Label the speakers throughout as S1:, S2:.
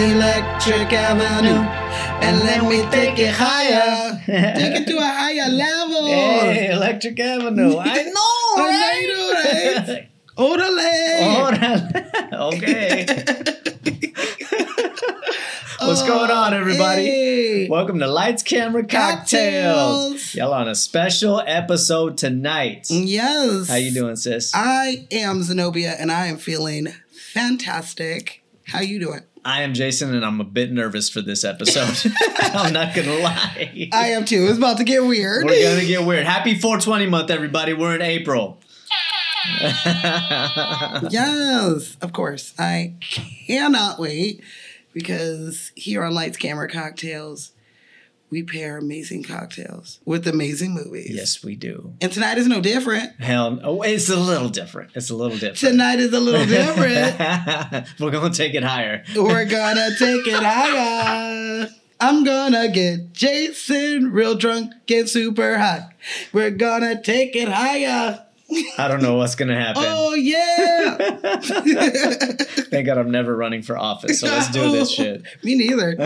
S1: Electric Avenue. And then we take it higher. Take it to a higher level.
S2: Hey, Electric Avenue. I know, right?
S1: I know, right? Orale.
S2: Órale. okay. What's going on, everybody?
S1: Oh, Hey.
S2: Welcome to Lights, Camera, Cocktails.
S1: Cocktails.
S2: Y'all on a special episode tonight.
S1: Yes.
S2: How you doing, sis?
S1: I am Zenobia and I am feeling fantastic. How you doing?
S2: I am Jason, and I'm a bit nervous for this episode. I'm not gonna lie.
S1: I am too. It's about to get weird.
S2: We're gonna get weird. Happy 420 month, everybody. We're in April.
S1: Yes, of course. I cannot wait because here on Lights Camera Cocktails, we pair amazing cocktails with amazing movies.
S2: yes, we do.
S1: And tonight is no different.
S2: Hell, oh, it's a little different. It's a little different.
S1: Tonight is a little different.
S2: We're gonna take it higher.
S1: We're gonna take it higher. I'm gonna get Jason real drunk and super high. We're gonna take it higher.
S2: I don't know what's gonna happen.
S1: Oh yeah.
S2: Thank God I'm never running for office. So let's do this shit.
S1: Me neither. And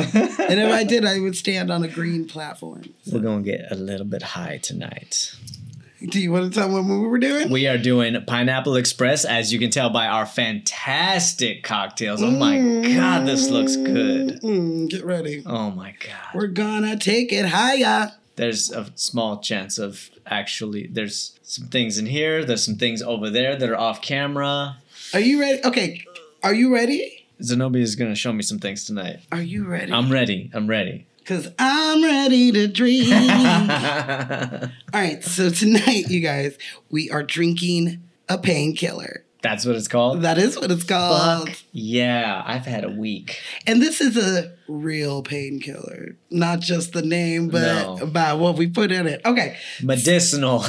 S1: if I did, I would stand on a green platform.
S2: We're gonna get a little bit high tonight.
S1: Do you want to tell them what we were doing?
S2: We are doing Pineapple Express, as you can tell by our fantastic cocktails. Oh my God, this looks good.
S1: Mm, get ready.
S2: Oh my God.
S1: We're gonna take it higher.
S2: There's a small chance of actually, there's some things in here, there's some things over there that are off camera.
S1: Are you ready? Okay. Are you ready?
S2: Zenobia is gonna show me some things tonight.
S1: Are you ready?
S2: I'm ready. I'm ready.
S1: Cause I'm ready to dream. All right. So tonight, you guys, we are drinking a painkiller.
S2: That's what it's called?
S1: That is what it's called.
S2: Fuck yeah, I've had a week.
S1: And this is a real painkiller, not just the name, but
S2: No.
S1: by what we put in it. Okay.
S2: Medicinal.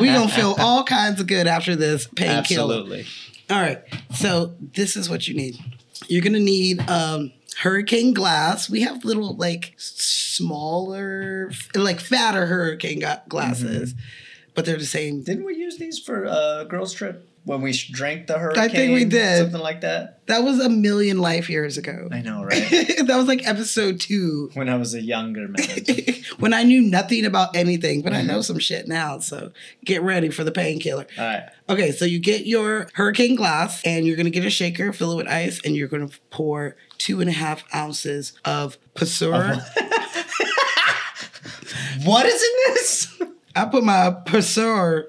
S1: we gonna feel all kinds of good after this painkiller.
S2: Absolutely.
S1: All right. So this is what you need. You're gonna need um hurricane glass. We have little like s- smaller, f- like fatter hurricane gla- glasses,
S2: Mm-hmm.
S1: but they're the same.
S2: Didn't we use these for uh, girls trip when we sh- drank the hurricane?
S1: I think we did.
S2: something like that.
S1: That was a million life years ago.
S2: I know, right?
S1: that was like episode two.
S2: when I was a younger man.
S1: When I knew nothing about anything, but I know
S2: Mm-hmm.
S1: some shit now. So get ready for the painkiller.
S2: All right,
S1: Okay, so you get your hurricane glass and you're gonna get a shaker, fill it with ice, and you're gonna pour two and a half ounces of Passeur.
S2: Uh-huh. what is in this?
S1: I put my Passeur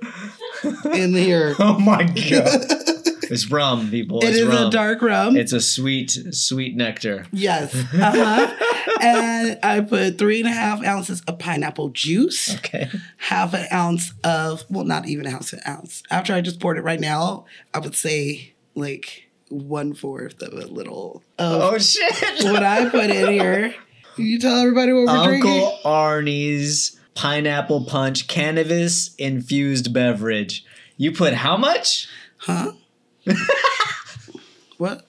S1: in here.
S2: Oh my god! it's rum, people.
S1: It
S2: it's
S1: is
S2: rum.
S1: a dark rum.
S2: It's a sweet, sweet nectar.
S1: yes. Uh-huh. and I put three and a half ounces of pineapple juice,
S2: Okay.
S1: half an ounce of, well, not even an ounce, an ounce. After I just poured it right now, I would say like one fourth of a little of
S2: Oh shit!
S1: what I put in here. Can you tell everybody what we're drinking?
S2: Uncle Arnie's pineapple punch cannabis infused beverage. You put how much?
S1: Huh? what?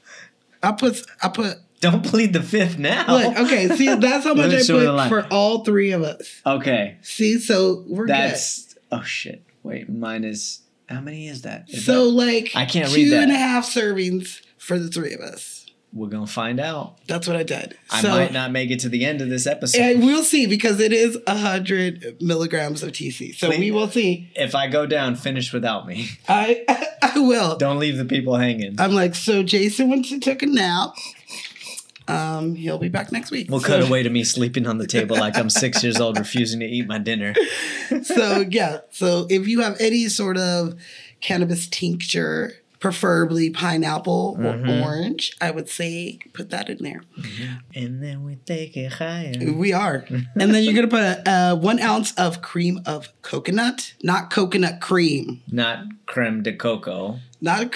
S1: I put I put
S2: Don't plead the fifth now.
S1: look, okay, see that's how much
S2: Oh. me
S1: I
S2: show you the
S1: put
S2: line.
S1: for all three of us.
S2: Okay.
S1: See, so we're good.
S2: That's oh shit. Wait, mine is how many is that? Is
S1: So
S2: that-
S1: like
S2: I can't
S1: two
S2: read that.
S1: and a half servings for the three of us.
S2: we're gonna find out.
S1: That's what I did.
S2: I
S1: so
S2: might not make it to the end of this episode.
S1: and we'll see because it is a hundred milligrams of TC. So we
S2: Please.
S1: will see.
S2: if I go down, finish without me.
S1: I I will.
S2: Don't leave the people hanging.
S1: I'm like, so Jason went to took a nap. Um, he'll be back next week.
S2: We'll
S1: So-
S2: cut away to me sleeping on the table like I'm six years old, refusing to eat my dinner.
S1: so yeah so if you have any sort of cannabis tincture preferably pineapple or
S2: Mm-hmm.
S1: orange i would say put that in there
S2: And then we take it higher.
S1: we are and then you're gonna put a, uh, one ounce of cream of coconut not coconut cream
S2: Not creme de coco.
S1: not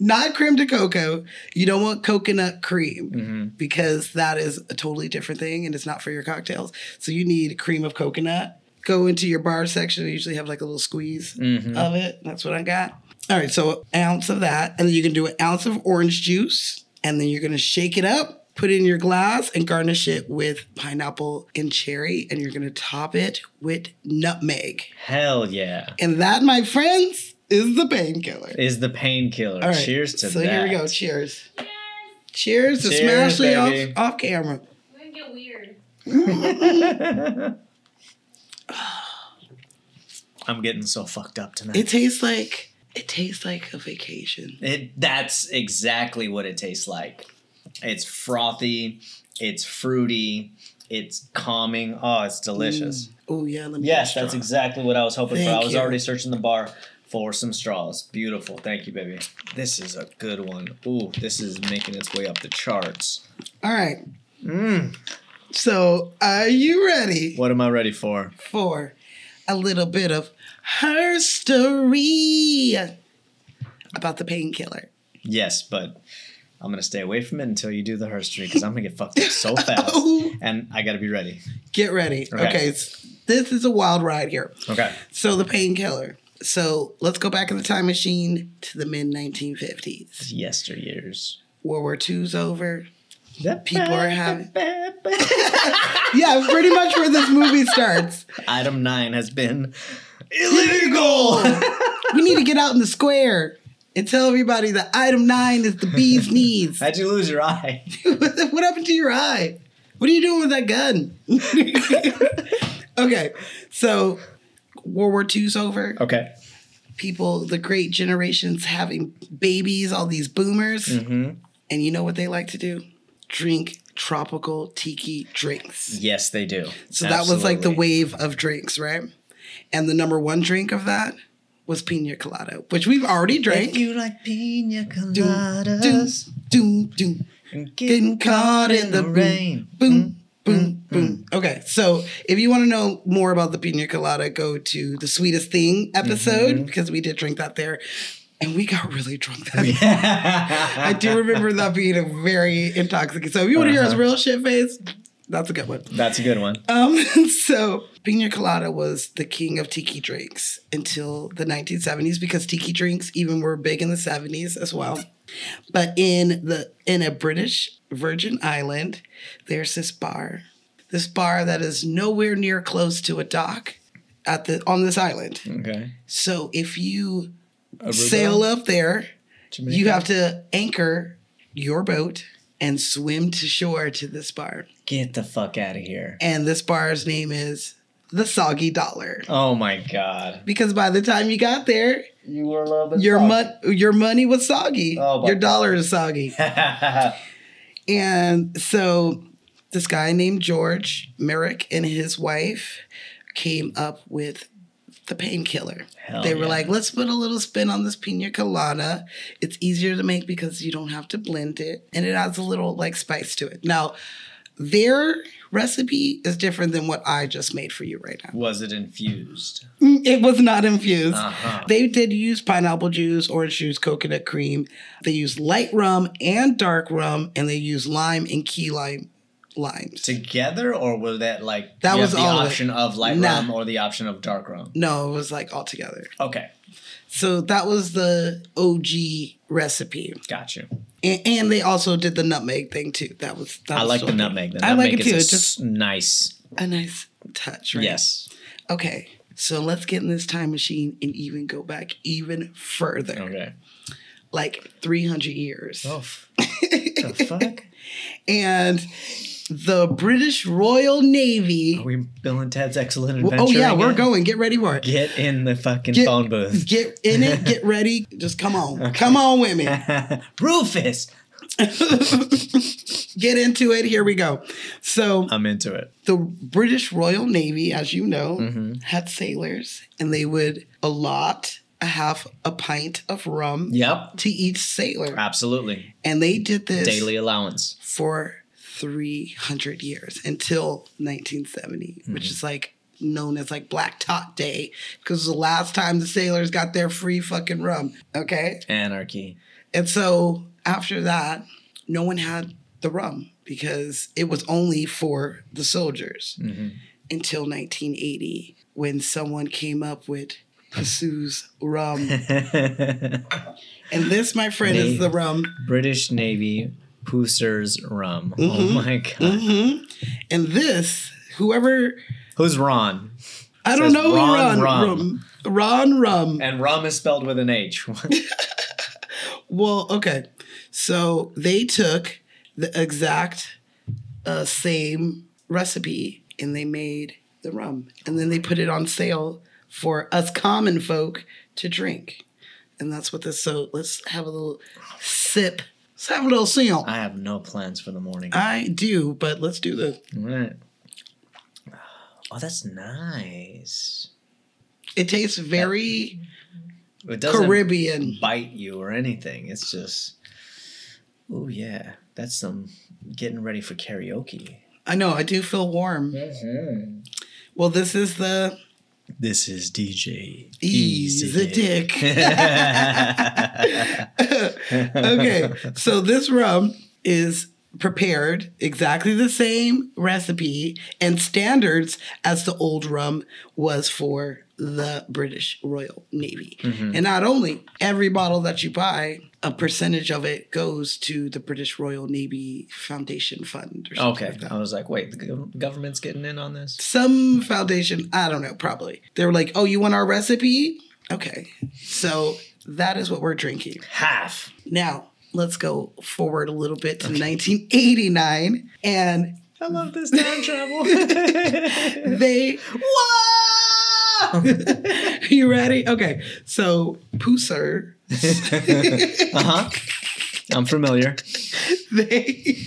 S1: not creme de coco you don't want coconut cream because that is a totally different thing and it's not for your cocktails so you need cream of coconut go into your bar section they usually have like a little squeeze of it that's what i got all right so an ounce of that and then you can do an ounce of orange juice and then you're going to shake it up put it in your glass and garnish it with pineapple and cherry and you're going to top it with nutmeg
S2: Hell yeah.
S1: and that my friends is the painkiller
S2: Is the painkiller.
S1: all right.
S2: Cheers to
S1: so
S2: that.
S1: here we go. Cheers. Cheers to
S2: Cheers,
S1: Smashley off,
S2: baby.
S1: off camera.
S3: We're gonna get weird.
S2: I'm getting so fucked up tonight.
S1: It tastes like it tastes like a vacation.
S2: It that's exactly what it tastes like. It's frothy, it's fruity, it's calming. Oh, it's delicious.
S1: Oh yeah, let me.
S2: Yes,
S1: get a
S2: that's
S1: straw.
S2: exactly what I was hoping for. I
S1: Thank
S2: was
S1: you.
S2: already searching the bar for some straws. Beautiful. Thank you, baby. This is a good one. Ooh, this is making its way up the charts.
S1: All right.
S2: Mm.
S1: So are you ready
S2: What am I ready for?
S1: for a little bit of herstory about the painkiller?
S2: Yes, but I'm gonna stay away from it until you do the herstory because I'm gonna get fucked up so fast,
S1: Oh.
S2: and I gotta be ready.
S1: Get ready.
S2: Okay.
S1: okay s- this is a wild ride here.
S2: Okay.
S1: So the painkiller. So let's go back in the time machine to the mid 1950s.
S2: Yesteryears.
S1: World War II's over. People are having- Yeah,
S2: yeah,
S1: pretty much where this movie starts.
S2: Item nine has been illegal.
S1: We need to get out in the square and tell everybody that item nine is the bee's knees.
S2: How'd you lose your eye?
S1: what happened to your eye? What are you doing with that gun? okay, so World War II's over.
S2: Okay.
S1: People, the great generations having babies, all these boomers.
S2: hmm
S1: And you know what they like to do? Drink tropical tiki drinks.
S2: Yes, they do.
S1: So that was like the
S2: Absolutely.
S1: wave of drinks, right? And the number one drink of that was pina colada, which we've already
S2: If
S1: drank.
S2: you like pina
S1: Doom, doom,
S2: coladas
S1: doom, doom.
S2: and
S1: Getting caught in the rain. Mm, Boom, boom, boom. Okay, so if you want to know more about the pina colada, go to the sweetest thing episode because we did drink that there, and we got really drunk that. night. I do remember that being a very intoxicating. So if you want to hear us
S2: Uh-huh.
S1: real shit face, that's a good one.
S2: That's a good one.
S1: Um, so pina colada was the king of tiki drinks until the 1970s because tiki drinks even were big in the 70s as well. But in the in a British Virgin Island, there's this bar, this bar that is nowhere near close to a dock at the on this island.
S2: Okay.
S1: So if you
S2: Aruba,
S1: sail up there,
S2: Jamaica.
S1: you have to anchor your boat and swim to shore to this bar.
S2: get the fuck out of here.
S1: and this bar's name is the Soggy Dollar.
S2: Oh my god.
S1: Because by the time you got there,
S2: You were a little bit
S1: your mon- your money was soggy.
S2: Oh, my
S1: your dollar is soggy. And so this guy named George Merrick and his wife came up with the painkiller.
S2: Hell
S1: they were
S2: yeah.
S1: like, let's put a little spin on this pina colada. It's easier to make because you don't have to blend it. And it adds a little like spice to it. Now, their recipe is different than what I just made for you right now.
S2: was it infused?
S1: Mm, It was not infused.
S2: Uh-huh.
S1: They did use pineapple juice, orange juice, coconut cream. They used light rum and dark rum, and they used lime and key lime limes.
S2: Together or was that like
S1: That
S2: you
S1: was
S2: have the
S1: all of it.
S2: option of light
S1: Nah.
S2: rum or the option of dark rum?
S1: No, it was like all together.
S2: Okay.
S1: So that was the OG recipe,
S2: Got you.
S1: and, and they also did the nutmeg thing too. That was that
S2: I
S1: was
S2: like
S1: so
S2: the
S1: good.
S2: nutmeg. The
S1: I
S2: nutmeg is
S1: like it too.
S2: a
S1: It's just
S2: s- nice.
S1: a nice touch, right?
S2: Yes.
S1: Okay, so let's get in this time machine and even go back even further,
S2: Okay.
S1: like three hundred years.
S2: Oh, f- the fuck?
S1: and the British Royal Navy.
S2: Are we Bill and Ted's Excellent Adventure?
S1: oh yeah, we're
S2: again?
S1: going. Get ready for it.
S2: Get in the fucking
S1: Get-
S2: phone booth.
S1: Get in it. Get ready. Just come on. Come on, women.
S2: Rufus.
S1: Get into it. Here we go. So
S2: I'm into it.
S1: the British Royal Navy, as you know,
S2: Mhm.
S1: had sailors, and they would allot a half a pint of rum
S2: Yep.
S1: to each sailor,
S2: Absolutely.
S1: and they did this
S2: Daily allowance.
S1: for 300 years until 1970, which is like known as like Black Tot Day because the last time the sailors got their free fucking rum. Okay.
S2: Anarchy.
S1: And so after that, no one had the rum because it was only for the soldiers
S2: Mhm.
S1: until 1980 when someone came up with Jesus rum. and this, my friend, is
S2: Nate.
S1: the rum.
S2: British Navy Pusser's rum. Oh
S1: Mm-hmm.
S2: my god.
S1: hmm And this, whoever
S2: Who's Ron?
S1: I don't
S2: says
S1: know
S2: Ron
S1: who Ron
S2: Rum.
S1: Rum. Ron Rum.
S2: And rum is spelled with an H.
S1: Well, okay. So they took the exact uh, same recipe and they made the rum. And then they put it on sale for us common folk to drink. And that's what this, so let's have a little sip. Let's have a little sip.
S2: I have no plans for the morning.
S1: I do, but let's do the,
S2: All right. Oh, that's nice.
S1: it tastes very
S2: It doesn't
S1: Caribbean.
S2: bite you or anything. It's just, oh yeah, that's some getting ready for karaoke.
S1: I know, I do feel warm. Well, this is the
S2: This is DJ
S1: Easy Dick.
S2: Dick.
S1: okay, so this rum is prepared exactly the same recipe and standards as the old rum was for the British Royal Navy. And not only every bottle that you buy, a percentage of it goes to the British Royal Navy Foundation Fund or something
S2: okay,
S1: like that.
S2: I was like, wait, the gov- government's getting in on this.
S1: Some foundation, I don't know, probably. They were like, "Oh, you want our recipe?" Okay. So that is what we're drinking.
S2: Half.
S1: Now, let's go forward a little bit to 1989 and
S2: I love this time travel.
S1: they You ready? Okay. So, Pusser,
S2: uh huh. I'm familiar.
S1: they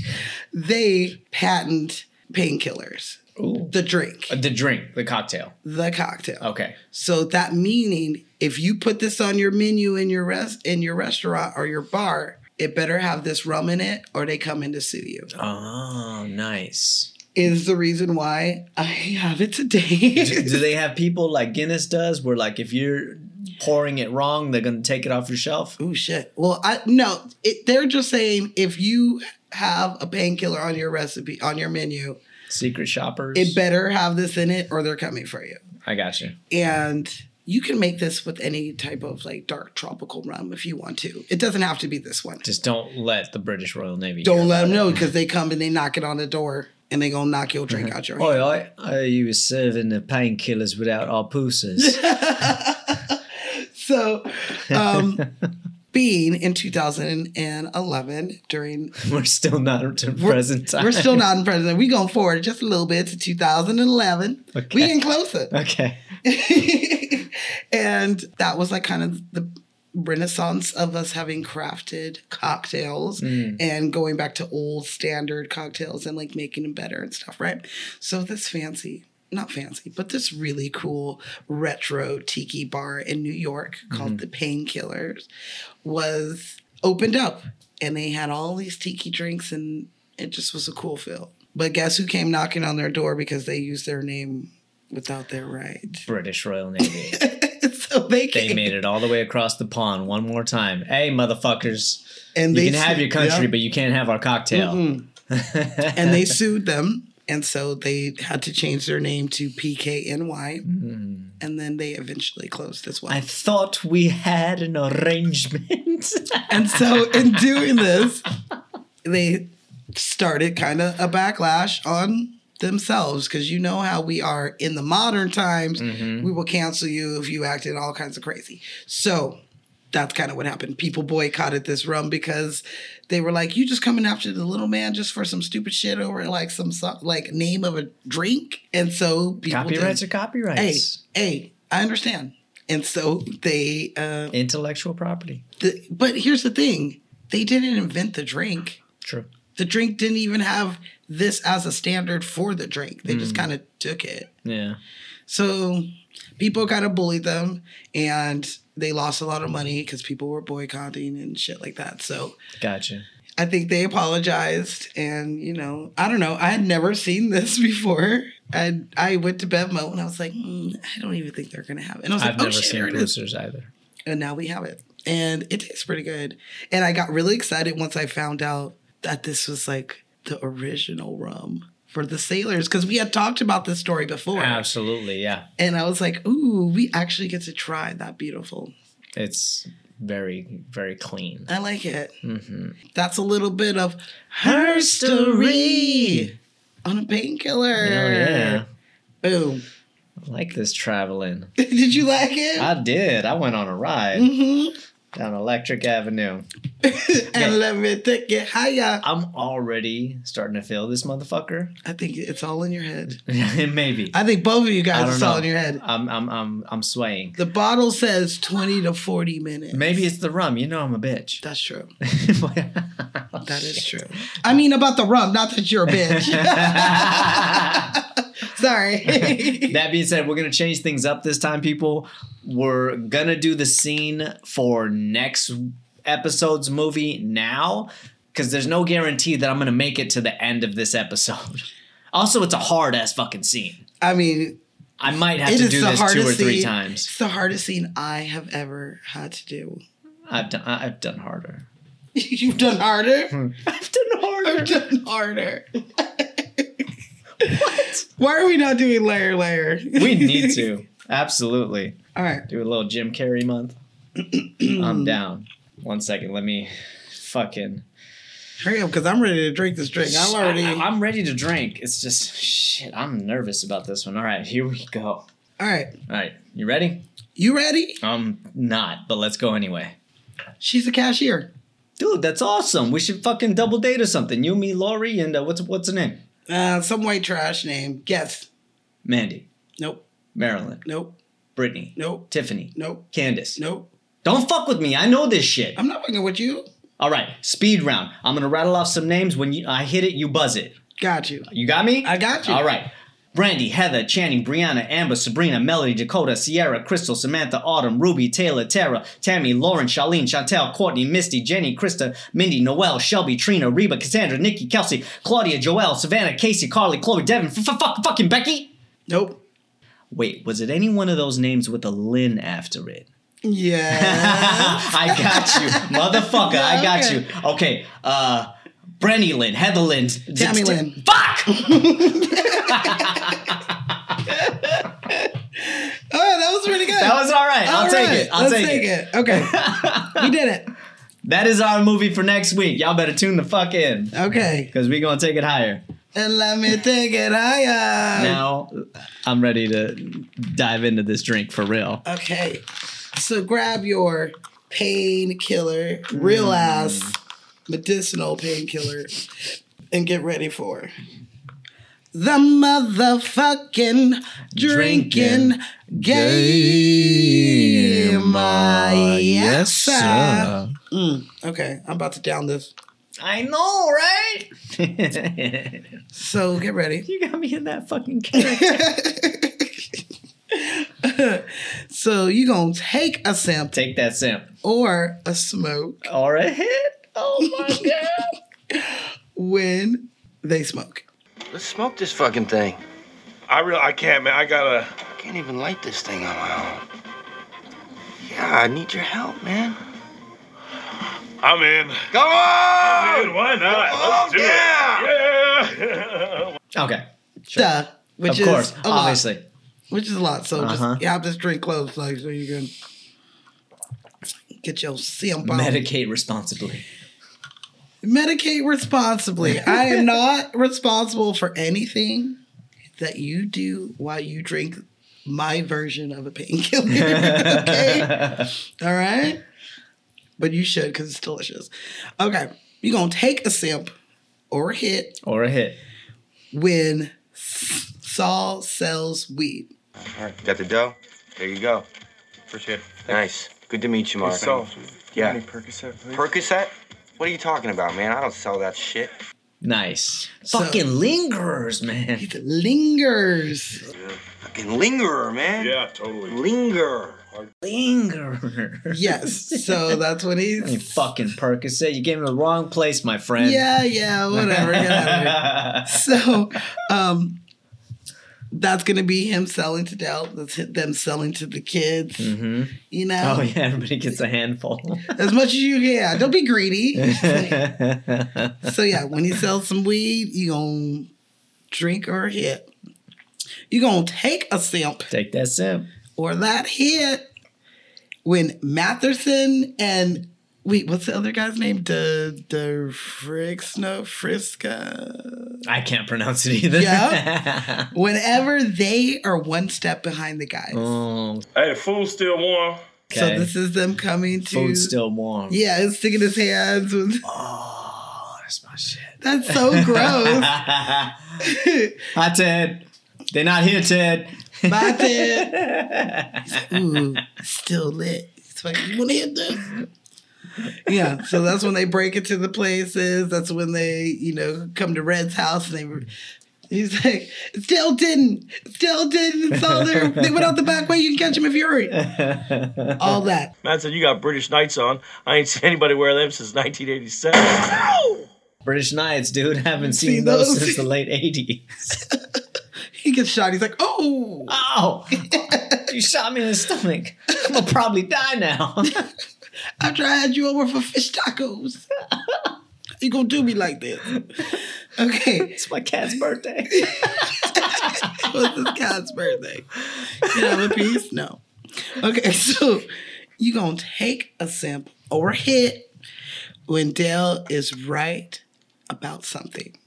S1: they patent painkillers.
S2: Ooh.
S1: The drink,
S2: Uh, The drink, the cocktail.
S1: the cocktail.
S2: Okay.
S1: So that meaning, if you put this on your menu in your rest in your restaurant or your bar, it better have this rum in it, or they come in to sue you.
S2: Oh, nice.
S1: Is the reason why I have it
S2: do,
S1: today.
S2: do they have people like Guinness does, where like if you're pouring it wrong, they're gonna take it off your shelf?
S1: oh shit! Well, I no, it, they're just saying if you have a painkiller on your recipe on your menu,
S2: Secret shoppers.
S1: it better have this in it, or they're coming for you.
S2: I got you.
S1: And you can make this with any type of like dark tropical rum if you want to. It doesn't have to be this one.
S2: Just don't let the British Royal Navy. hear
S1: Don't
S2: about
S1: let them
S2: it.
S1: know because they come and they knock it on the door and they gonna knock your drink
S2: Mm-hmm.
S1: out your hand.
S2: Oi, oi, oi, you were serving the painkillers without our pussers.
S1: So, um, being in 2011 during
S2: we're still not to present time.
S1: we're still not in president. We going forward just a little bit to 2011. We
S2: Okay.
S1: getting closer.
S2: Okay.
S1: and that was like kind of the renaissance of us having crafted cocktails and going back to old standard cocktails and like making them better and stuff, right? So this fancy, not fancy, but this really cool retro tiki bar in New York called the Painkillers was opened up and they had all these tiki drinks and it just was a cool feel. But guess who came knocking on their door because they used their name without their right?
S2: British Royal Navy.
S1: so they came
S2: They made it all the way across the pond one more time. Hey, motherfuckers.
S1: and
S2: You
S1: they
S2: can have
S1: sued-
S2: your country,
S1: yeah.
S2: but you can't have our cocktail.
S1: and they sued them, and so they had to change their name to PKNY, and then they eventually closed as well.
S2: Mm. I thought we had an arrangement.
S1: and so in doing this, they started kind of a backlash on themselves because you know how we are in the modern times.
S2: Mm-hmm.
S1: We will cancel you if you acted all kinds of crazy. So that's kind of what happened. People boycotted this rum because they were like, "You just coming after the little man just for some stupid shit over like some so- like name of a drink." And so people did-
S2: copyrights are
S1: Hey,
S2: copyrights.
S1: hey, I understand. And so they uh,
S2: Intellectual property.
S1: the, but here's the thing they didn't invent the drink
S2: True.
S1: the drink didn't even have this as a standard for the drink they
S2: Hmm.
S1: just kind of took it
S2: Yeah.
S1: so people kind of bullied them and they lost a lot of money because people were boycotting and shit like that so
S2: Gotcha.
S1: i think they apologized and you know i don't know i had never seen this before i i went to bevmo and i was like mm, i don't even think they're gonna have it and i was
S2: I've
S1: like
S2: never
S1: oh, shit,
S2: seen
S1: there it is
S2: boosters either.
S1: and now we have it. And it tastes pretty good. And I got really excited once I found out that this was like the original rum for the sailors because we had talked about this story before.
S2: Absolutely. Yeah.
S1: And I was like, ooh, we actually get to try that beautiful.
S2: It's very, very clean.
S1: I like it.
S2: Mm-hmm.
S1: That's a little bit of her story on a painkiller.
S2: Hell Oh, yeah.
S1: Boom.
S2: I like this traveling.
S1: Did you like it?
S2: I did. I went on a ride.
S1: mm-hmm.
S2: down Electric Avenue.
S1: and
S2: Yeah.
S1: let me take it higher.
S2: I'm already starting to feel this motherfucker.
S1: I think it's all in your head.
S2: Maybe.
S1: I think both of you
S2: I
S1: guys
S2: don't
S1: it's all
S2: know.
S1: in your head.
S2: I'm I'm I'm I'm swaying.
S1: The bottle says 20 to 40 minutes.
S2: Maybe it's the rum. You know I'm a bitch.
S1: That's true.
S2: that Oh,
S1: That is true. I mean, about the rum, not that you're a bitch. Sorry.
S2: that being said, we're gonna change things up this time, people. We're gonna do the scene for next episode's movie now, because there's no guarantee that I'm gonna make it to the end of this episode. Also, it's a hard ass fucking scene.
S1: I mean,
S2: I might have
S1: It
S2: to
S1: is
S2: do
S1: the
S2: this two or
S1: hardest
S2: three
S1: scene.
S2: times.
S1: it's the hardest scene I have ever had to do.
S2: I've done. I've done harder.
S1: You've done harder?
S2: I've done harder.
S1: I've done harder.
S2: What?
S1: Why are we not doing layer layer?
S2: we need to absolutely
S1: All right.
S2: do a little Jim Carrey month. I'm down. One second, let me fucking.
S1: Hurry up, because I'm ready to drink this drink. I'm already.
S2: I, am ready to drink. It's just shit. I'm nervous about this one. All right, here we go. All
S1: All right.
S2: right, you ready?
S1: You ready? Um,
S2: I'm not, but let's go anyway.
S1: She's a cashier.
S2: Dude, that's awesome. We should fucking double date or something. You, me, Laurie, and uh, what's what's her name?
S1: Uh, some white trash name. Guess.
S2: Mandy,
S1: Nope.
S2: Marilyn,
S1: Nope.
S2: Brittany,
S1: Nope.
S2: Tiffany,
S1: Nope.
S2: Candace.
S1: Nope.
S2: Don't fuck with me. I know this shit.
S1: I'm not fucking with you.
S2: All right, speed round. I'm gonna rattle off some names. When you, I hit it, you buzz it.
S1: Got you.
S2: You got me?
S1: I got you.
S2: All right. Brandy, Heather, Channing, Brianna, Amber, Sabrina, Melody, Dakota, Sierra, Crystal, Samantha, Autumn, Ruby, Taylor, Tara, Tammy, Lauren, Charlene, Chantel, Courtney, Misty, Jenny, Krista, Mindy, Noelle, Shelby, Trina, Reba, Cassandra, Nikki, Kelsey, Claudia, Joelle, Savannah, Casey, Carly, Chloe, Devin, f- f- fuck, fucking Becky.
S1: Nope.
S2: Wait, was it any one of those names with a Lynn after it?
S1: Yeah.
S2: I got you, motherfucker. I got you. Okay, uh, Brandy Lynn, Heather Lynn,
S1: Tammy Lynn.
S2: Fuck!
S1: oh, that was pretty good.
S2: That was all right. I'll take it. I'll
S1: Let's
S2: take, it.
S1: Okay. we did it.
S2: That is our movie for next week. Y'all better tune the fuck in
S1: Okay.
S2: because we're gonna take it higher.
S1: And let me take it higher.
S2: Now I'm ready to dive into this drink for real.
S1: Okay. So grab your painkiller, real
S2: Mm.
S1: ass medicinal painkiller, and get ready for the motherfucking drinking, game. uh, yes, sir. Mm, okay, I'm about to down this.
S2: I know, right?
S1: So get ready.
S2: you got me in that fucking character.
S1: so you gonna take a sip
S2: Take that simp.
S1: or a smoke
S2: Or a hit. Oh my god.
S1: when they smoke.
S3: Let's smoke this fucking thing.
S4: I real I can't, man. I gotta.
S3: I can't even light this thing on my own. Yeah, I need your help, man.
S4: I'm in.
S3: Go on!
S4: Dude, why not?
S3: Oh,
S4: Let's do it. Yeah.
S2: Okay. Sure.
S1: Duh. Which
S2: of course,
S1: is a lot,
S2: obviously.
S1: which is a lot. So
S2: Uh-huh.
S1: just yeah, just drink close, like so you can get your simp on.
S2: Medicate responsibly.
S1: Medicate responsibly. I am not responsible for anything that you do while you drink my version of a painkiller. okay. All right. But you should because it's delicious. Okay. You're going to take a sip or a hit
S2: Or a hit.
S1: when S- Saul sells weed.
S3: All right, got the dough? There you go.
S4: Appreciate it.
S3: Nice. Good to meet you, Mark.
S4: So,
S3: yeah.
S4: any Percocet, please?
S3: Percocet? What are you talking about, man? I don't sell that shit.
S2: Nice.
S1: So-
S2: Fucking lingerers, man.
S1: It lingers.
S3: Fucking lingerer, man.
S4: yeah, totally.
S3: Linger.
S2: Lingerers.
S1: Yes. So that's what
S2: You
S1: he's.
S2: fucking Percocet. You came to the wrong place, my friend.
S1: Yeah, yeah, whatever. Get out of here. so um that's gonna be him selling to Dell. That's hit- them selling to the kids.
S2: hmm
S1: You know,
S2: Oh yeah, everybody gets a handful.
S1: as much as you can. Don't be greedy.
S2: All
S1: so yeah, when he sells some weed, you gonna drink or hit. You gonna take a simp
S2: Take that sip.
S1: or that hit when Matherson and wait, what's the other guy's name? The the Frixno Frisca.
S2: I can't pronounce it either.
S1: Yeah. Whenever they are one step behind the guys.
S2: oh,
S4: Hey, the food's still warm.
S1: So this is them coming to.
S2: Food's still warm.
S1: Yeah, it's sticking his hands with.
S2: Oh, that's my shit.
S1: That's so gross.
S2: Hi, Ted. They're not here, Ted.
S1: Bye, Ted. Ooh, still lit. It's like, you want to hit this? Yeah, so that's when they break into the places. That's when they, you know, come to Red's house and they. He's like, still didn't, still didn't. It's all there. They went out the back way. You can catch him if you hurry. All that.
S5: Matt said, You got British Knights on. I ain't seen anybody wear them since 1987.
S2: British Knights, dude. Haven't seen, those, since the late 80s.
S1: He gets shot. He's like, oh.
S2: Ow! you shot me in the stomach. I'm gonna probably die now.
S1: after I had you over for fish tacos. you gonna do me like this? Okay,
S2: it's my cat's birthday.
S1: it was this cat's birthday. Can I have a piece? No. Okay, so you gonna take a simp or a hit when Dale is right about something.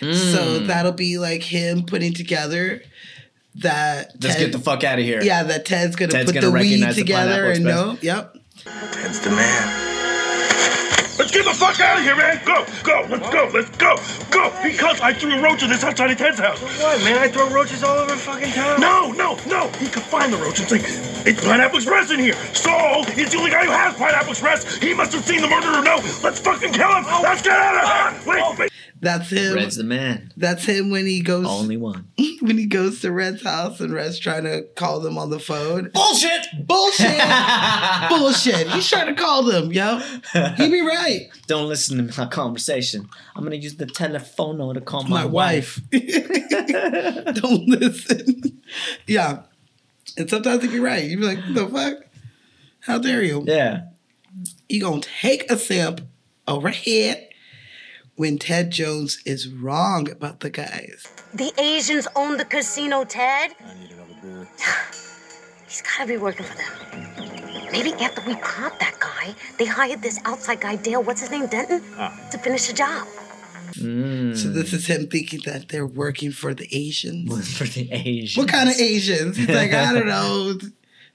S1: So
S2: Mm.
S1: that'll be like him putting together that
S2: Just
S1: Ted-
S2: get the fuck out of here.
S1: yeah that Ted's gonna
S2: Ted's
S1: put
S2: gonna
S1: the weed
S2: recognize the
S1: together and
S2: pineapple
S1: no yep
S3: Ted's the man.
S4: Let's get the fuck out of here, man! Go, go, let's go, let's go, go! Because I threw roaches outside of Ted's house.
S5: what, man? I throw roaches all over fucking town.
S4: No, no, no! He could find the roach and think, it's Pineapple Express in here! Saul is the only guy who has Pineapple Express! He must have seen the murderer! No! Let's fucking kill him! Let's get out of here! Wait, wait!
S1: that's him
S2: Red's the man.
S1: that's him when he goes
S2: Only one.
S1: when he goes to Red's house and Red's trying to call them on the phone.
S2: Bullshit!
S1: Bullshit! Bullshit! He's trying to call them, yo. He be right.
S2: Don't listen to my conversation. I'm gonna use the telephone to call my,
S1: My, wife. Don't listen. yeah. And sometimes he be right. You be like, what the fuck? How dare you?
S2: Yeah.
S1: You gonna take a sip over head when Ted Jones is wrong about the guys.
S6: The Asians own the casino, Ted. I need another beer. He's gotta be working for them. Maybe after we caught that guy, they hired this outside guy, Dale, what's his name, Denton? To finish the job.
S1: So this is him thinking that they're working for the Asians.
S2: For the Asians.
S1: What kind of Asians? He's like, I don't know.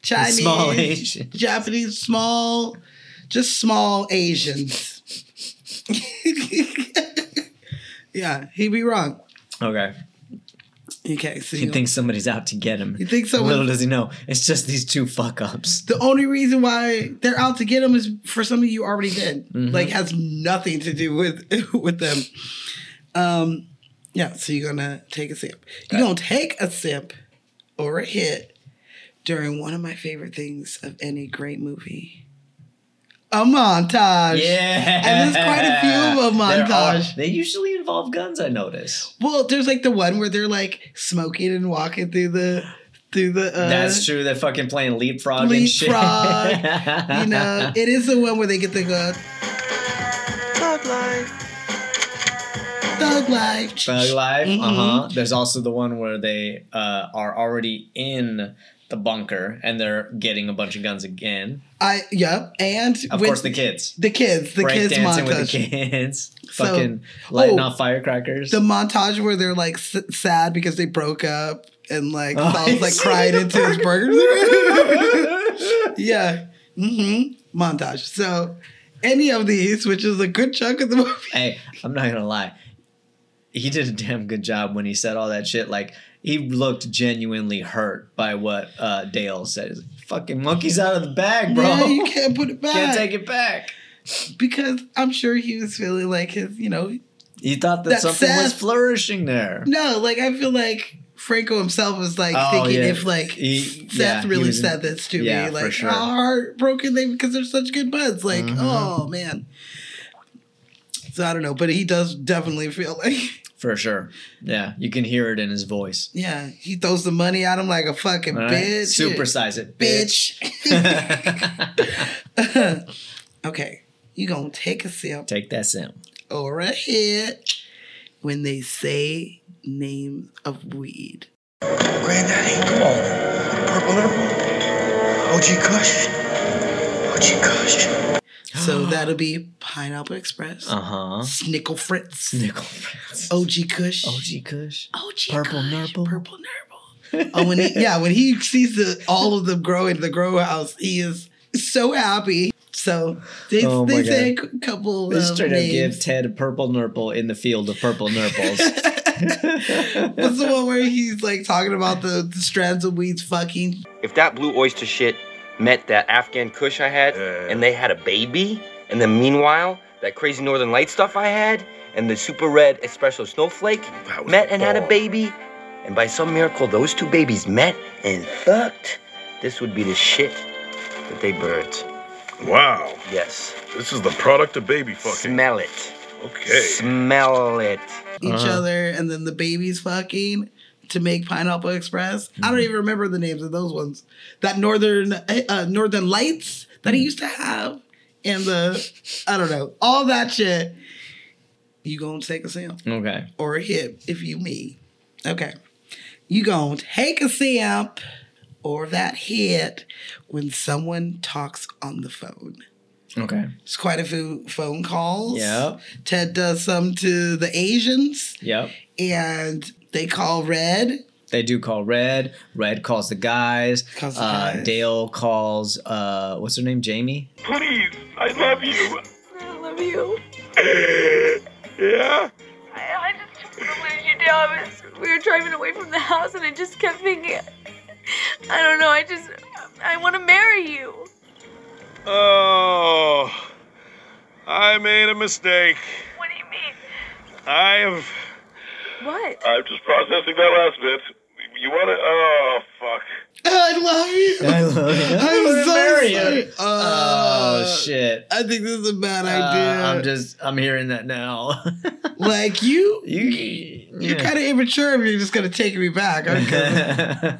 S1: Chinese,
S2: Small Asians.
S1: Japanese, small, just small Asians. yeah, he'd be wrong.
S2: Okay.
S1: Okay, so
S2: He
S1: you
S2: thinks somebody's out to get him.
S1: You think someone-
S2: Little does he know. It's just these two fuck ups.
S1: the only reason why they're out to get him is for something you already did.
S2: Mm-hmm.
S1: Like has nothing to do with with them. Um, yeah. So you're gonna take a sip. You're gonna take a sip or a hit during one of my favorite things of any great movie. A montage.
S2: Yeah.
S1: And there's quite a few of them
S2: There are-
S1: montage.
S2: they usually involve guns, I notice.
S1: Well, there's like the one where they're like smoking and walking through the through the. Uh,
S2: That's true. They're fucking playing leapfrog, and shit.
S1: Leapfrog, you know, it is the one where they get the uh,
S3: Thug life.
S1: thug life.
S2: Thug Life.
S1: Mhm.
S2: Uh huh. There's also the one where they uh, are already in the bunker and they're getting a bunch of guns again.
S1: I yep, and
S2: Of
S1: with
S2: course, the kids.
S1: the kids, the
S2: Break
S1: kids
S2: dancing
S1: montage,
S2: with the kids.
S1: So-
S2: fucking lighting
S1: oh.
S2: off firecrackers.
S1: the montage where they're like s- sad because they broke up and like
S2: Oh,
S1: Saul's like
S2: he's
S1: crying
S2: eating
S1: into
S2: the
S1: his burger. yeah, hmm montage. So any of these, which is a good chunk of the movie,
S2: hey, I'm not gonna lie. He did a damn good job when he said all that shit. Like he looked genuinely hurt by what uh, Dale says. Fucking monkeys out of the bag, bro.
S1: yeah, you can't put it back
S2: Can't take it back.
S1: because I'm sure he was feeling like his, you know,
S2: He thought that
S1: That's
S2: something was
S1: sad.
S2: flourishing there.
S1: no, like I feel like. Franco himself was like
S2: Oh,
S1: thinking
S2: yeah.
S1: if like
S2: He-
S1: Seth
S2: yeah, he
S1: really
S2: was in-
S1: said this to
S2: yeah,
S1: me,
S2: for
S1: like
S2: sure. Mm-hmm.
S1: how heartbroken they because they're such good buds. Like, oh man. So I don't know, but he does definitely feel like
S2: For sure. Yeah, you can hear it in his voice.
S1: yeah, he throws the money at him like a fucking
S2: All right?
S1: bitch.
S2: Supersize it, bitch.
S1: bitch. okay. You gonna take a sip
S2: Take that sim.
S1: or a hit when they say names of weed.
S3: Granddaddy. Come on. Purple Nipple. OG Kush. OG Kush.
S1: So that'll be Pineapple Express,
S2: Uh huh.
S1: Snickle Fritz,
S2: Nickel Prince.
S1: OG Kush.
S2: OG Kush.
S1: Oh, gee,
S2: Purple
S1: gosh,
S2: Nurple.
S1: Purple Nurple. oh, when he, yeah, when he sees the, all of them grow in the grow house, he is so happy. So they,
S2: Oh my
S1: they say
S2: God.
S1: a couple
S2: They
S1: of
S2: straight up give
S1: names.
S2: Ted a purple nurple in the field of purple nurples.
S1: What's the one where he's like talking about the, the strands of weeds fucking?
S3: If that blue oyster shit met that Afghan Kush I had, and they had a baby, and then meanwhile that crazy Northern Light stuff I had, and the super red espresso snowflake
S4: That was
S3: met
S4: the
S3: and had a
S4: bomb.
S3: baby, and by some miracle those two babies met and fucked, this would be the shit that they birthed.
S4: Wow,
S3: Yes.
S4: this is the product of baby fucking.
S3: Smell it.
S4: okay.
S3: Smell it.
S1: each other and then the babies fucking to make Pineapple Express. I don't even remember the names of those ones. That Northern uh, uh, Northern Lights that he used to have and the I don't know all that shit. You gonna take a sim
S2: okay.
S1: or a hip if you me. Okay, you gonna take a sim or that hit when someone talks on the phone.
S2: Okay.
S1: It's quite a few phone calls.
S2: Yep.
S1: Ted does some to the Asians
S2: Yep.
S1: and they call Red.
S2: They do call Red. Red calls the guys.
S1: Calls the
S2: uh,
S1: guys.
S2: Dale calls, uh, what's her name? Jamie?
S4: Please, I love you.
S7: I love you.
S4: Yeah.
S7: I, I just wanted you to. I was, we were driving away from the house, and I just kept thinking, I don't know. I just, I want to marry you.
S4: Oh, I made a mistake.
S7: What do you mean?
S4: I have.
S7: What?
S4: I'm just processing that last bit. You wanna? Oh, fuck.
S1: I love you.
S2: I love
S1: I'm
S2: wanna
S1: so
S2: marry
S1: sorry.
S2: you.
S1: Uh,
S2: Oh, shit.
S1: I think this is a bad
S2: Uh,
S1: idea.
S2: I'm just, I'm hearing that now.
S1: like you,
S2: you, you
S1: you're kind of immature. If you're just gonna take me back, okay?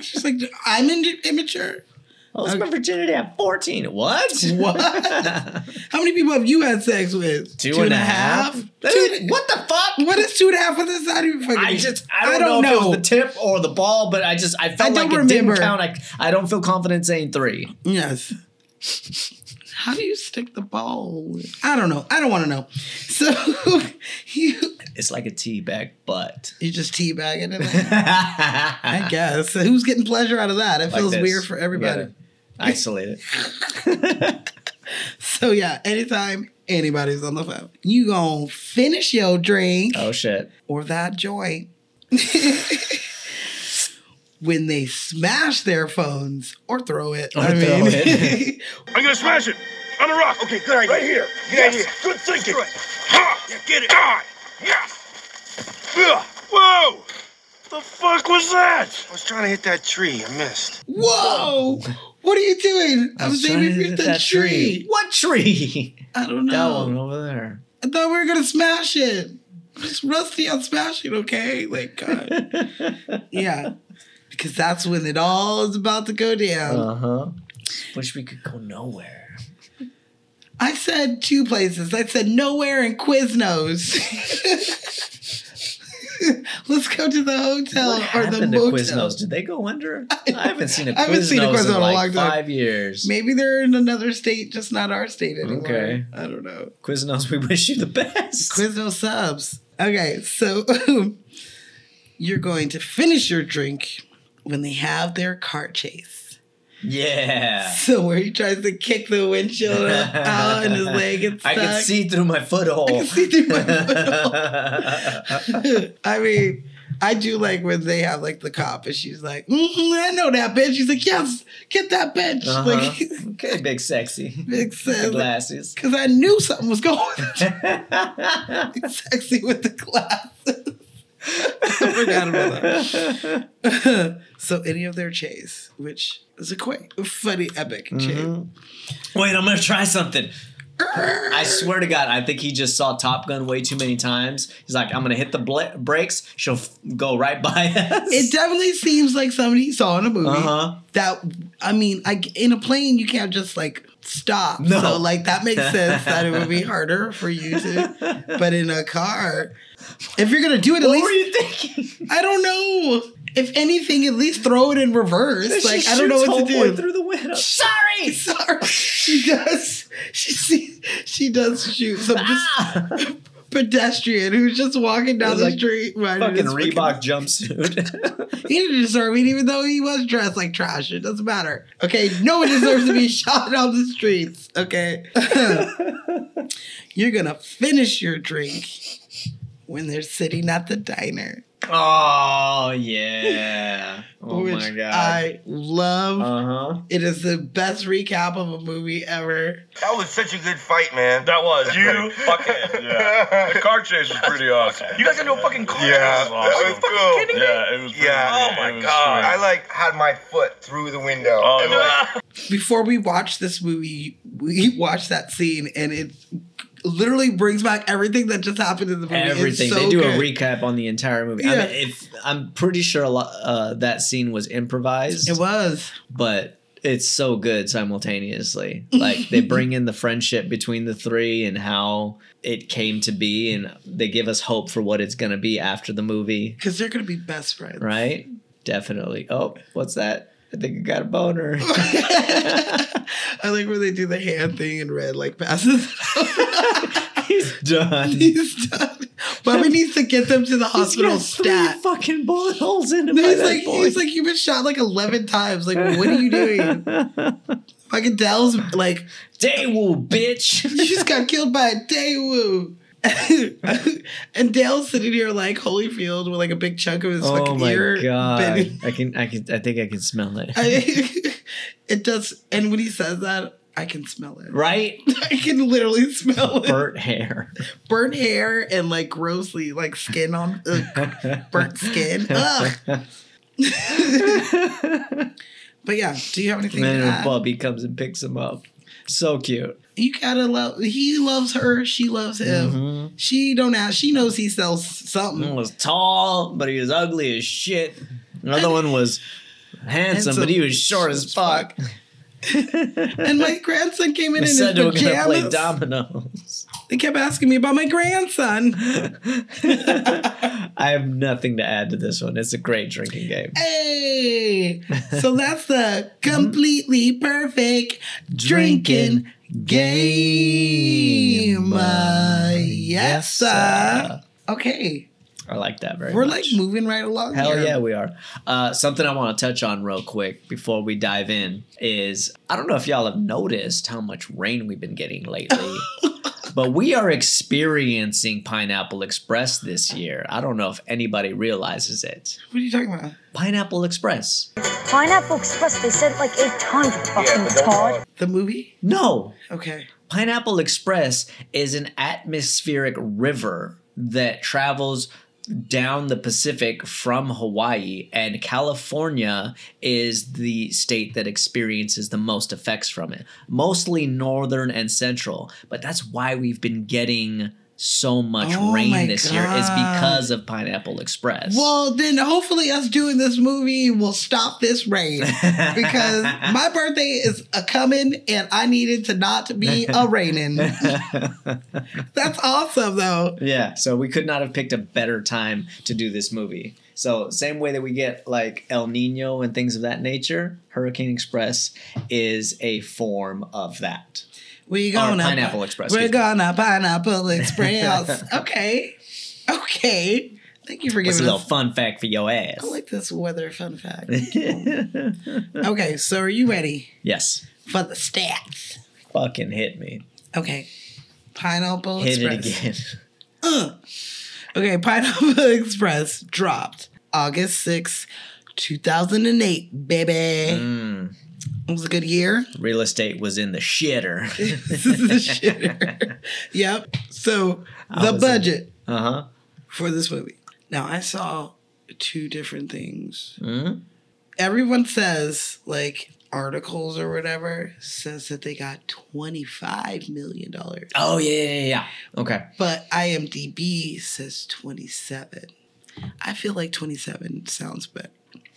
S1: She's like, I'm in- immature.
S2: I lost my virginity at 14. What?
S1: What? How many people have you had sex with?
S2: Two
S1: Two and a half. Two,
S2: what the fuck?
S1: what is two and a half? What does that even fucking
S2: I
S1: mean?
S2: just I don't, know, if it was the tip or the ball, but I just I felt
S1: I
S2: like
S1: don't
S2: it
S1: remember.
S2: didn't count. I, I don't feel confident saying three.
S1: Yes. How do you stick the ball? I don't know. I don't want to know. So you
S2: It's like a tea bag butt.
S1: you just teabagging it. like- I
S2: I
S1: guess. So who's getting pleasure out of that? It
S2: Like
S1: feels
S2: this.
S1: weird for everybody.
S2: You gotta Isolate it.
S1: So yeah, anytime anybody's on the phone, you gonna finish your drink
S2: Oh shit.
S1: or that joint. when they smash their phones or throw it. I
S2: throw
S1: mean
S2: it.
S4: I'm gonna smash it on the rock. Okay, good idea. Right here. Good idea. Good thinking. Ha! Yeah, get it. Die. Yes. Ugh. Whoa! The fuck was that?
S3: I was trying to hit that tree. I missed.
S1: Whoa! What are you doing? I'm,
S2: trying
S1: saving
S2: to
S1: you
S2: hit
S1: the tree.
S2: What tree?
S1: I don't
S2: That
S1: know.
S2: one over there.
S1: I thought we were gonna smash it. It's rusty on smashing, okay? Like God. yeah. Because that's when it all is about to go down.
S2: Uh huh. Wish we could go nowhere.
S1: I said two places. I said nowhere and Quiznos. Let's go to the hotel
S2: What
S1: or the
S2: happened to
S1: motel.
S2: Quiznos? Did they go under? I haven't seen a Quiznos,
S1: I haven't seen a Quiznos in
S2: in
S1: a
S2: like
S1: long time.
S2: five years.
S1: Maybe they're in another state, just not our state anymore.
S2: Okay.
S1: I don't know.
S2: Quiznos, we wish you the best.
S1: Quiznos subs. Okay, so you're going to finish your drink when they have their car chase.
S2: yeah.
S1: So where he tries to kick the windshield out and his leg gets
S2: I
S1: stuck.
S2: can see through my foothole.
S1: I can see through my foot. I mean, I do like when they have like the cop and she's like, mm I know that bitch. He's like, yes, get that bitch.
S2: Uh-huh.
S1: Like,
S2: okay, big sexy.
S1: makes sense.
S2: Glasses.
S1: Because I knew something was going on. Sexy with the glasses. I forgot about that. so any of their chase, which is a quite funny epic
S2: Mm-hmm. Wait, I'm gonna try something.
S1: chase.
S2: I swear to God, I think he just saw Top Gun way too many times. He's like, I'm gonna hit the bla- brakes. She'll f- go right by us.
S1: It definitely seems like somebody saw in a movie
S2: Uh-huh.
S1: that I mean, I in a plane you can't just like stop.
S2: No.
S1: So like that makes sense that it would be harder for you to. But in a car, if you're gonna do it, at
S2: what
S1: least
S2: were you thinking?
S1: I don't know. If anything, at least throw it in reverse. Like
S2: She
S1: I don't know
S2: shoots
S1: what to
S2: Homeboy
S1: do.
S2: Through the window.
S1: Sorry, sorry. She does. She see. She does shoot. So I'm just
S2: Ah!
S1: pedestrian who's just walking down
S2: It's
S1: the
S2: like
S1: street. riding
S2: fucking
S1: his
S2: Reebok jumpsuit.
S1: He didn't deserve it, even though he was dressed like trash. It doesn't matter. Okay, no one deserves to be shot on the streets. Okay. You're gonna finish your drink when they're sitting at the diner.
S2: oh yeah. Oh
S1: which
S2: my god.
S1: I love.
S2: uh huh.
S1: it is the best recap of a movie ever.
S3: That was such a good fight, man.
S8: That was
S4: You?
S8: fucking
S4: Yeah.
S8: The car chase was pretty awesome.
S5: You guys got no fucking car.
S4: Yeah.
S8: Are you
S4: That was
S8: fucking
S4: cool.
S8: kidding me?
S4: Yeah, it was pretty
S8: Yeah.
S4: good.
S8: Oh my
S4: It was
S8: God.
S4: sweet.
S8: I
S3: like had my foot through the window.
S8: Oh,
S4: And,
S8: yeah.
S4: like,
S1: Before we watched this movie, we watched that scene, and it literally brings back everything that just happened in the movie. It's
S2: Everything
S1: so
S2: they do
S1: good.
S2: a recap on the entire movie. I
S1: Yeah.
S2: mean, if I'm pretty sure a lot, uh, that scene was improvised.
S1: It was.
S2: but it's so good simultaneously. Like they bring in the friendship between the three and how it came to be, and they give us hope for what it's gonna be after the movie,
S1: Because they're gonna be best friends.
S2: right? Definitely. Oh, what's that? I think I got a boner.
S1: I like when they do the hand thing and red like passes.
S2: He's done.
S1: He's done. Bubba needs to get them to the hospital
S2: He's got three
S1: stat.
S2: fucking bullet holes in him.
S1: And
S2: by
S1: He's
S2: that
S1: like, he's
S2: point.
S1: like, you've been shot like eleven times. Like, what are you doing? Fucking Dell's like,
S2: Daewoo, bitch.
S1: you just got killed by a Daewoo. and Dale's sitting here like Holyfield with like a big chunk of his
S2: oh
S1: fucking
S2: my
S1: ear.
S2: god.
S1: been-
S2: I can, I can, I think I can smell it.
S1: I- it does. And when he says that, I can smell it.
S2: right?
S1: I can literally smell it.
S2: Burnt hair.
S1: burnt hair and like grossly like skin on uh, burnt skin. Ugh. but yeah, do you have anything
S2: And
S1: to
S2: then
S1: add?
S2: Bubby comes and picks him up. So cute.
S1: You gotta love. He loves her. She loves him.
S2: Mm-hmm.
S1: She don't ask. She knows he sells
S2: One
S1: something.
S2: was tall, but he was ugly as shit. Another one was handsome, but he was short as fuck.
S1: And my grandson came in
S2: They
S1: in his
S2: said they were gonna play
S1: pajamas.
S2: dominoes.
S1: they kept asking me about my grandson.
S2: I have nothing to add to this one. It's a great drinking game.
S1: Hey! So that's the completely perfect drinking game. Uh, yes, sir. Okay,
S2: I like that very
S1: we're
S2: much.
S1: like moving right along.
S2: Hell
S1: here.
S2: yeah, we are. Uh, something I want to touch on real quick before we dive in is I don't know if y'all have noticed how much rain we've been getting lately, but we are experiencing Pineapple Express this year. I don't know if anybody realizes it.
S1: What are you talking about?
S2: Pineapple Express.
S6: Pineapple Express, they said like 800 fucking retard.
S1: The movie?
S2: No,
S1: Okay.
S2: Pineapple Express is an atmospheric river that travels down the Pacific from Hawaii, and California is the state that experiences the most effects from it, mostly northern and central. But that's why we've been getting so much
S1: Oh my
S2: rain this year, is
S1: God.
S2: because of Pineapple Express.
S1: Well, then hopefully us doing this movie will stop this rain because my birthday is a coming and I needed to not be a raining. That's awesome though.
S2: Yeah, so we could not have picked a better time to do this movie. So, same way that we get like El Nino and things of that nature, Hurricane Express is a form of that.
S1: We gonna
S2: Pineapple Express,
S1: We're
S2: excuse me.
S1: gonna pineapple express. okay, okay. Thank you for
S2: It's a
S1: giving
S2: little
S1: us.
S2: fun fact for your ass.
S1: I like this weather fun fact. okay, so are you ready
S2: yes,
S1: for the stats?
S2: fucking hit me.
S1: Okay, pineapple
S2: Hit it
S1: express.
S2: again.
S1: Okay, pineapple express dropped August sixth, two thousand and eight. Baby,
S2: Mm.
S1: it was a good year.
S2: Real estate was in the shitter.
S1: this is the shitter. yep. So
S2: was
S1: the
S2: in-
S1: budget.
S2: Uh huh.
S1: for this movie. Now I saw two different things. Everyone says like articles or whatever says that they got 25 million dollars,
S2: Oh yeah, yeah, yeah, yeah. Okay.
S1: but IMDb says 27. I feel like 27 sounds better.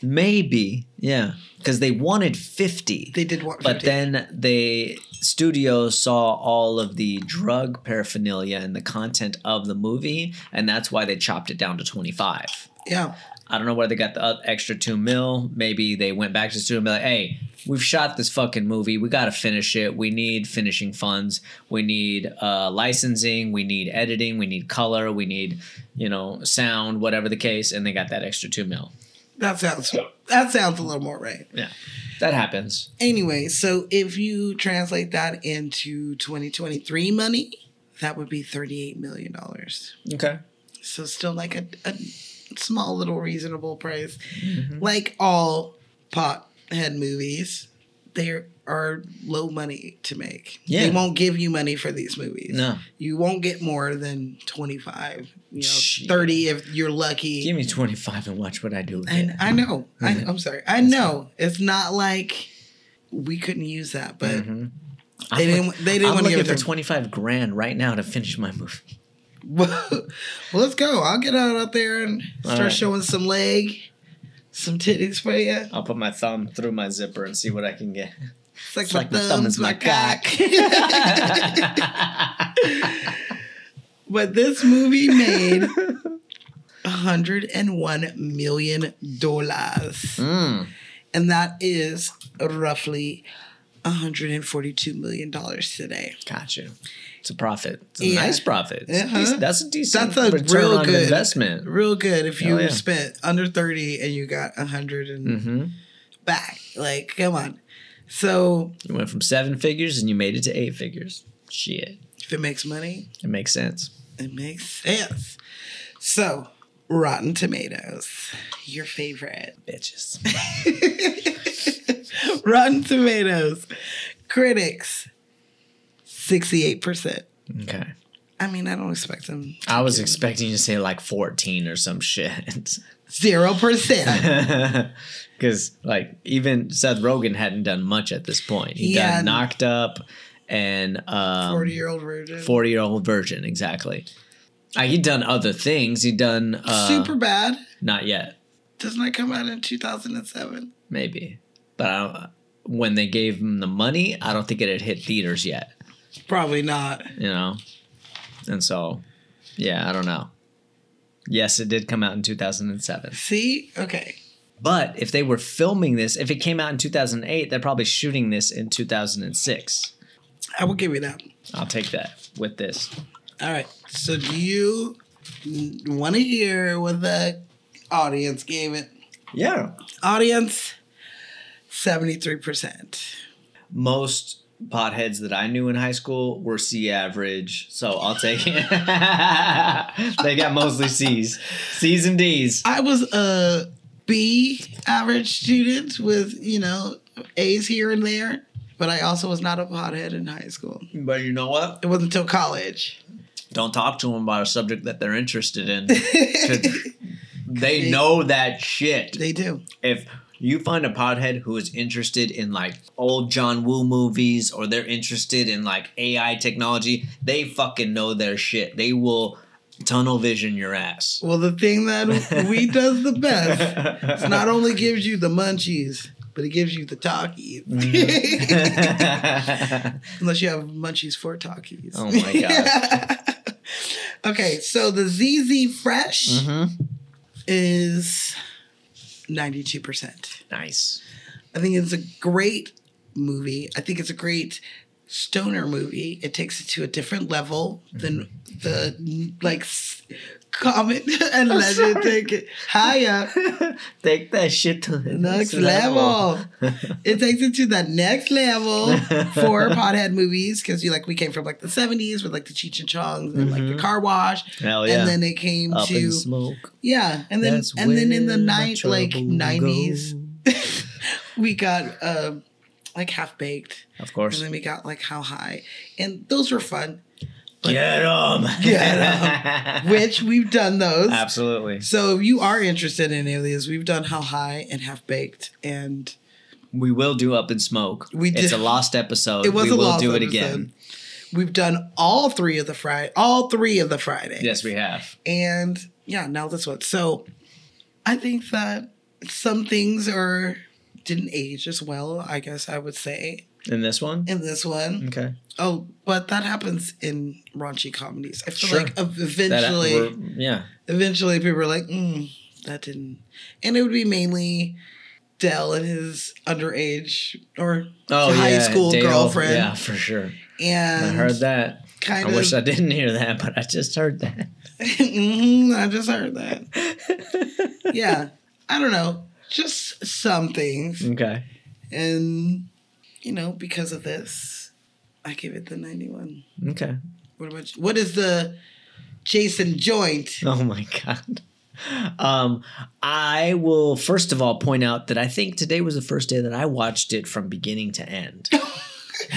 S2: Maybe, yeah, because they wanted fifty.
S1: They did want
S2: But
S1: 50.
S2: then they studio saw all of the drug paraphernalia and the content of the movie, and that's why they chopped it down to 25.
S1: yeah.
S2: I don't know where they got the uh, extra two mil. Maybe they went back to the studio and be like, hey, we've shot this fucking movie. We got to finish it. We need finishing funds. We need uh, licensing. We need editing. We need color. We need, you know, sound, whatever the case. And they got that extra two mil.
S1: That sounds that sounds a little more right.
S2: Yeah. That happens.
S1: Anyway, so if you translate that into 2023 money, that would be 38 million dollars.
S2: Okay.
S1: So still like a, a small little reasonable price.
S2: Mm-hmm.
S1: Like all pothead movies, they are low money to make.
S2: Yeah.
S1: They won't give you money for these movies.
S2: No.
S1: You won't get more than 25, you know,
S2: Shit.
S1: 30 if you're lucky.
S2: Give me Mm-hmm. 25 and watch what I do with
S1: I,
S2: it.
S1: I know. I, I'm sorry. I know. It's not like we couldn't use that, but
S2: Mm-hmm. I'm
S1: they
S2: look-
S1: didn't. They didn't
S2: I'm
S1: want to
S2: looking
S1: give
S2: for
S1: it to.
S2: 25 grand right now to finish my movie.
S1: well, let's go. I'll get out out there and start
S2: right.
S1: showing some leg, some titties for you.
S2: I'll put my thumb through my zipper and see what I can get.
S1: It's like,
S2: like my thumb is my
S1: but this movie made. 101 million dollars.
S2: Mm.
S1: And that is roughly 142 million dollars today.
S2: Got you. It's a profit. It's a
S1: Yeah.
S2: nice profit. It's a
S1: Uh-huh.
S2: dec- That's a decent
S1: That's a
S2: return
S1: real
S2: on
S1: good-
S2: investment.
S1: real good if you
S2: Hell yeah.
S1: spent under 30 and you got 100 and
S2: hmm
S1: back like come on so
S2: You went from seven figures and you made it to eight figures. Shit.
S1: if it makes money
S2: It makes sense.
S1: it makes sense so rotten tomatoes your favorite
S2: Bitches.
S1: rotten tomatoes critics 68%
S2: Okay.
S1: i mean i don't expect them
S2: I was expecting you to say like 14 or some shit.
S1: 0%
S2: Because, like, even Seth Rogen hadn't done much at this point. He
S1: Yeah.
S2: got knocked up and. Um,
S1: 40 year old virgin
S2: 40 year old virgin exactly uh, he'd done other things he'd done uh,
S1: super bad
S2: not yet
S1: doesn't that come out in 2007
S2: maybe but I don't, when they gave him the money i don't think it had hit theaters yet
S1: probably not
S2: you know and so yeah i don't know yes it did come out in 2007
S1: see okay
S2: but if they were filming this if it came out in 2008 they're probably shooting this in 2006
S1: i will give you that
S2: i'll take that with this
S1: All right. So do you want to hear what the audience gave it?
S2: yeah
S1: Audience, 73%.
S2: most potheads that I knew in high school were C average, so I'll take it. they got mostly C's, C's and D's.
S1: I was a B average student with, you know, A's here and there, but I also was not a pothead in high school.
S2: But you know what?
S1: It wasn't until college.
S2: Don't talk to them about a subject that they're interested in. 'Cause they know that shit.
S1: They do.
S2: If you find a pothead who is interested in like old John Woo movies or they're interested in like AI technology, they fucking know their shit. They will tunnel vision your ass.
S1: Well, the thing that we does the best is not only gives you the munchies, but it gives you the talkies. Unless you have munchies for talkies.
S2: Mm. Oh my god.
S1: Okay, so the ZZ Fresh
S2: Mm-hmm.
S1: is 92%.
S2: nice.
S1: I think it's a great movie. I think it's a great stoner movie. It takes it to a different level than
S2: Mm-hmm.
S1: the like s- common and legend take it higher
S2: Take that shit to the
S1: next level. it takes it to that next level for pothead movies because you like we came from like the 70s with like the Cheech and Chongs and like the car wash.
S2: Mm-hmm. Hell yeah.
S1: And then it came
S2: Up
S1: to
S2: in smoke.
S1: Yeah, and then
S2: That's
S1: and then in the
S2: where my
S1: night like
S2: trouble
S1: nineties, we got uh, like half baked,
S2: Of
S1: and
S2: course.
S1: then we got like how high, and those were fun.
S2: Get 'em.
S1: Which we've done those.
S2: Absolutely.
S1: So if you are interested in any of these, we've done how high and half baked, and
S2: We will do up in smoke.
S1: We
S2: It's
S1: did-
S2: a lost episode.
S1: it was
S2: we
S1: a
S2: will
S1: lost
S2: do it
S1: episode.
S2: again.
S1: We've done all three of the Friday, all three of the Fridays.
S2: Yes, we have.
S1: and yeah, now this one. So I think that some things are didn't age as well. I guess I would say
S2: In this one?
S1: in this one.
S2: Okay.
S1: Oh, but that happens in raunchy comedies. I feel
S2: Sure.
S1: like ev-
S2: That, uh,
S1: eventually,
S2: we're- yeah.
S1: eventually people are like, mm, that didn't. And it would be mainly Dell and his underage or
S2: Oh,
S1: high
S2: yeah,
S1: school
S2: Dale.
S1: girlfriend.
S2: Yeah, for sure.
S1: And
S2: I heard that.
S1: kind
S2: I wish
S1: of-
S2: I didn't hear that, but I just heard that.
S1: Mhm, I just heard that. yeah. I don't know. Just some things.
S2: Okay.
S1: And, you know, because of this, I give it the 91.
S2: Okay.
S1: What about you? What is the Jason joint?
S2: Oh my god. Um, I will first of all point out that I think today was the first day that I watched it from beginning to end.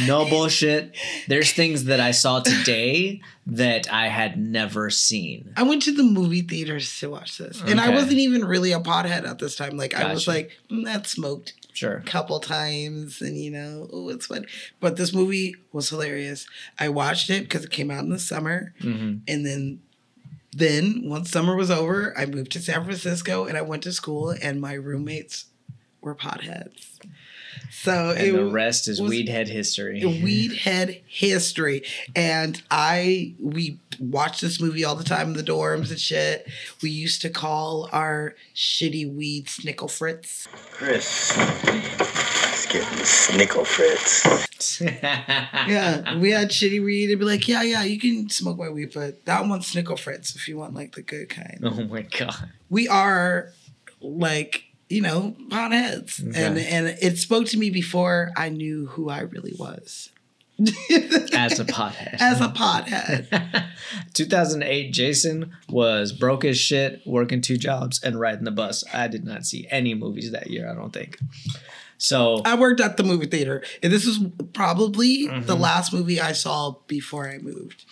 S2: no bullshit. There's things that I saw today that I had never seen.
S1: I went to the movie theaters to watch this. And I
S2: Okay.
S1: wasn't even really a pothead at this time. Like, I was
S2: Gotcha.
S1: like, mm, that smoked
S2: Sure.
S1: a couple times. And, you know, oh, it's fun. But this movie was hilarious. I watched it because it came out in the summer.
S2: Mm-hmm.
S1: And then then once summer was over, I moved to San Francisco and I went to school and my roommates were potheads. So
S2: And the rest is
S1: was-
S2: weed head history.
S1: Weed had history, and I we watched this movie all the time in the dorms and shit. We used to call our shitty weed snickle frits.
S3: Chris. Let's get this snickle fritz.
S1: Yeah, we had shitty weed and be like, yeah, yeah, you can smoke my weed, but that one's snickle frits if you want like the good kind.
S2: oh my god.
S1: We are like you know potheads, and
S2: Okay.
S1: and it spoke to me before I knew who I really was
S2: As a pothead.
S1: as a pothead.
S2: 2008 Jason was broke as shit, working two jobs and riding the bus. I did not see any movies that year, I don't think. So,
S1: I worked at the movie theater, and this is probably the
S2: Mm-hmm.
S1: last movie I saw before I moved.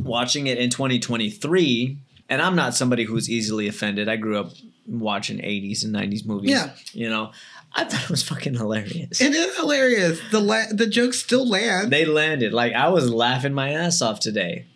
S2: watching it in 2023, and I'm not somebody who's easily offended. I grew up watching 80s and 90s movies.
S1: Yeah.
S2: You know, I thought it was fucking hilarious.
S1: It is hilarious. The la- the jokes still land.
S2: they landed. Like, I was laughing my ass off today.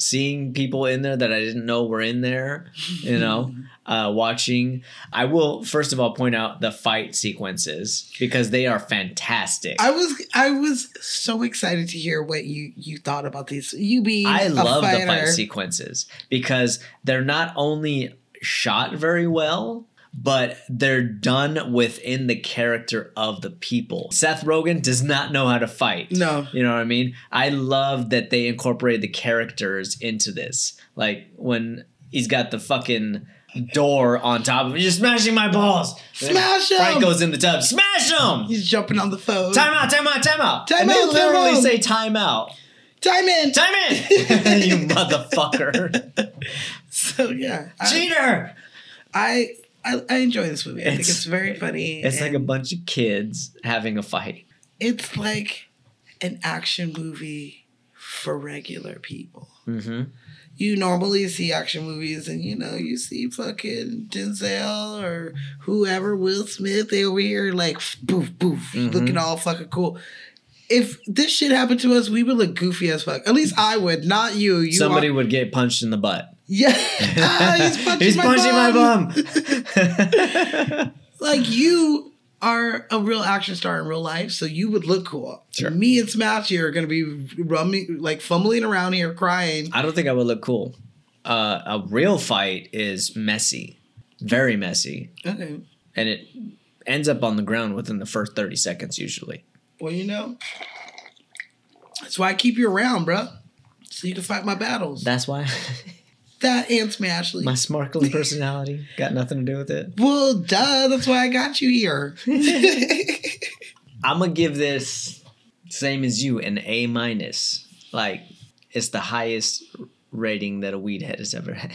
S2: Seeing people in there that I didn't know were in there, you know, uh, watching. I will, first of all, point out the fight sequences because they are fantastic.
S1: I was I was so excited to hear what you you thought about these. You being
S2: I
S1: a
S2: love the
S1: fighter.
S2: fight sequences because they're not only shot very well, but they're done within the character of the people. Seth Rogen does not know how to fight.
S1: No.
S2: You know what I mean? I love that they incorporated the characters into this. Like when he's got the fucking door on top of him, you're smashing my balls.
S1: Smash 'em!
S2: Frank goes in the tub, smash him!
S1: He's jumping on the phone.
S2: Time out, time out, time out.
S1: Time
S2: and
S1: out,
S2: they
S1: time
S2: literally
S1: out.
S2: say time out.
S1: Time in.
S2: Time in, you motherfucker,
S1: So yeah, I
S2: cheater!
S1: I, I I enjoy this movie. I think
S2: It's-
S1: it's very funny.
S2: It's like a
S1: and
S2: bunch of kids having a fight.
S1: it's like an action movie for regular people.
S2: Mm-hmm.
S1: you normally see action movies and you know you see fucking Denzel or whoever Will Smith they over here like boof boof
S2: Mm-hmm.
S1: looking all fucking cool. If this shit happened to us, we would look goofy as fuck. At least I would, not you. You
S2: Somebody
S1: are-
S2: would get punched in the butt.
S1: yeah. Ah, he's punching,
S2: He's
S1: my,
S2: punching
S1: bum.
S2: my bum.
S1: Like you are a real action star in real life, so you would look cool.
S2: Sure.
S1: Me and Smash here are gonna be rumming, like fumbling around here crying.
S2: I don't think I would look cool. Uh, a real fight is messy, very messy,
S1: Okay.
S2: and it ends up on the ground within the first thirty seconds usually.
S1: Well, you know, that's why I keep you around, bruh. So you can fight my battles. That,
S2: That's why
S1: and Smashley.
S2: my sparkling personality got nothing to do with it.
S1: well, duh. That's why I got you here.
S2: I'm gonna give this same as you an A minus. Like it's the highest rating that a weed head has ever had.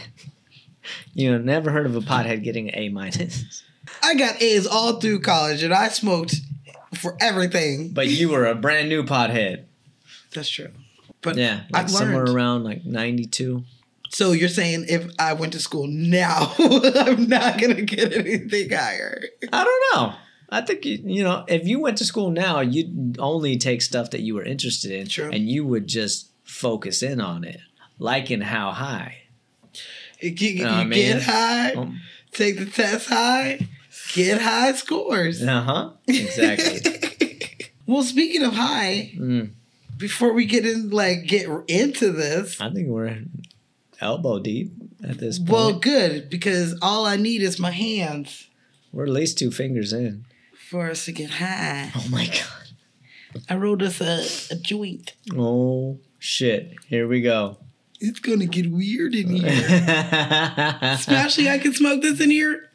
S2: you know, never heard of a pothead getting an A minus.
S1: I got A's all through college, and I smoked for everything.
S2: But you were a brand new pothead.
S1: That's true. But
S2: Yeah, like
S1: I've
S2: somewhere
S1: learned.
S2: around like 92.
S1: So you're saying if I went to school now, I'm not gonna get anything higher.
S2: I don't know. I think you, you know if you went to school now, you'd only take stuff that you were interested in,
S1: True.
S2: and you would just focus in on it, like in how high.
S1: You, you-
S2: Nah,
S1: you
S2: man.
S1: get high,
S2: Um,
S1: take the test high, get high scores.
S2: uh huh. Exactly.
S1: Well, speaking of high,
S2: Mm.
S1: before we get in, like get into this,
S2: I think we're elbow deep at this point.
S1: Well, good because all I need is my hands
S2: We're at least two fingers in.
S1: for us to get high.
S2: Oh my god.
S1: I rolled us a, a joint.
S2: Oh shit. Here we go.
S1: It's gonna get weird in
S2: Uh.
S1: here.
S2: That's
S1: Ashley, I can smoke this in here.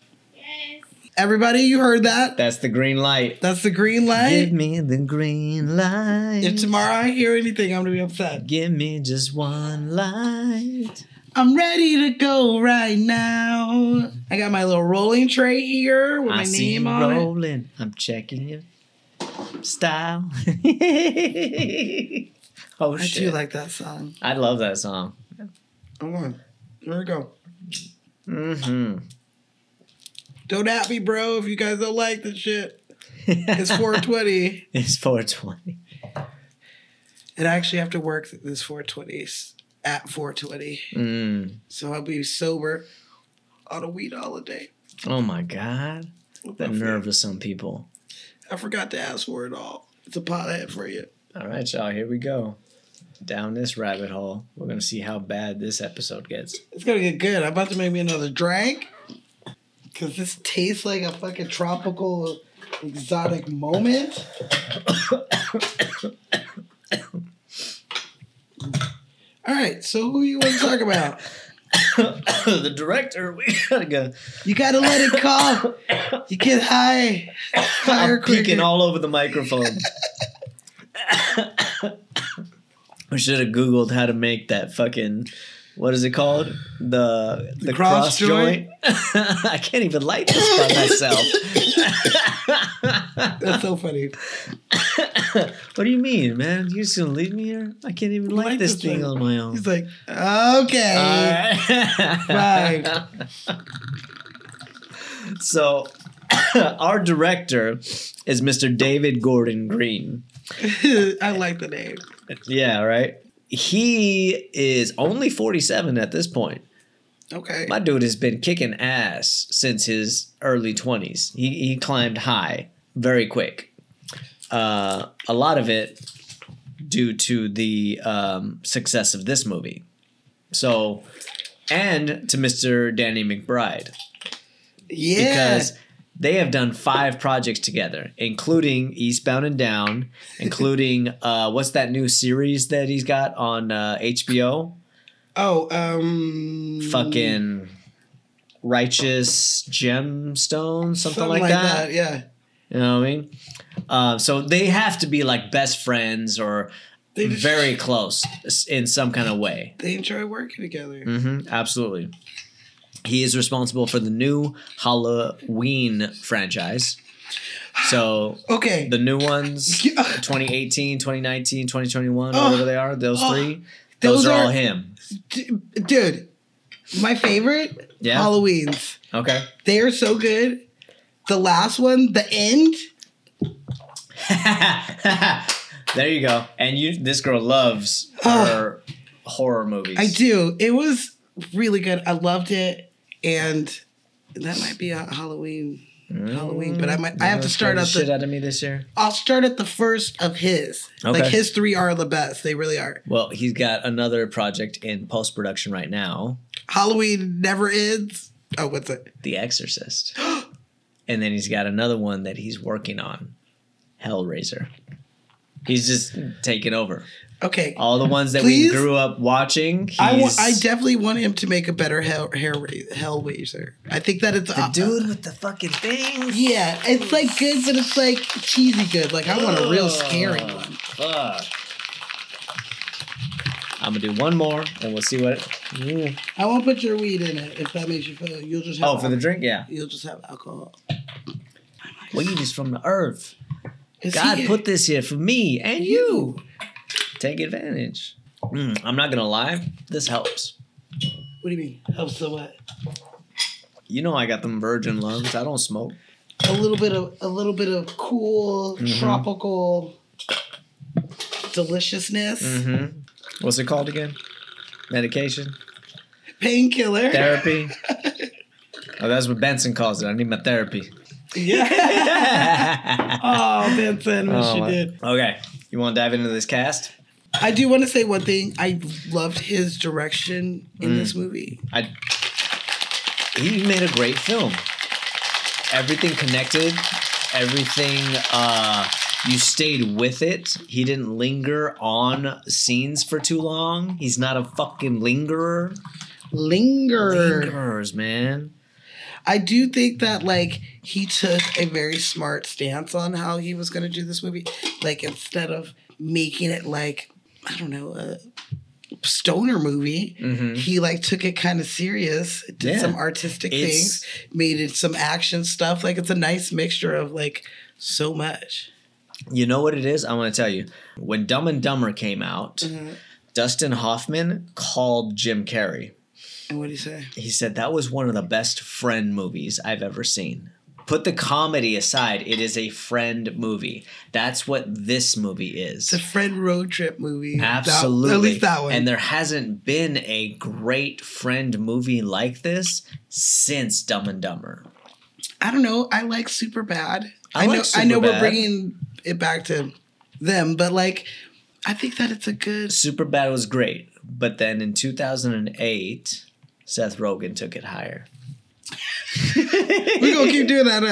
S1: Everybody, you heard that?
S2: the green light.
S1: That's the green
S2: Give
S1: light.
S2: me the green light.
S1: If tomorrow I hear anything, I'm gonna be upset.
S2: Give me just one light.
S1: I'm ready to go right now. I got my little rolling tray here with my
S2: I see
S1: name
S2: you
S1: on it.
S2: rolling. I'm checking you. Style. oh
S1: I
S2: shit.
S1: do like that song.
S2: I love that song.
S1: Come on. Here we go.
S2: hmm
S1: Don't at me, bro, if you guys don't like this shit. It's 420.
S2: It's 420.
S1: and I actually have to work this 420s at 420.
S2: Mm.
S1: So I'll be sober on a weed holiday.
S2: Oh my god. The nerve of some people.
S1: I forgot to ask for it all. It's a pothead for you.
S2: All right, y'all. Here we go. Down this rabbit hole. We're gonna see how bad this episode gets.
S1: It's gonna get good. I'm about to make me another drink. Cause this tastes like a fucking tropical exotic moment. All right, so who you want to talk about?
S2: the director. We gotta go.
S1: You gotta let it go. You get high. Fire
S2: I'm peeking
S1: quicker.
S2: all over the microphone. we should have googled how to make that fucking. What is it called? The the, cross,
S1: cross
S2: joint. I can't even light this by myself.
S1: That's so funny.
S2: what do you mean, man? You just gonna leave me here? I can't even light, this thing, on my own.
S1: He's like, okay.
S2: Alright. so, our director is Mr. David Gordon Green.
S1: I like the name.
S2: Yeah, right? He is only 47 at this point.
S1: Okay.
S2: My dude has been kicking ass since his early 20s. He, he climbed high very quick. Uh, a lot of it due to the um, success of this movie. So, and to Mr. Danny McBride
S1: yeah.
S2: because they have done five projects together, including Eastbound and Down, including uh, what's that new series that he's got on uh, HBO?
S1: oh, um.
S2: Fucking Righteous Gemstone, something, like, that.
S1: Yeah.
S2: You know what I mean? Uh, so they have to be like best friends or
S1: They just-
S2: very close in some kind of way.
S1: They enjoy working together.
S2: hmm absolutely. He is responsible for the new Halloween franchise. So
S1: Okay.
S2: the new ones
S1: Yeah.
S2: 2018 2019 2021
S1: Oh.
S2: whatever they are those
S1: Oh.
S2: three those,
S1: Those
S2: are, all
S1: are-
S2: him
S1: D- dude, my favorite
S2: Yeah?
S1: Halloweens.
S2: okay
S1: They are so good. The last one, the end.
S2: there you go and you this girl loves
S1: Oh.
S2: her horror movies
S1: I do. It was really good. I loved it, and that might be a Halloween. Halloween, but I might. I have to start
S2: the
S1: at
S2: Mm, shit
S1: the.
S2: out of me this year
S1: I'll start at the first of his.
S2: Okay.
S1: Like his three are the best. They really are.
S2: well he's got another project in post-production right now
S1: Halloween never ends. Oh, what's it?
S2: the exorcist and then he's got another one that he's working on hellraiser he's just taking over
S1: Okay.
S2: all the ones that
S1: Please?
S2: we grew up watching
S1: I, wa-
S2: he's-
S1: I definitely want him to make a better hell, hell, Hellraiser. I think that it's
S2: the dude with the fucking things.
S1: Yeah, it's like good, but it's like cheesy good. Like I want a real scary one.
S2: Fuck. I'm gonna do one more, and we'll see what.
S1: I won't put your weed in it if that makes you feel. You'll just have
S2: Oh, for the drink, yeah.
S1: You'll just have alcohol.
S2: Weed is from the earth.
S1: Is
S2: God
S1: he-
S2: put this here for me and you. Take advantage. Mm, I'm not gonna lie, this helps.
S1: What do you mean? Helps the what?
S2: You know I got them virgin lungs. I don't smoke.
S1: A little bit of a little bit of cool
S2: Mm-hmm.
S1: tropical deliciousness.
S2: Mm-hmm. What's it called again? Medication,
S1: Painkiller.
S2: therapy. oh, that's what Benson calls it. I need my therapy.
S1: Yeah. oh, Benson, wish
S2: Oh,
S1: you
S2: my-
S1: did.
S2: Okay. You want to dive into this cast?
S1: I do want to say one thing. I loved his direction in
S2: Mm.
S1: this movie.
S2: I, he made a great film. Everything connected. Everything. Uh, you stayed with it. He didn't linger on scenes for too long. He's not a fucking lingerer.
S1: Linger.
S2: Lingerers, man.
S1: I do think that like he took a very smart stance on how he was going to do this movie. Like instead of making it like I don't know a stoner movie, he like took it kind of serious. Did
S2: Mm-hmm. Yeah.
S1: some artistic
S2: It's-
S1: things, made it some action stuff. Like it's a nice mixture of like so much.
S2: You know what it is? I want to tell you. When Dumb and Dumber came out, Dustin Hoffman called Jim Carrey.
S1: And what do you say?
S2: He said that was one of the best friend movies I've ever seen. Put the comedy aside, it is a friend movie. That's what this movie is.
S1: It's a friend road trip movie. That-
S2: Absolutely.
S1: at least that one.
S2: And there hasn't been a great friend movie like this since Dumb and Dumber.
S1: I don't know. I like super bad.
S2: I
S1: I, know.
S2: like
S1: I know
S2: Superbad.
S1: we're bringing it back to them, but like, I think that it's a good.
S2: Superbad was great, but then in 2008, Seth Rogen took it higher.
S1: We're gonna keep doing that.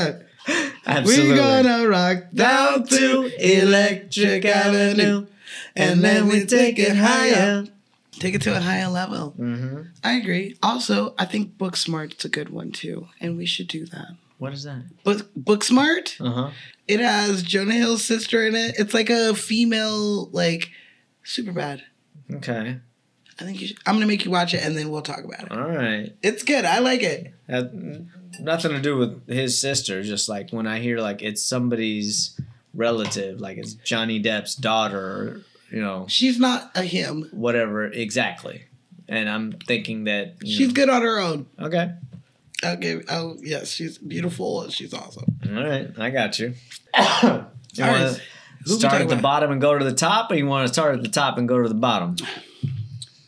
S1: Huh?
S2: Absolutely.
S1: We're gonna rock
S2: down
S1: down
S2: to
S1: to
S2: Electric Avenue, and then we take it higher.
S1: Take it to a higher level. I agree. Also, I think Booksmart's a good one too, and we should do that.
S2: What is that?
S1: Book Booksmart.
S2: Uh huh.
S1: It has Jonah Hill's sister in it. It's like a female, like super bad.
S2: Okay.
S1: I think you should. I'm gonna make you watch it, and then we'll talk about it.
S2: All right.
S1: It's good. I like it.
S2: Had nothing to do with his sister. Just like when I hear like it's somebody's relative, like it's Johnny Depp's daughter, or, you know,
S1: She's not a him.
S2: whatever exactly. And I'm thinking that you
S1: She's
S2: know,
S1: good on her own.
S2: Okay.
S1: I'll give. Oh yes, she's beautiful and she's awesome.
S2: All right. I got you. you
S1: All right.
S2: want
S1: Who
S2: to
S1: we
S2: start
S1: talking
S2: at the
S1: about?
S2: bottom and go to the top, or you want to start at the top and go to the bottom?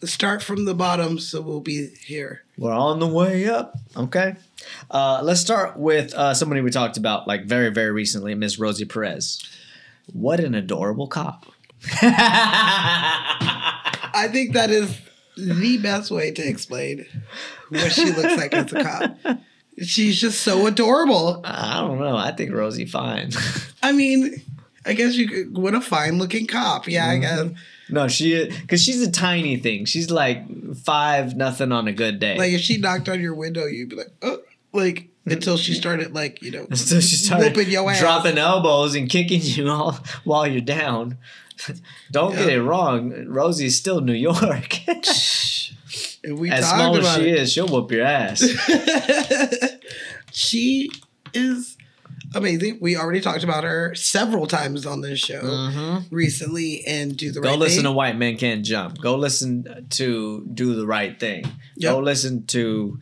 S1: Start from the bottom, so we'll be here.
S2: We're on the way up. Okay. Uh, let's start with uh, somebody we talked about like very, very recently, Miss Rosie Perez. What an adorable cop.
S1: I think that is the best way to explain what she looks like as a cop. She's just so adorable.
S2: I don't know. I think Rosie fine.
S1: I mean, I guess you could, what a fine looking cop. Yeah, I
S2: Mm-hmm.
S1: guess.
S2: no, she because she's a tiny thing. She's like five nothing on a good day.
S1: Like if she knocked on your window, you'd be like, oh, like
S2: Mm-hmm.
S1: until she started like you know.
S2: so she started
S1: Whooping your ass.
S2: dropping elbows and kicking you all while you're down. don't get
S1: Yeah.
S2: it wrong. Rosie's still New York.
S1: And we
S2: as
S1: talked
S2: small as
S1: about
S2: she
S1: it.
S2: is, she'll whoop your ass.
S1: she is amazing. We already talked about her several times on this show recently and do the
S2: Go
S1: right
S2: listen
S1: thing.
S2: to White Men Can't Jump. Go listen to Do the Right Thing. Go
S1: Yep.
S2: listen to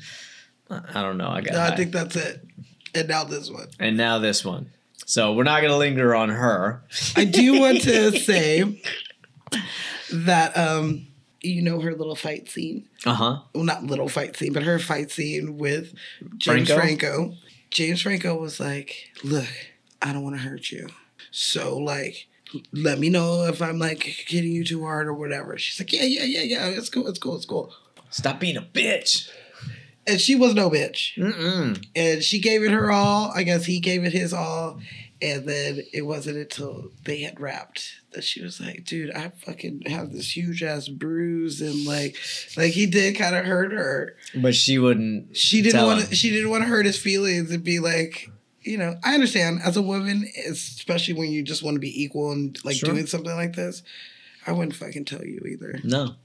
S2: I don't know. I got.
S1: No,
S2: high.
S1: I think that's it. And now this one.
S2: and now this one. So we're not gonna linger on her.
S1: I do want to say that um you know her little fight scene.
S2: Uh huh.
S1: Well, not little fight scene, but her fight scene with James
S2: Franco?
S1: Franco. James Franco was like, "Look, I don't want to hurt you. So like let me know if I'm like hitting you too hard or whatever." She's like, "Yeah, yeah, yeah, yeah. It's cool. It's cool. It's cool."
S2: Stop being a bitch.
S1: And she was no bitch.
S2: Mm-mm.
S1: and she gave it her all. I guess he gave it his all, and then it wasn't until they had wrapped that she was like, "Dude, I fucking have this huge ass bruise," and like, like he did kind of hurt her.
S2: But she wouldn't.
S1: She didn't
S2: Tell
S1: want
S2: him.
S1: to. She didn't want to hurt his feelings and be like. You know, I understand as a woman, especially when you just want to be equal and like
S2: Sure.
S1: doing something like this, I wouldn't fucking tell you either
S2: No.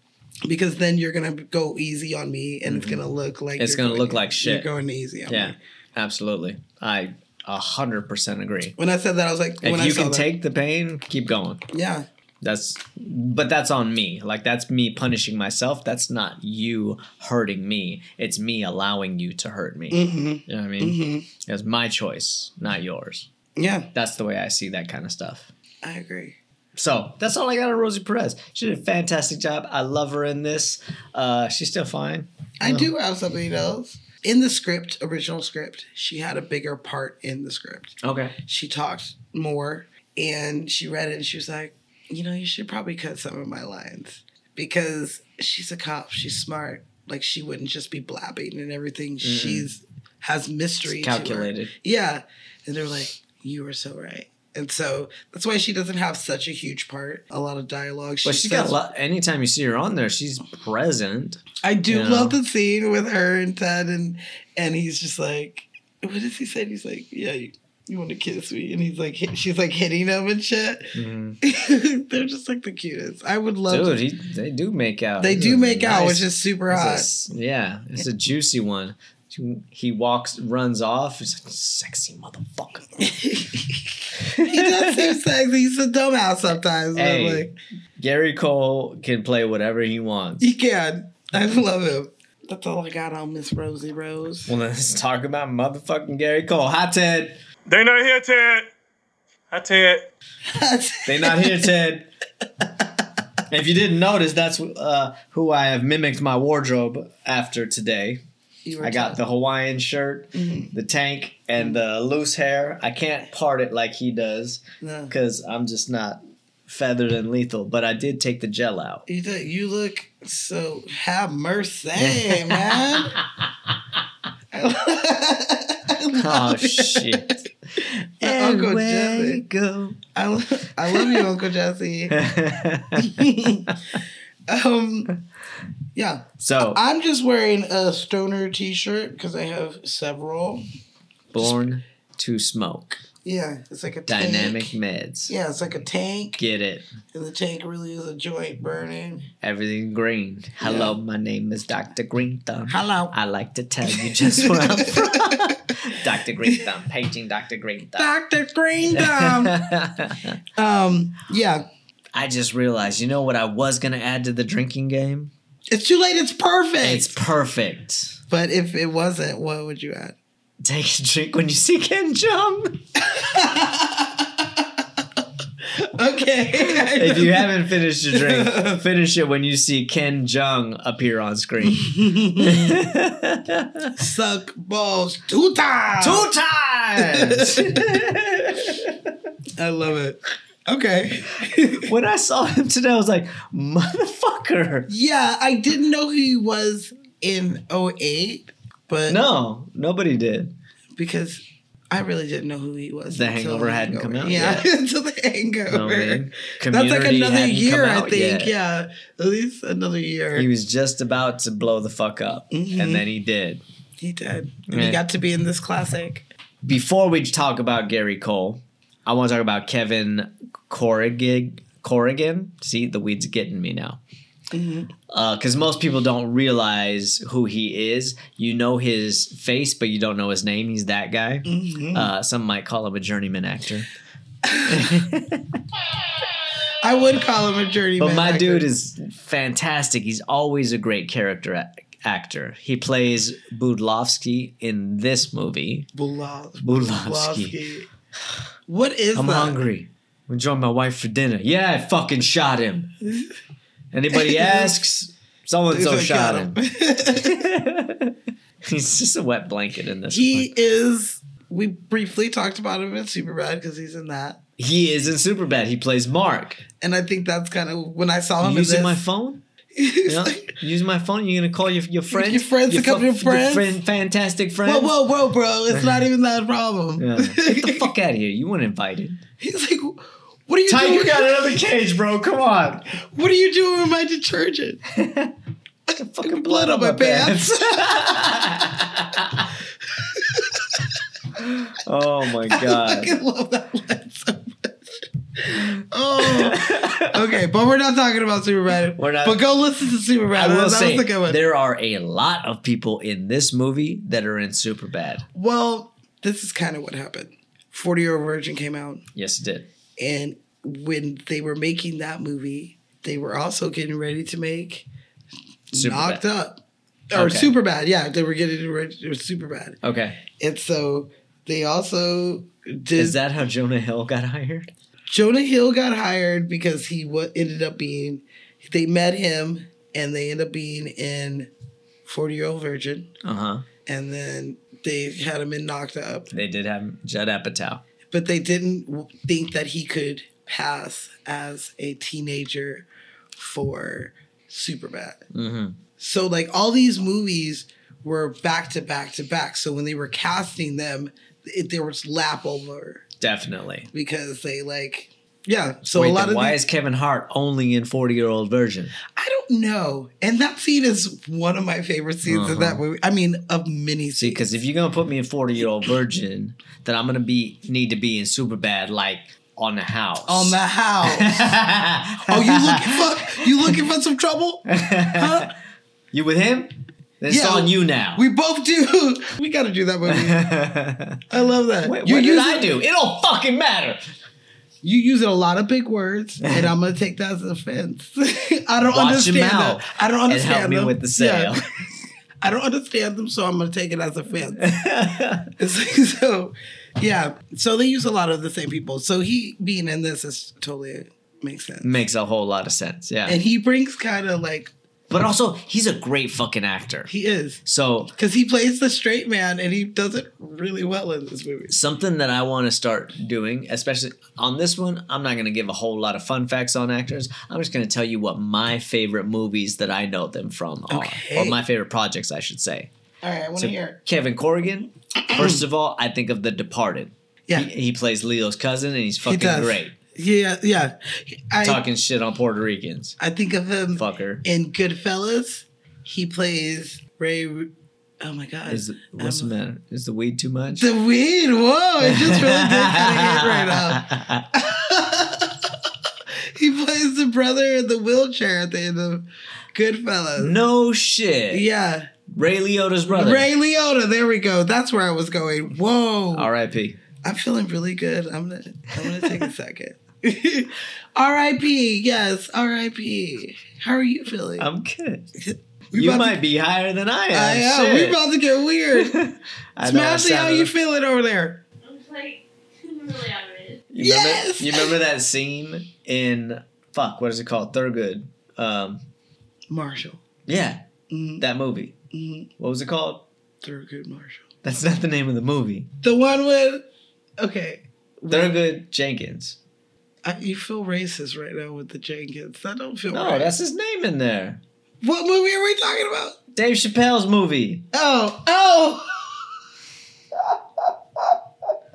S1: because then you're gonna go easy on me and it's gonna look like
S2: Mm-hmm. It's
S1: you're
S2: gonna
S1: going- e-,
S2: look like shit.
S1: You're going easy on
S2: Yeah.
S1: me.
S2: Absolutely. I a hundred percent agree.
S1: When I said that, I was like,
S2: If
S1: when I
S2: you
S1: saw
S2: can
S1: that,
S2: take the pain, keep going.
S1: yeah,
S2: That's but that's on me. Like that's me punishing myself. That's not you hurting me. It's me allowing you to hurt me.
S1: Mm-hmm.
S2: You know what I mean? It's my choice, not yours.
S1: Yeah,
S2: That's the way I see that kind of stuff.
S1: I agree.
S2: So that's all I got on Rosie Perez. She did a fantastic job. I love her in this. Uh, she's still fine.
S1: I do have something else. In the script, original script, she had a bigger part in the script.
S2: Okay.
S1: She talked more and she read it and she was like, you know, you should probably cut some of my lines because she's a cop. She's smart. Like she wouldn't just be blabbing and everything. She's has mystery.
S2: It's
S1: to her.
S2: calculated.
S1: Yeah. And they're like, you were so right. And so that's why she doesn't have such a huge part, a lot of dialogue. She
S2: But she's got a
S1: says-
S2: lot. Anytime you see her on there, she's present.
S1: I do
S2: Yeah.
S1: love the scene with her and Ted, and and he's just like, what does he say? He's like, yeah, you, you want to kiss me? And he's like, hit, she's like hitting him and shit. They're just like the cutest. I would love.
S2: Dude,
S1: to,
S2: he, they do make out.
S1: they
S2: It's
S1: do
S2: a
S1: make out,
S2: nice-
S1: which is super
S2: it's a
S1: hot.
S2: s- yeah, it's a juicy one. She- He walks, runs off. He's like, sexy motherfucker.
S1: he does seem sexy. He's a dumbass sometimes. but
S2: Hey.
S1: I'm like,
S2: Gary Cole can play whatever he wants.
S1: he can. I love him. That's all I got on Miss Rosie Rose.
S2: Well, let's talk about motherfucking Gary Cole. Hi, Ted.
S5: They not here, Ted. Hi, Ted.
S2: They not here, Ted. If you didn't notice, that's uh, who I have mimicked my wardrobe after today.
S1: You were
S2: I got the Hawaiian shirt,
S1: Mm-hmm.
S2: the tank, and the loose hair. I can't part it like he does
S1: No.
S2: because I'm just not feathered and lethal. But I did take the gel out.
S1: You look, you look so have mercy, man. I
S2: Oh
S1: love it.
S2: shit!
S1: Uncle
S2: Anyway,
S1: Jesse.
S2: go.
S1: I, lo- I love you, Uncle Jesse. um, yeah,
S2: so
S1: I'm just wearing a stoner T-shirt because I have several.
S2: born to smoke.
S1: Yeah, it's like a tank.
S2: Dynamic meds.
S1: Yeah, it's like a tank,
S2: Get it.
S1: and the tank really is a joint burning.
S2: Everything green. Hello, my name is Dr. Green Thumb.
S1: Hello.
S2: I like to tell you just where I'm from. Dr. Green Thumb. Paging Dr. Green Thumb.
S1: Doctor Green Thumb. um, yeah,
S2: I just realized, you know what I was going to add to the drinking game?
S1: it's too late. It's perfect.
S2: It's perfect.
S1: but if it wasn't, what would you add?
S2: Take a drink when you see Ken jump.
S1: Okay.
S2: If you haven't finished your drink, finish it when you see Ken Jung appear on screen.
S1: Suck balls two times.
S2: Two times!
S1: I love it. Okay.
S2: when I saw him today, I was like, motherfucker.
S1: yeah, I didn't know who he was in 08, but
S2: No, nobody did.
S1: because I really didn't know who he was.
S2: The
S1: until
S2: Hangover hadn't come out
S1: Yeah,
S2: yet.
S1: until the hangover.
S2: know what I mean?
S1: That's like
S2: Community
S1: another
S2: hadn't come
S1: year, I
S2: out
S1: think.
S2: yet.
S1: Yeah, at least another year.
S2: He
S1: He,
S2: was just about to blow the fuck up, and then he did.
S1: did. And
S2: Yeah.
S1: He got to be in this classic.
S2: Before we talk about Gary Cole, I want to talk about Kevin Corrigan. Corrigan, see the weeds getting me now. Because most people don't realize who he is. You know his face, but you don't know his name. He's that guy. Uh, some might call him a journeyman actor.
S1: I would call him a journeyman.
S2: But my
S1: actor.
S2: dude is fantastic. He's always a great character ac actor. He plays Budlovsky in this movie.
S1: Bulov-
S2: Bulovsky.
S1: Bulovsky. What is
S2: I'm
S1: that?
S2: hungry. I'm enjoying my wife for dinner. Yeah, I fucking shot him. Anybody asks, so and so
S1: He's like,
S2: shot
S1: "Got
S2: him. He's just a wet blanket in this one.
S1: He is. We briefly talked about him in Superbad because he's in that,
S2: He is in Superbad. He plays Mark.
S1: and I think that's kind of when I saw him.
S2: You
S1: in this,
S2: using my phone?
S1: he's
S2: Yeah.
S1: like,
S2: Using my phone? You're gonna call your your friends?
S1: Your friends to come to your
S2: fu-
S1: friends?
S2: friend- fantastic friends.
S1: whoa, whoa, whoa, bro! It's not even that problem.
S2: Yeah. Get the fuck out of here. You weren't invited.
S1: he's like, what are you
S2: Tiger
S1: doing?
S2: got another cage, bro. Come on.
S1: What are you doing with my detergent?
S2: Fucking
S1: Blood on my pants.
S2: oh my
S1: I
S2: god.
S1: fucking love that line so much. Oh, okay, but we're not talking about Superbad.
S2: We're not-
S1: But go listen to Superbad.
S2: I will
S1: that
S2: say
S1: was the good one.
S2: there are a lot of people in this movie that are in Superbad.
S1: Well, this is kind of what happened. Forty Year Old Virgin came out.
S2: Yes, it did.
S1: And when they were making that movie, they were also getting ready to make Knocked
S2: Superbad.
S1: Up. Or
S2: Okay.
S1: Super Bad. Yeah, they were getting ready to Super Bad.
S2: Okay.
S1: And so they also did.
S2: Is that how Jonah Hill got hired?
S1: Jonah Hill got hired because he wa ended up being. They met him and they ended up being in 40 Year Old Virgin.
S2: Uh-huh.
S1: And then they had him in Knocked Up.
S2: They did have Judd Apatow.
S1: but they didn't w- think that he could pass as a teenager for Superbad.
S2: Mm-hmm.
S1: So like all these movies were back to back to back. So when they were casting them, it, there was lap over
S2: Definitely.
S1: because they like yeah. So
S2: Wait,
S1: a lot
S2: then
S1: of
S2: why
S1: these-
S2: is Kevin Hart only in 40 year old version?
S1: I don't know. And that scene is one of my favorite scenes in that movie. I mean, of many
S2: Uh-huh. See,
S1: scenes.
S2: because if you're gonna put me in 40 year old virgin, then I'm gonna be need to be in super bad, like on the house.
S1: On the house. oh, you looking for you looking for some trouble? Huh?
S2: you with him? Then it's
S1: Yeah.
S2: on you now.
S1: We both do. We gotta do that movie. I love that.
S2: Wait,
S1: You
S2: what did
S1: use
S2: I
S1: it-
S2: do? It don't fucking matter.
S1: You using a lot of big words, and I'm gonna take that as offense. I don't
S2: Watch
S1: understand
S2: your mouth.
S1: that. I don't understand
S2: And help me
S1: them.
S2: with the
S1: Yeah.
S2: sale.
S1: I don't understand them, so I'm gonna take it as offense. It's- so, yeah. So they use a lot of the same people. So he being in this is totally makes sense.
S2: Makes a whole lot of sense. Yeah.
S1: And he brings kind of like
S2: but also, he's a great fucking actor.
S1: he is
S2: So
S1: because he plays the straight man, and he does it really well in this movie.
S2: something that I want to start doing, especially on this one, I'm not going to give a whole lot of fun facts on actors. I'm just going to tell you what my favorite movies that I know them from are, or
S1: Okay.
S2: my favorite projects, I should say.
S1: All right, I want to
S2: So
S1: hear.
S2: Kevin Corrigan, first of all, I think of The Departed.
S1: Yeah,
S2: He, he plays Leo's cousin, and he's
S1: he
S2: fucking
S1: does.
S2: great.
S1: Yeah, yeah. I,
S2: Talking shit on Puerto Ricans.
S1: I think of him.
S2: Fucker.
S1: In Goodfellas, he plays Ray. Oh my God!
S2: Is what's
S1: Um,
S2: the matter? Is the weed too much?
S1: the weed? Whoa! It just really did kind of hit right now. he plays the brother in the wheelchair at the end of Goodfellas.
S2: no shit.
S1: Yeah,
S2: Ray Liotta's brother.
S1: Ray Liotta. There we go. That's where I was going. Whoa!
S2: R.I.P.
S1: I'm feeling really good. I'm gonna. I'm gonna take a second. R.I.P. Yes, R.I.P. How are you feeling?
S2: I'm good.
S1: We
S2: Um, you
S1: about to-
S2: might be higher than I am.
S1: I am.
S2: Shit.
S1: We about to get weird.
S2: I know I
S1: Smashley, how
S2: sounded-
S1: you feeling over there?
S7: I'm like, I'm really out of it.
S2: You remember,
S1: Yes!
S2: you remember that scene in fuck, what is it called? Thurgood. Um,
S1: Marshall.
S2: yeah,
S1: Mhm.
S2: that movie.
S1: Mhm.
S2: What was it called?
S1: Thurgood Marshall.
S2: That's not the name of the movie.
S1: The one with. Okay.
S2: Thurgood Jenkins.
S1: I, you feel racist right now with the Jenkins. That don't feel
S2: No,
S1: right.
S2: that's his name in there.
S1: What movie are we talking about?
S2: Dave Chappelle's movie.
S1: Oh, oh!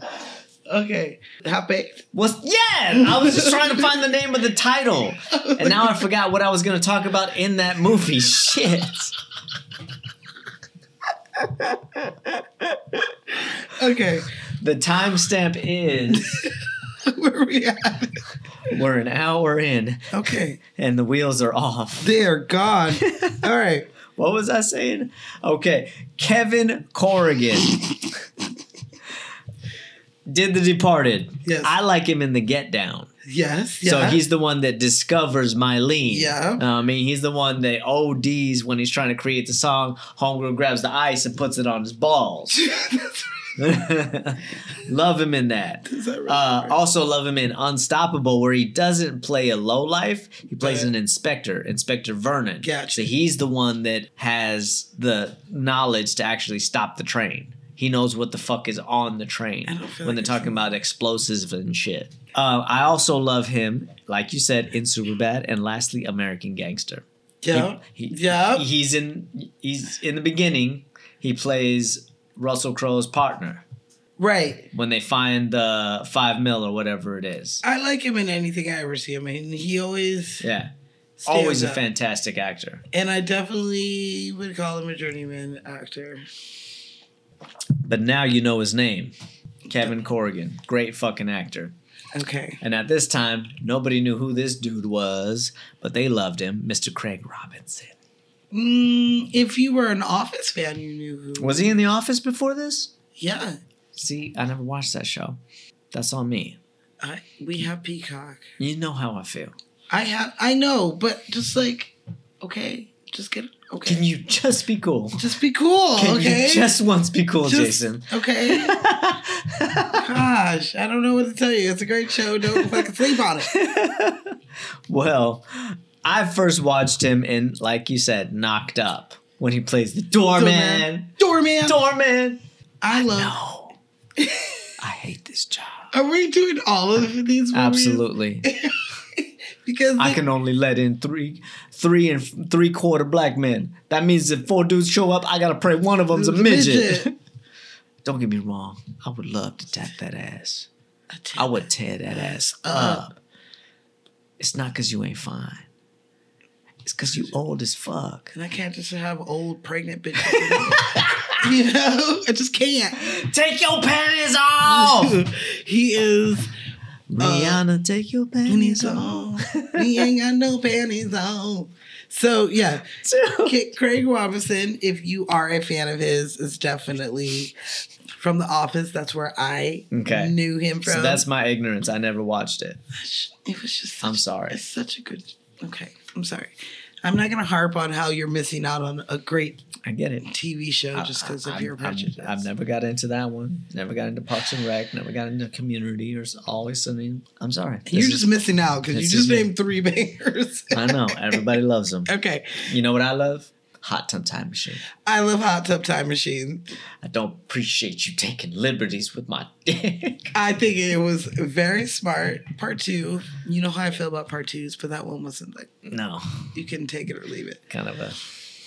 S1: oh. okay. Half baked?
S2: Was yeah, I was just trying to find the name of the title, and now I forgot what I was going to talk about in that movie. Shit.
S1: Okay.
S2: The timestamp is
S1: Where we at?
S2: we're an hour in,
S1: Okay.
S2: and the wheels are off.
S1: They are gone. All right.
S2: What was I saying? Okay, Kevin Corrigan did The Departed.
S1: Yes.
S2: I like him in The Get Down.
S1: Yes.
S2: So
S1: yeah.
S2: he's the one that discovers Mylene.
S1: Yeah.
S2: I mean, he's the one that ODs when he's trying to create the song. Homegirl grabs the ice and puts it on his balls. love him in that.
S1: Is that right?
S2: Uh, also love him in Unstoppable, where he doesn't play a lowlife. He plays
S1: Right.
S2: an inspector, Inspector Vernon. So
S1: Gotcha.
S2: he's the one that has the knowledge to actually stop the train. He knows what the fuck is on the train
S1: don't feel
S2: when
S1: like
S2: they're talking about explosives and shit. Uh, I also love him, like you said, in Superbad, and lastly, American Gangster.
S1: yeah.
S2: He,
S1: yeah.
S2: he's in. He's in the beginning. He plays Russell Crowe's partner
S1: right.
S2: when they find the five mil or whatever it is.
S1: I like him in anything I ever see him in. He always
S2: Yeah.
S1: stands
S2: Always a
S1: up.
S2: fantastic actor.
S1: and I definitely would call him a journeyman actor.
S2: But now you know his name. Kevin Corrigan. Great fucking actor.
S1: Okay,
S2: And at this time, nobody knew who this dude was, but they loved him, Mr. Craig Robinson.
S1: mm, if you were an Office fan, you knew who.
S2: Was he in The Office before this?
S1: Yeah,
S2: See, I never watched that show. That's on me.
S1: I, we have Peacock.
S2: You know how I feel.
S1: I have. I know, but just like, okay, just get okay.
S2: Can you just be cool?
S1: just be cool?
S2: Can
S1: okay,
S2: you just once be cool,
S1: Just-
S2: Jason?
S1: Okay. Gosh, I don't know what to tell you. It's a great show. Don't fucking sleep on it.
S2: Well, I first watched him in, like you said, Knocked Up when he plays the doorman.
S1: Doorman.
S2: Doorman.
S1: I love.
S2: No. I hate this job.
S1: Are we doing all of these? Movies?
S2: Absolutely.
S1: Because
S2: I
S1: they-
S2: can only let in three, three and f- three quarter black men. That means if four dudes show up, I gotta pray one of them's a midget. Don't get me wrong. I would love to tap that ass. I would tear that ass up. It's not because you ain't fine. It's because you old as fuck.
S1: And I can't just have old pregnant bitches. you know, I just can't.
S2: Take your panties off,
S1: he is. Uh,
S2: Rihanna. Take your panties
S1: panties
S2: off.
S1: on. he ain't got no panties on. So yeah, K- Craig Robinson. If you are a fan of his, is definitely from The Office. That's where I
S2: Okay.
S1: knew him from.
S2: So that's my ignorance. I never watched it.
S1: it was just.
S2: I'm sorry.
S1: It's such a good. Okay, I'm sorry. I'm not gonna harp on how you're missing out on a great
S2: I get it.
S1: TV show just because of
S2: I'm-
S1: your
S2: I'm-
S1: prejudice.
S2: I've never got into that one. Never got into Parks and Rec. Never got into Community. Or always something. I'm sorry.
S1: You're
S2: This
S1: just
S2: is-
S1: missing out because you
S2: this
S1: just
S2: is me.
S1: named three bangers.
S2: I know everybody loves them.
S1: okay,
S2: You know what I love? Hot Tub Time Machine.
S1: I love Hot Tub Time Machine.
S2: I don't appreciate you taking liberties with my dick.
S1: I think it was very smart. Part two, you know how I feel about part twos, but that one wasn't like
S2: No,
S1: you can take it or leave it.
S2: kind of a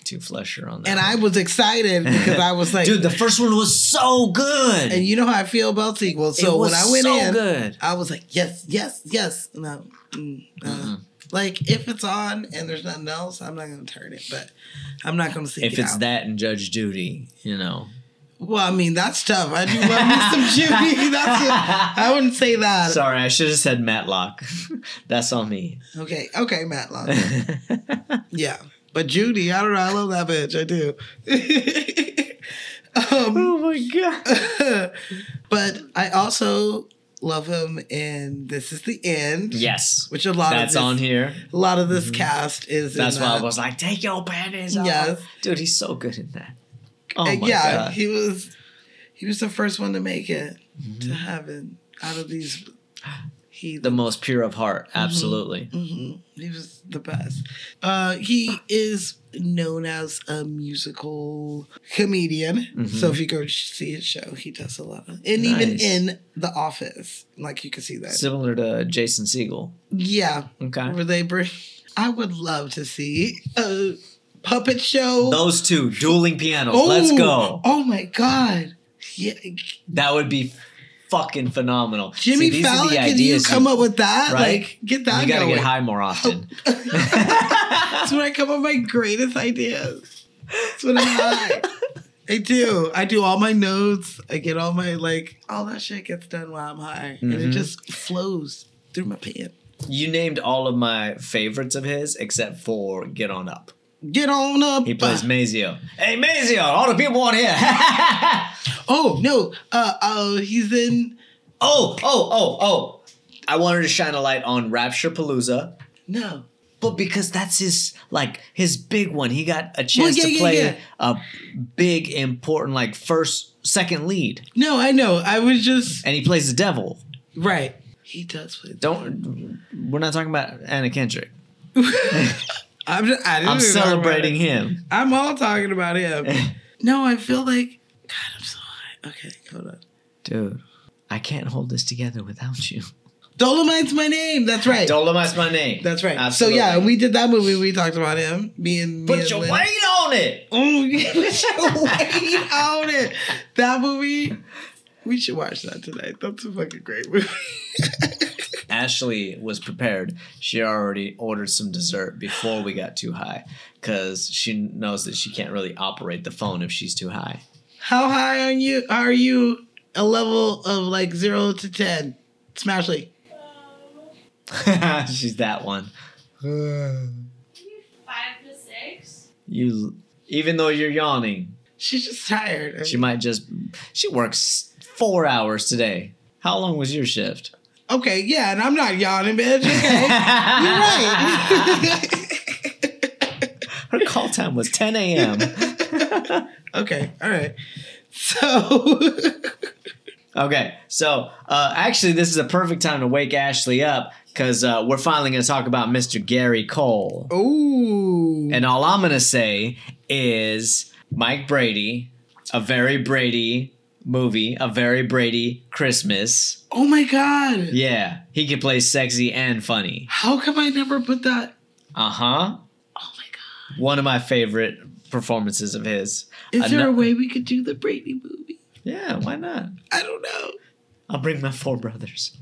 S2: two flusher on that.
S1: And
S2: one.
S1: I was excited because I was like,
S2: dude, the first one was so good.
S1: and you know how I feel about sequels. So
S2: it was
S1: when I went
S2: so
S1: in,
S2: good.
S1: I was like, yes, yes, yes. No, mm, uh, like if it's on and there's nothing else, I'm not gonna turn it. But I'm not gonna seek
S2: If
S1: it
S2: it's
S1: out.
S2: that and Judge Judy, you know,
S1: well, I mean that's tough. I do love me some Judy. That's it. I wouldn't say that.
S2: Sorry, I should have said Matlock. That's on me.
S1: Okay, okay, Matt Long. yeah, but Judy, I don't know. I love that bitch. I do. um,
S2: Oh my god.
S1: but I also love him in This Is the End.
S2: Yes.
S1: Which a lot
S2: That's
S1: of this,
S2: on here.
S1: A lot of this cast is. in
S2: That's why I
S1: that.
S2: was like, take your panties off.
S1: Yes.
S2: Dude, he's so good in that. Oh
S1: Uh,
S2: my
S1: yeah,
S2: god.
S1: he was. He was the first one to make it to heaven out of these. He
S2: Mm-hmm. the most pure of heart, absolutely.
S1: He was the best. Uh, he is known as a musical comedian. So if you go sh- see his show, he does a lot of, and even
S2: Mm-hmm. Nice.
S1: in The Office, like you can see that.
S2: Similar to Jason Siegel.
S1: yeah,
S2: Okay.
S1: where they bring. I would love to see a puppet show.
S2: Those two dueling pianos. Let's
S1: Oh,
S2: go.
S1: Oh my god! Yeah,
S2: That would be fucking phenomenal.
S1: Jimmy
S2: See, these are
S1: Fallon,
S2: the
S1: can you
S2: ideas
S1: come up with that?
S2: right?
S1: Like, get that
S2: You gotta
S1: going.
S2: get high more often.
S1: That's when I come up with my greatest ideas. That's when I'm high. I do. I do all my notes. I get all my like all that shit gets done while I'm high, and
S2: Mm-hmm.
S1: it just flows through my pants.
S2: You named all of my favorites of his except for Get On Up.
S1: Get on up.
S2: He plays Mazio. Hey Mazio, all the people on here.
S1: Oh no. Uh oh. He's in.
S2: oh, oh, oh, oh. I wanted to shine a light on Rapture Palooza.
S1: No.
S2: But because that's his like his big one. He got a chance
S1: yeah,
S2: to
S1: yeah,
S2: play
S1: yeah.
S2: a big important like first second lead.
S1: No. I know. I was just
S2: And he plays the devil.
S1: right. He does play.
S2: Don't we're not talking about Anna Kendrick.
S1: I'm just. I didn't
S2: I'm
S1: even talk about
S2: celebrating
S1: it.
S2: him.
S1: I'm all talking about him. no, I feel like God. I'm so high. Okay, hold on.
S2: Dude, I can't hold this together without you.
S1: Dolomite's my name. That's right.
S2: Dolomite's my name.
S1: That's right.
S2: Absolutely.
S1: So yeah, we did that movie. We talked about him. Me and me
S2: Put
S1: and
S2: your
S1: Lynn.
S2: weight on it.
S1: Ooh, yeah, put your weight on it. That movie. We should watch that tonight. That's a fucking great movie.
S2: Ashley was prepared. She already ordered some dessert before we got too high because she knows that she can't really operate the phone if she's too high.
S1: How high on you are you? A level of like zero to ten. Smashly.
S2: she's that one.
S7: Five to six.
S2: You, even though you're yawning,
S1: She's just tired.
S2: she might just. She works four hours today. How long was your shift?
S1: okay, yeah, and I'm not yawning, bitch. Okay, you're right.
S2: Her call time was 10 a.m.
S1: okay, all right. So.
S2: Okay, so uh, actually, this is a perfect time to wake Ashley up because uh, we're finally going to talk about Mr. Gary Cole.
S1: Ooh.
S2: And all I'm going to say is Mike Brady, a very Brady movie, A Very Brady Christmas.
S1: Oh my god.
S2: Yeah, he can play sexy and funny.
S1: How come I never put that?
S2: Uh huh.
S1: Oh my god.
S2: One of my favorite performances of his.
S1: Is there a
S2: Ano-
S1: way we could do the Brady movie?
S2: Yeah, why not?
S1: I don't know.
S2: I'll bring my four brothers.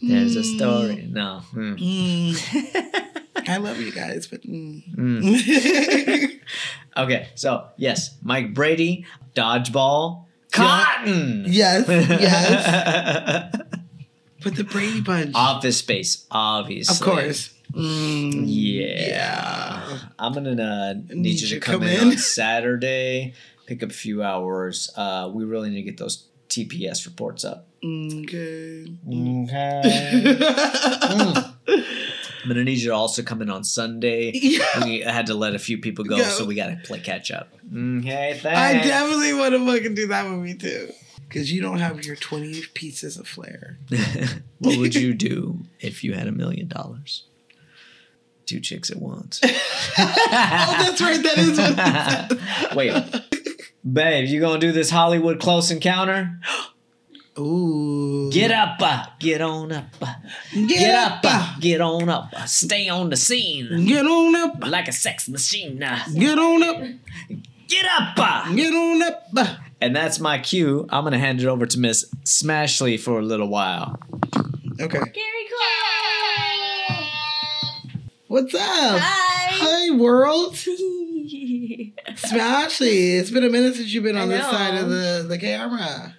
S2: There's a story. No. mm.
S1: I love you guys, but mm.
S2: Mm. Okay, so yes, Mike Brady, Dodgeball, Cotton,
S1: yes, yes. but the Brady Bunch,
S2: Office Space, obviously.
S1: of course. Mm,
S2: Yeah.
S1: Yeah.
S2: I'm gonna uh, need, you to come, in, on Saturday, pick up a few hours. Uh, we really need to get those TPS reports up.
S1: Mm, Okay.
S2: Okay. I'm gonna need you to also come in on Sunday.
S1: Yeah.
S2: We had to let a few people go,
S1: Go.
S2: so we gotta play catch up. Okay, thanks.
S1: I definitely want to fucking do that with me too. Because you don't have your 20 pieces of flair.
S2: what would you do if you had a million dollars? Two chicks at once.
S1: Oh, that's right. That is what
S2: Wait. Babe, you gonna do this Hollywood close encounter?
S1: Ooh.
S2: Get up, uh, get on up, uh,
S1: Get,
S2: get up,
S1: uh,
S2: uh, get on up, uh, stay on the scene uh,
S1: Get on up.
S2: like a sex machine. uh,
S1: Get on up.
S2: Get up, uh.
S1: Get on up.
S2: and that's my cue. I'm gonna hand it over to Miss Smashley for a little while.
S1: Okay.
S7: Gary Cole.
S1: What's up?
S7: Hi.
S1: Hi, world. Smashy. It's been a minute since you've been on
S7: I
S1: this
S7: know.
S1: side of the, the camera.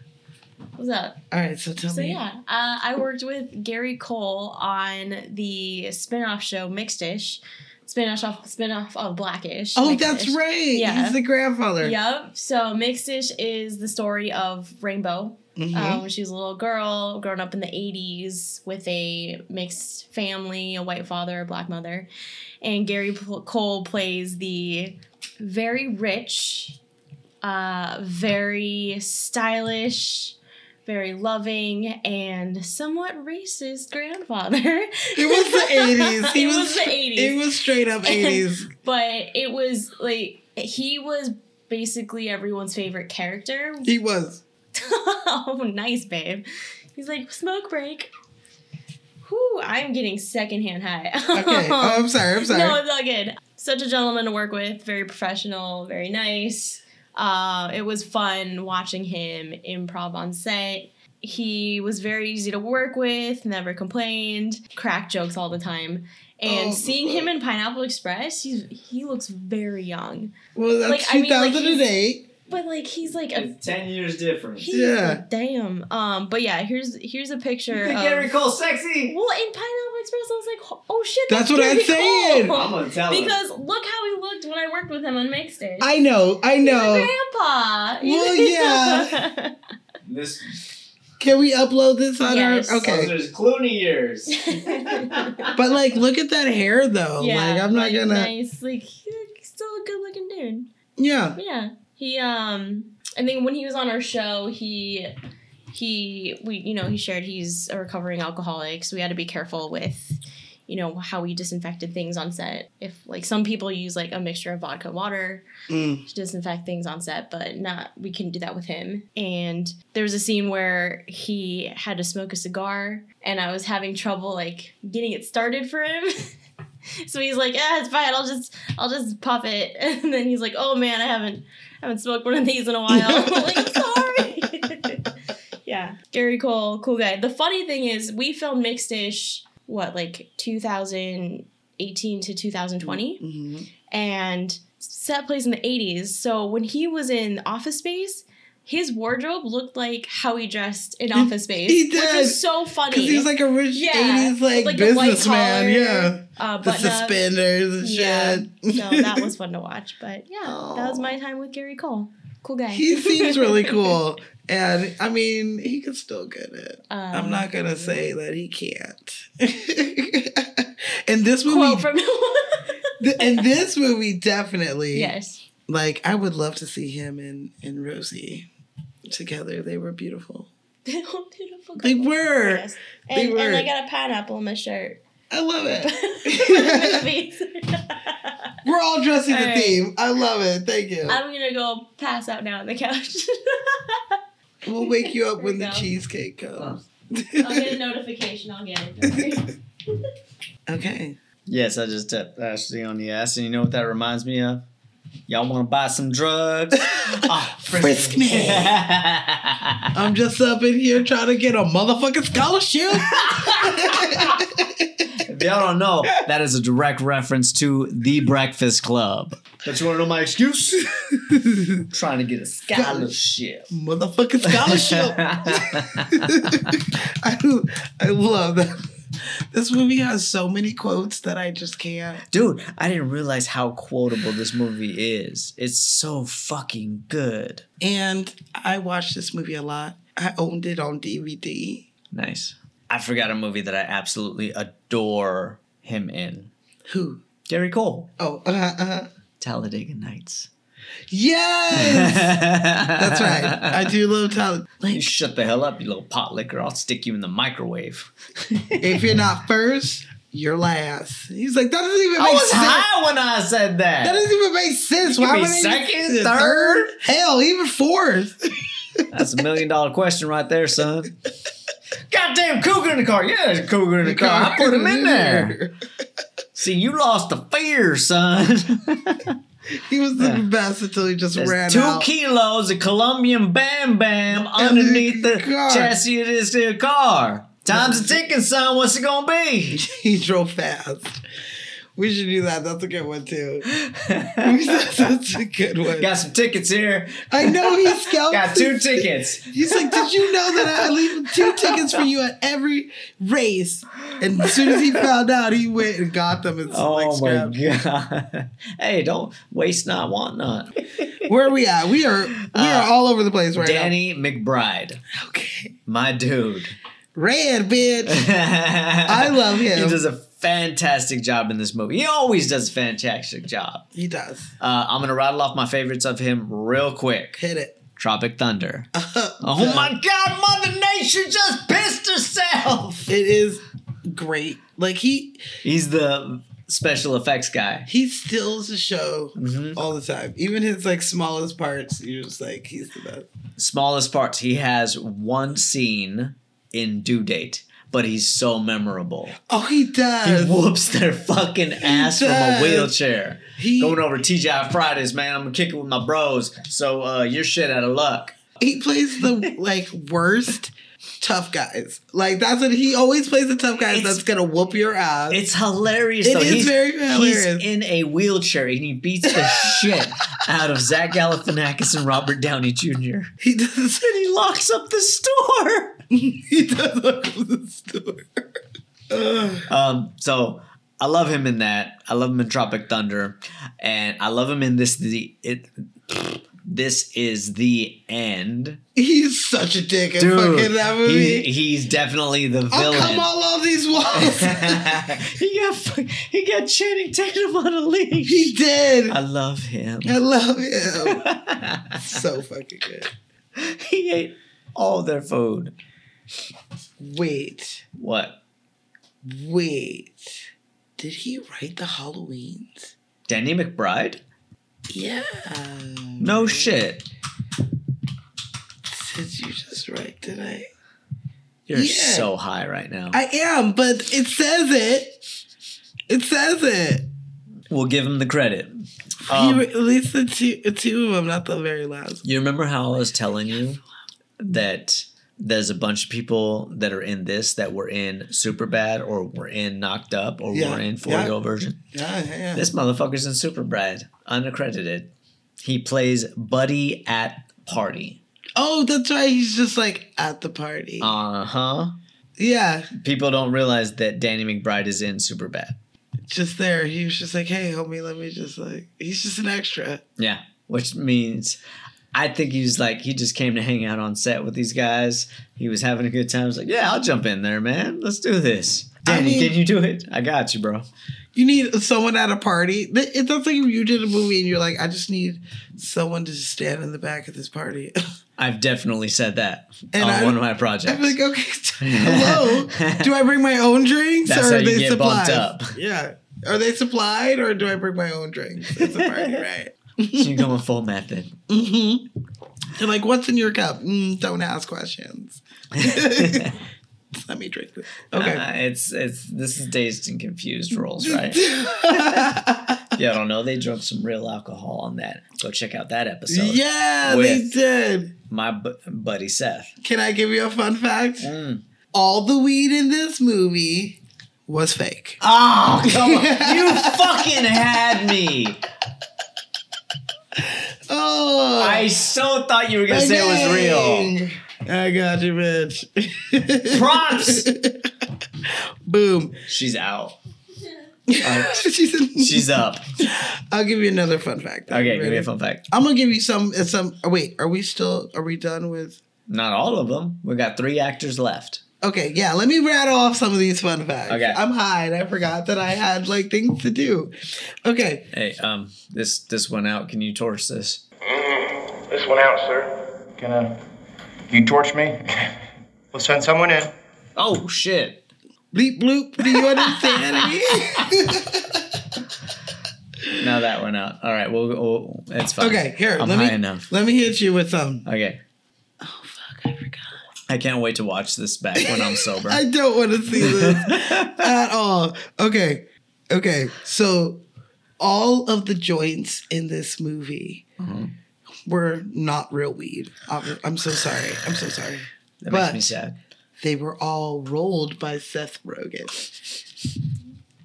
S7: What's up?
S1: All right, so tell
S7: So
S1: me.
S7: yeah, uh, I worked with Gary Cole on the spin-off show Mixedish, spin-off spin-off of Blackish.
S1: Oh,
S7: Mixedish.
S1: that's right.
S7: Yeah.
S1: He's the grandfather.
S7: Yep. So Mixedish is the story of Rainbow.
S1: Mhm.
S7: Um, she was a little girl grown up in the 80s with a mixed family, a white father, a black mother. And Gary P- Cole plays the very rich, uh, very stylish, very loving, and somewhat racist grandfather.
S1: It was the 80s. He
S7: It
S1: was,
S7: was the 80s.
S1: It was straight up 80s.
S7: but it was like, he was basically everyone's favorite character
S1: he was.
S7: oh, nice, babe. He's like, smoke break. Whew, I'm getting secondhand high.
S1: Okay. oh, I'm sorry. I'm sorry.
S7: No, it's all good. Such a gentleman to work with, very professional, very nice. Uh, it was fun watching him improv on set. He was very easy to work with, never complained, cracked jokes all the time. And
S1: Oh,
S7: seeing him in Pineapple Express, he's, he looks very young.
S1: well, that's
S7: like, I mean, like, he's-
S1: 2008.
S7: But like he's like a
S2: Ten years difference.
S1: Yeah.
S7: yeah. Damn. Um. But yeah, here's here's a picture of.
S2: Cole sexy?
S7: well, in Pineapple Express, I was like, oh shit.
S1: That's what I'm
S7: Gary
S1: saying.
S7: Cole.
S2: gonna tell
S7: Because look how he looked when I worked with him on Mixtape.
S1: I know. I
S7: He's a
S1: know.
S7: grandpa.
S1: Well, yeah.
S2: This
S1: Can we upload this on
S7: Yes.
S1: our? Okay.
S2: there's Clooney years.
S1: But like, look at that hair though.
S7: yeah.
S1: Oh, like, I'm not
S7: like,
S1: gonna.
S7: Nice. Like he's still a good looking dude.
S1: Yeah.
S7: Yeah. He um and then when he was on our show, he he we you know, he shared he's a recovering alcoholic, so we had to be careful with you know how we disinfected things on set. If like some people use like a mixture of vodka and water
S1: Mm.
S7: to disinfect things on set, but not we couldn't do that with him. And there was a scene where he had to smoke a cigar, and I was having trouble like getting it started for him. so he's like, "Ah, it's fine. I'll just I'll just puff it." And then he's like, "Oh man, I haven't haven't smoked one of these in a while." I'm like, "Sorry." yeah, Gary Cole, cool guy. The funny thing is, we filmed Mixed Dish what like 2018 to 2020
S1: Mhm.
S7: and set plays in the 80s. So when he was in Office Space, his wardrobe looked like how he dressed in Office Space.
S1: he
S7: Which
S1: did.
S7: is so funny.
S1: Cause he was like a rich '80s like,
S7: the white
S1: businessman.
S7: collar,
S1: Yeah.
S7: Uh,
S1: The
S7: button up.
S1: suspenders and
S7: Yeah.
S1: shit.
S7: so that was fun to watch. But yeah, that was
S1: Oh.
S7: my time with Gary Cole. Cool guy.
S1: he seems really cool, and I mean, he can still get it.
S7: Um, mm-hmm.
S1: I'm not gonna say that he can't. and this
S7: Quote
S1: movie,
S7: from
S1: th- and this movie definitely.
S7: Yes.
S1: Like, I would love to see him and and Rosie together. They were beautiful.
S7: Beautiful
S1: They
S7: couple.
S1: were.
S7: Yes.
S1: They
S7: And, and I
S1: were.
S7: got a pineapple in my shirt.
S1: I love it.
S7: I'm
S1: We're all dressing the
S7: All right.
S1: theme. I love it. Thank you.
S7: gonna go pass out now on the couch.
S1: We'll wake you up
S7: There
S1: when
S7: we
S1: the
S7: go.
S1: cheesecake comes.
S7: I'll get a notification. I'll get it. Don't worry.
S1: okay.
S2: Yes, I just tapped Ashley on the ass, and you know what that reminds me of? Y'all want to buy some drugs? Ah,
S1: Frisk me. I'm just up in here trying to get a motherfucking scholarship.
S2: if y'all don't know, that is a direct reference to The Breakfast Club. But you want to know my excuse? Trying to get a scholarship.
S1: motherfucking scholarship. I, I love that. This movie has so many quotes that I just can't.
S2: Dude, I didn't realize how quotable this movie is. It's so fucking good.
S1: And I watched this movie a lot. I owned it on DVD.
S2: Nice. I forgot a movie that I absolutely adore him in.
S1: Who?
S2: Gary Cole,
S1: Oh, uh, uh.
S2: Talladega Nights.
S1: Yes!
S2: That's
S1: That's right. I do love talent.
S2: You shut the hell up, you little pot liquor. I'll stick you in the microwave.
S1: If you're not first, you're last. He's like, that doesn't even
S2: I
S1: make
S2: was
S1: sense.
S2: high when I said that.
S1: That doesn't even make sense.
S2: You could
S1: Why
S2: be
S1: would I even-
S2: second, third?
S1: Hell, even fourth.
S2: That's a million dollar question right there, son. Goddamn cougar in the car. Yeah, there's a cougar in the car. I put him in there. See, you lost the fear, son.
S1: He was the best until he just ran
S2: There's two
S1: out.
S2: kilos of Colombian Bam Bam underneath the
S1: car.
S2: chassis of this here car. Time's a ticking, son. What's it gonna be?
S1: he drove fast. We should do that. That's a good one too. That's a good one.
S2: Got some tickets here.
S1: I know he scouts.
S2: Got two tickets.
S1: He's like, did you know that I leave two tickets for you at every race? And as soon as he found out, he went and got them. And
S2: Oh
S1: like,
S2: my
S1: scrapped.
S2: god! Hey, don't waste not, want not.
S1: Where are we at? We are we are
S2: Uh,
S1: all over the place right
S2: Danny McBride,
S1: now. Okay,
S2: my dude.
S1: red bitch.
S2: I
S1: love him.
S2: He does a fantastic job in this movie. He always does a fantastic job.
S1: He does
S2: Uh, I'm gonna rattle off my favorites of him real quick.
S1: hit it.
S2: Tropic Thunder. oh my God, Mother Nature just pissed herself.
S1: It is great. Like he
S2: He's the special effects guy.
S1: he steals the show
S2: Mhm.
S1: all the time. Even his like smallest parts, you're just like he's the best.
S2: Smallest parts. He has one scene in Due Date, but he's so memorable.
S1: Oh, he
S2: He
S1: does.
S2: whoops their fucking ass from a
S1: does.
S2: wheelchair.
S1: He-
S2: Going over TGI Fridays, man. I'm gonna kick it with my bros. So uh, you're shit out of luck.
S1: He plays the like worst tough guys. Like that's what he always plays the tough guys
S2: It's-
S1: that's gonna whoop your ass.
S2: It's hilarious.
S1: It
S2: though.
S1: is
S2: he's,
S1: very hilarious.
S2: He's in a wheelchair and he beats the shit out of Zach Galifianakis and Robert Downey Jr.
S1: he does
S2: And he locks up the store.
S1: he does look at the store. Ugh.
S2: Um, so I love him in that. I love him in Tropic Thunder, and I love him in this. The it. This is the end.
S1: He's such a dick in
S2: Dude,
S1: fucking that
S2: he-
S1: movie.
S2: he's definitely the
S1: I'll
S2: villain.
S1: come all over these walls.
S2: he got fu- he got Channing Tatum on a leash.
S1: he did.
S2: I love him.
S1: I love him. so fucking good.
S2: he ate all their food.
S1: Wait,
S2: What?
S1: wait. Did he write the Halloweens?
S2: Danny McBride?
S1: Yeah.
S2: No shit.
S1: Did you just write today?
S2: You're
S1: Yeah.
S2: so high right now.
S1: I am, but it says it. It says it.
S2: we'll give him the credit.
S1: He
S2: Um,
S1: re- released the two, two of them, not the very last.
S2: You remember how I was telling you that there's a bunch of people that are in this that were in Super Bad or were in Knocked Up or
S1: Yeah,
S2: were in 4
S1: yeah.
S2: year old version?
S1: Yeah, yeah, yeah.
S2: This motherfucker's in Super Bad, unaccredited. He plays Buddy at Party.
S1: Oh, that's right. He's just like at the party.
S2: Uh huh.
S1: yeah,
S2: People don't realize that Danny McBride is in Super Bad.
S1: just there. He was just like, hey, homie, let me just like. He's just an extra.
S2: Yeah, which means I think he was like he just came to hang out on set with these guys. He was having a good time. He's like, "Yeah, I'll jump in there, man. Let's do this."
S1: I
S2: Danny,
S1: mean-
S2: can you do it? I got you, bro.
S1: You need someone at a party. Th- It's that's like if you did a movie and you're like, I just need someone to just stand in the back of this party.
S2: I've definitely said that
S1: And
S2: on
S1: I-
S2: one of my projects.
S1: I'm like, okay, hello. Do I bring my own drinks
S2: That's
S1: or
S2: how
S1: are
S2: you
S1: they
S2: get
S1: supplied?
S2: bumped up.
S1: Yeah. Are they supplied or do I bring my own drinks? It's a party, right?
S2: You're going full method.
S1: Mm-hmm. They're like, what's in your cup? Mm, don't ask questions. Let me drink this.
S2: Uh,
S1: Okay.
S2: it's it's this is dazed and confused rolls, right? yeah, I don't know. They drunk some real alcohol on that. Go check out that episode.
S1: yeah,
S2: with-
S1: they did.
S2: my bu- buddy Seth.
S1: Can I give you a fun fact?
S2: Mm.
S1: All the weed in this movie was fake.
S2: Oh, come on. you fucking had me.
S1: Oh,
S2: I so thought you were gonna say it was real.
S1: real. I got you, bitch.
S2: Props.
S1: Boom.
S2: She's out.
S1: she's in,
S2: She's up.
S1: I'll give you another fun fact.
S2: Okay, give me
S1: Ready?
S2: a fun fact.
S1: I'm gonna give you some. uh, Some. oh, wait, are we still? Are we done with?
S2: Not all of them. We got three actors left.
S1: Okay, yeah. Let me rattle off some of these fun facts.
S2: Okay.
S1: I'm high and I forgot that I had like things to do. Okay.
S2: Hey, um, this this went out. Can you torch this?
S8: This one out, sir.
S9: Gonna. You torch me?
S8: We'll send someone in.
S2: Oh shit.
S1: Bleep bloop. Do you understand me?
S2: Now that went out. All right, well, we'll it's fine.
S1: okay. Here.
S2: I'm
S1: let
S2: high
S1: me.
S2: enough.
S1: Let me hit you with some.
S2: Okay. Oh fuck, I forgot. I can't wait to watch this back when I'm sober.
S1: I don't want to see this at all. Okay. Okay. So all of the joints in this movie
S2: Mm-hmm.
S1: were not real weed. I'm, I'm so sorry. I'm so sorry.
S2: that makes
S1: but-
S2: me sad.
S1: They were all rolled by Seth Rogen.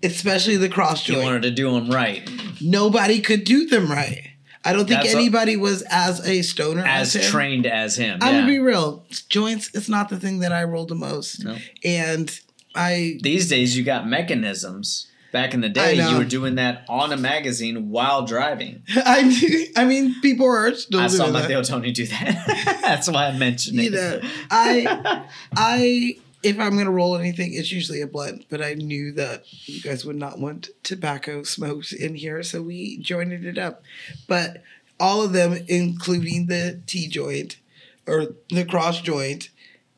S1: Especially the cross
S2: You
S1: joint.
S2: wanted to do them right,
S1: Nobody could do them right. I don't think
S2: That's a-
S1: anybody was as a stoner
S2: as
S1: him.
S2: trained as him.
S1: I'm
S2: yeah.
S1: gonna be real. Joints is not the thing that I rolled the most.
S2: No.
S1: And I
S2: These days, you got mechanisms. Back in the
S1: I
S2: day,
S1: know.
S2: you were doing that on a magazine while driving.
S1: I do, I mean, people are still
S2: I
S1: doing
S2: saw
S1: that.
S2: Matteo Tony do that. That's why I mentioned it.
S1: You know, I, I, if I'm gonna roll anything, it's usually a blunt. But I knew that you guys would not want tobacco smokes in here, so we joined it up. But all of them, including the T joint or the cross joint,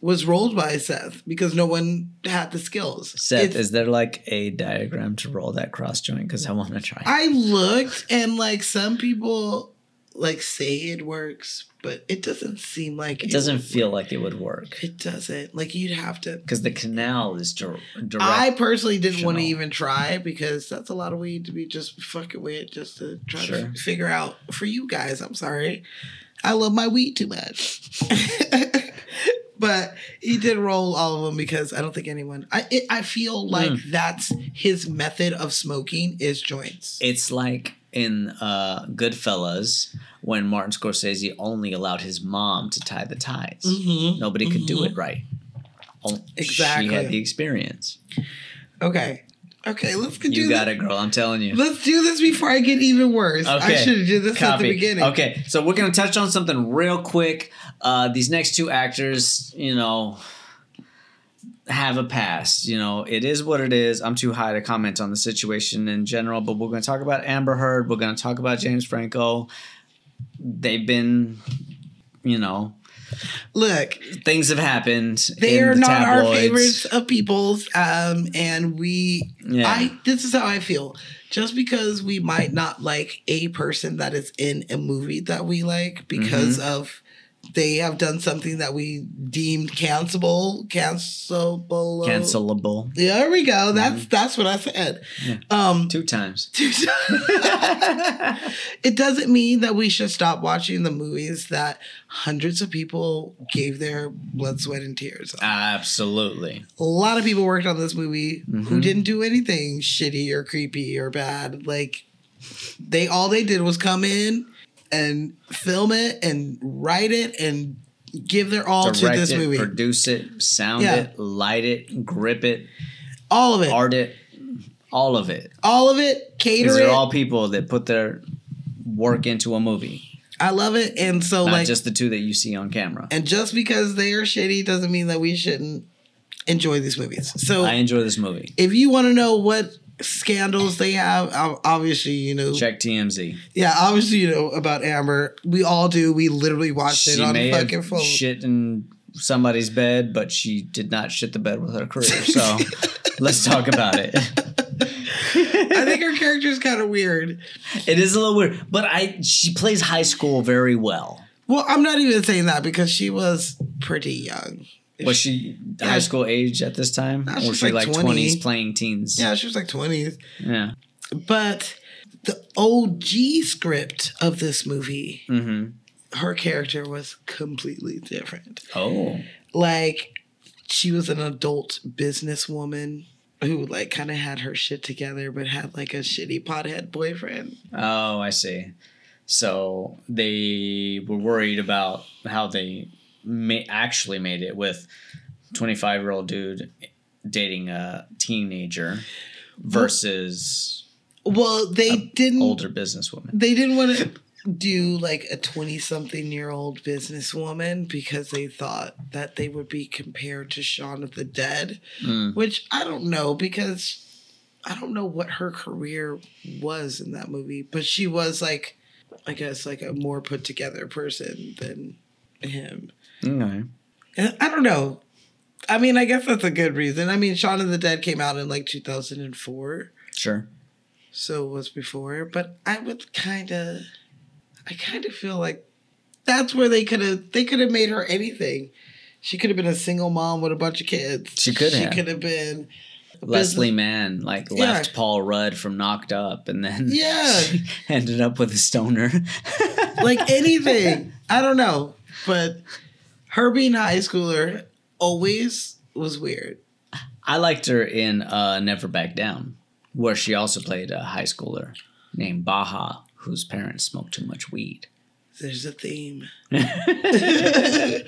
S1: was rolled by Seth because no one had the skills.
S2: Seth,
S1: It's-
S2: is there like a diagram to roll that cross joint? Because I want to try.
S1: I looked and like some people like say it works, but it doesn't seem like
S2: it doesn't feel like it would work
S1: It doesn't. Like you'd have to.
S2: because the canal is dir- direct.
S1: I personally didn't want to
S2: Directional.
S1: even try because that's a lot of weed to be just fucking with, just to try to
S2: Sure.
S1: f- figure out for you guys. I'm sorry, I love my weed too much. but he did roll all of them because I don't think anyone. I it, I feel
S2: Hmm.
S1: like that's his method of smoking is joints.
S2: it's like in uh, Goodfellas when Martin Scorsese only allowed his mom to tie the ties.
S1: Mhm.
S2: Nobody could do it right. Oh,
S1: Exactly.
S2: She had the experience.
S1: Okay, okay, let's do
S2: You
S1: this.
S2: got it, girl. I'm telling you.
S1: Let's do this before I get even worse. I should have did this at
S2: Copy.
S1: the beginning.
S2: Okay, so we're gonna touch on something real quick. Uh, these next two actors, you know, have a past. You know, it is what it is. I'm too high to comment on the situation in general, but we're gonna talk about Amber Heard. We're gonna talk about James Franco. They've been, you know,
S1: Look,
S2: things have happened.
S1: they
S2: in
S1: are
S2: the
S1: not our
S2: tabloids.
S1: favorites of people's um and we
S2: Yeah.
S1: i this is how i feel just because we might not like a person that is in a movie that we like because
S2: Mm-hmm.
S1: of they have done something that we deemed cancelable cancelable
S2: Cancelable
S1: there we go that's
S2: Mm-hmm.
S1: that's what i said um
S2: two times.
S1: it doesn't mean that we should stop watching the movies that hundreds of people gave their blood sweat and tears
S2: Absolutely.
S1: a lot of people worked on this movie
S2: Mm-hmm.
S1: who didn't do anything shitty or creepy or bad. Like they all they did was come in and film it and write it and give their all
S2: Direct
S1: to this
S2: it,
S1: movie.
S2: produce it, sound
S1: Yeah.
S2: it, light it, grip it,
S1: all of it.
S2: art it, all of it.
S1: all of it. Cater
S2: These
S1: it.
S2: are all people that put their work into a movie,
S1: I love it. And so
S2: not
S1: like
S2: just the two that you see on camera.
S1: and just because they are shitty doesn't mean that we shouldn't enjoy these movies. So
S2: I enjoy this movie.
S1: if you want to know what scandals they have, ob- obviously you know
S2: Check TMZ.
S1: Yeah, obviously you know about Amber. We all do. We literally watched it
S2: She
S1: on
S2: may
S1: fucking
S2: have
S1: phone.
S2: shit in somebody's bed, but she did not shit the bed with her career. So let's talk about it.
S1: I think her character is kind of weird.
S2: It is a little weird, but I she plays high school very well.
S1: Well, I'm not even saying that because she was pretty young. If
S2: Was she
S1: Yeah.
S2: high school age at this time?
S1: No,
S2: or
S1: she's
S2: was she
S1: like
S2: like
S1: 20.
S2: twenties playing teens?
S1: Yeah, she was like 20s.
S2: Yeah.
S1: But the OG script of this movie,
S2: Mm-hmm.
S1: her character was completely different.
S2: Oh.
S1: Like, she was an adult businesswoman who, like, kind of had her shit together, but had, like, a shitty pothead boyfriend.
S2: Oh, I see. So they were worried about how they ma- actually made it with 25 year old dude dating a teenager versus
S1: Well, they didn't.
S2: older businesswoman.
S1: They didn't want to do, like, a 20 something year old businesswoman because they thought that they would be compared to Shaun of the Dead.
S2: Mm.
S1: which I don't know because I don't know what her career was in that movie, but she was like, I guess, like a more put together person than him.
S2: Okay.
S1: And I don't know. I mean, I guess that's a good reason. I mean, Shaun of the Dead came out in like 2004,
S2: Sure.
S1: so it was before, but I would kind of, I kind of feel like that's where they could have, they could have made her anything. She could have been a single mom with a bunch of kids.
S2: She could
S1: She
S2: have.
S1: could have been
S2: Leslie Mann like left Paul Rudd from Knocked Up and then
S1: Yeah.
S2: she ended up with a stoner.
S1: like anything. I don't know, but her being a high schooler always was weird.
S2: I liked her in uh, Never Back Down, where she also played a high schooler named Baja, whose parents smoked too much weed.
S1: There's a theme. I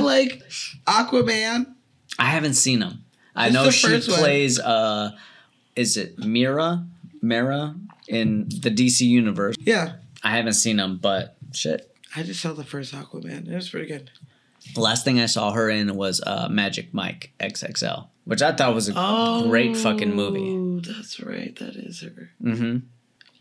S1: like Aquaman.
S2: I haven't seen him. I
S1: Who's
S2: know
S1: the
S2: she
S1: first one?
S2: plays. Uh, is it Mira? Mira in the DC universe.
S1: Yeah,
S2: I haven't seen him, but shit.
S1: I just saw the first Aquaman. It was pretty good.
S2: The last thing I saw her in was uh, Magic Mike XXL, which I thought was a great fucking movie.
S1: Oh, that's right. That is her.
S2: Mm-hmm.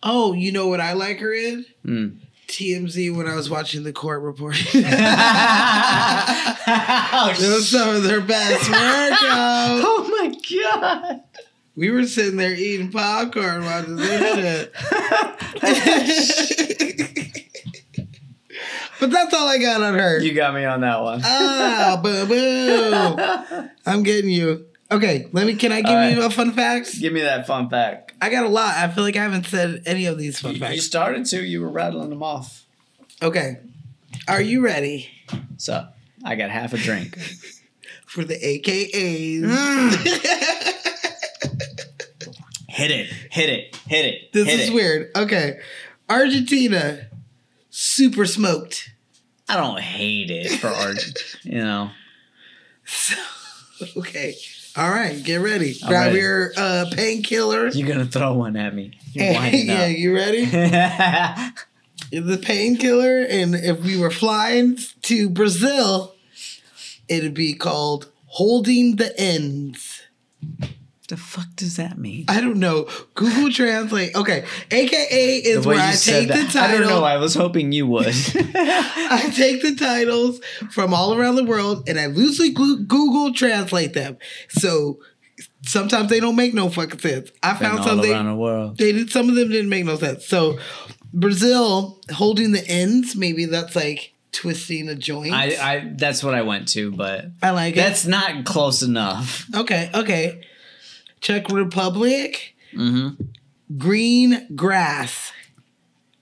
S1: Oh, you know what I like her in?
S2: Mm.
S1: TMZ when I was watching the court report. that was some of their best work. yo.
S2: oh my god!
S1: We were sitting there eating popcorn watching this
S2: Oh,
S1: shit. but that's all I got on her.
S2: You got me on that one.
S1: ah, boo boo. I'm getting you. Okay, let me. Can I give
S2: All
S1: you
S2: right.
S1: a fun fact?
S2: Give me that fun fact.
S1: I got a lot. I feel like I haven't said any of these fun
S2: You
S1: facts.
S2: started to. You were rattling them off.
S1: Okay, are you ready
S2: So I got half a drink.
S1: for the AKAs?
S2: Mm. hit it! Hit it! Hit it!
S1: this
S2: hit
S1: is
S2: it.
S1: weird. Okay, Argentina, super smoked.
S2: I don't hate it for art. you know.
S1: Okay. All right, get ready.
S2: I'm
S1: Grab
S2: ready.
S1: your uh, painkiller.
S2: You're gonna throw one at me. You're winding
S1: yeah, you ready?
S2: up.
S1: the painkiller, and if we were flying to Brazil, it'd be called holding the ends.
S2: the fuck does that mean?
S1: I don't know. Google Translate. Okay, AKA is where I take the title.
S2: I don't know. I was hoping you would.
S1: I take the titles from all around the world and I loosely glu- Google translate them. So sometimes they don't make no fucking sense. I
S2: Been
S1: found
S2: all
S1: something.
S2: around the world.
S1: they did some of them didn't make no sense. So Brazil holding the ends, maybe that's like twisting a joint.
S2: I, I that's what I went to, but
S1: I like
S2: that's not close enough.
S1: it. Okay, okay. Czech Republic,
S2: hmm
S1: green grass.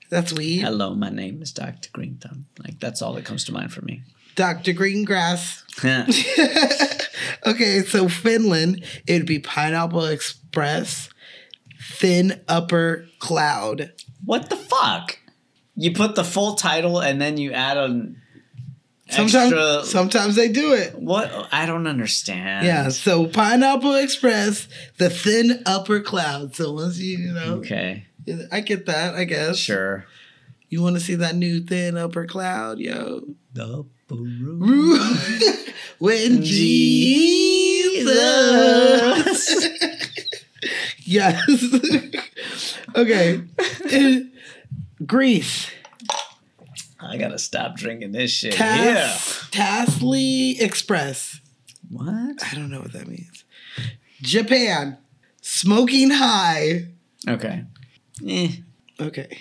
S1: That's weed.
S2: Hello, my name is Doctor Green Thumb. Like that's all that comes to mind for me.
S1: Dr. Green grass.
S2: I
S1: okay, so Finland, it would be Pineapple Express, thin upper cloud.
S2: What the fuck? You put the full title and then you add an
S1: Sometimes
S2: extra.
S1: sometimes they do it.
S2: what? I don't understand.
S1: Yeah, so Pineapple Express, the thin upper cloud. So once you, you know,
S2: Okay.
S1: I get that, I guess.
S2: Sure.
S1: You want to see that new thin upper cloud, yo?
S2: The
S1: when Jesus. yes. okay. Greece.
S2: I gotta stop drinking this shit.
S1: Tas- Tasley Express.
S2: Yeah. What?
S1: I don't know what that means. Japan. Smoking high.
S2: Okay. Eh.
S1: Okay.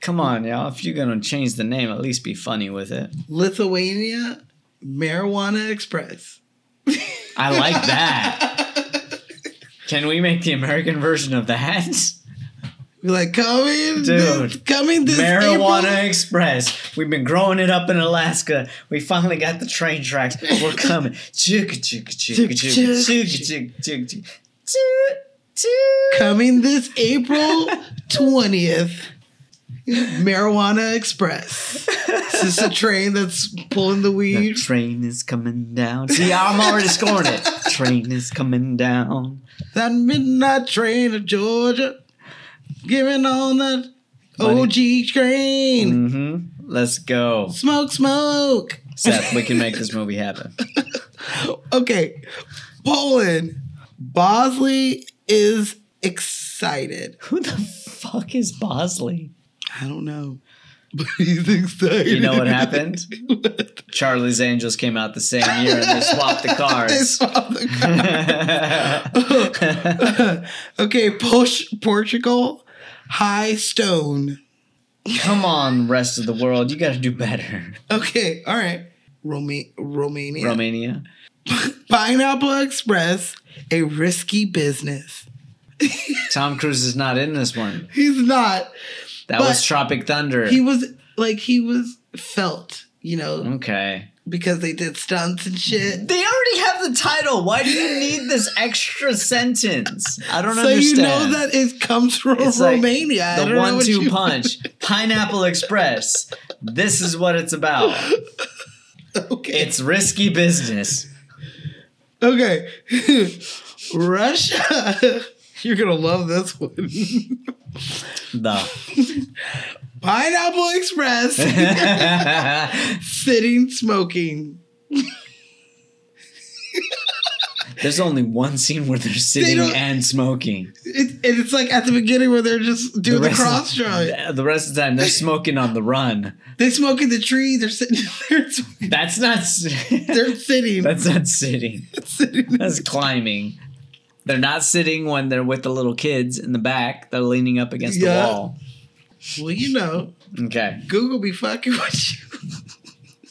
S2: Come on, y'all. If you're gonna change the name, at least be funny with it.
S1: Lithuania Marijuana Express.
S2: I like that. Can we make the American version of that?
S1: We're like coming,
S2: Dude.
S1: this, coming this
S2: Marijuana
S1: April.
S2: Express. We've been growing it up in Alaska. We finally got the train tracks. We're coming. Chugga chugga chugga
S1: Chugga,
S2: chugga
S1: chugga.
S2: chugga chugga chugga chugga. Toot, toot.
S1: coming this April twentieth. Marijuana Express. Is this a train that's pulling the
S2: The
S1: weed?
S2: train is coming down. See, I'm already scoring it. Train is coming down.
S1: That midnight train of Georgia, giving on that OG train.
S2: hmm Let's go.
S1: Smoke, smoke.
S2: Seth, we can make this movie happen.
S1: Okay, Poland. Bosley is excited.
S2: Who the fuck is Bosley?
S1: I don't know, but he's excited.
S2: You know what happened? Charlie's Angels came out the same year and they swapped the
S1: They
S2: cars.
S1: swapped the car. okay, Posh, Portugal, high stone.
S2: Come on, rest of the world. You got to do better.
S1: Okay, all right. Roma- Romania.
S2: Romania.
S1: Pineapple Express, a risky business.
S2: Tom Cruise is not in this one.
S1: He's not.
S2: That
S1: But
S2: was Tropic Thunder.
S1: He was like he was felt, you
S2: Mm.
S1: know,
S2: okay.
S1: because they did stunts and shit.
S2: They already have the title. Why do you need this extra sentence? I don't
S1: So you
S2: understand.
S1: know that it comes from
S2: It's like
S1: Romania. I
S2: the
S1: don't know what
S2: one-two
S1: you-
S2: punch, Pineapple Express. This is what it's about.
S1: Okay.
S2: It's risky business.
S1: Okay. Russia. You're gonna love this one.
S2: The
S1: Pineapple Express sitting smoking.
S2: there's only one scene where they're sitting
S1: don't-
S2: and smoking.
S1: It, and it's like at the beginning where they're just doing the,
S2: rest of-
S1: cross drawing.
S2: The rest of the time they're smoking on the run.
S1: They smoke in the tree. They're sitting. They're,
S2: That's not. s-
S1: they're sitting.
S2: That's not sitting.
S1: sitting.
S2: That's climbing. They're not sitting when they're with the little kids in the back. They're leaning up against the
S1: Yeah.
S2: wall.
S1: Well, you know,
S2: Okay.
S1: Google be fucking with you.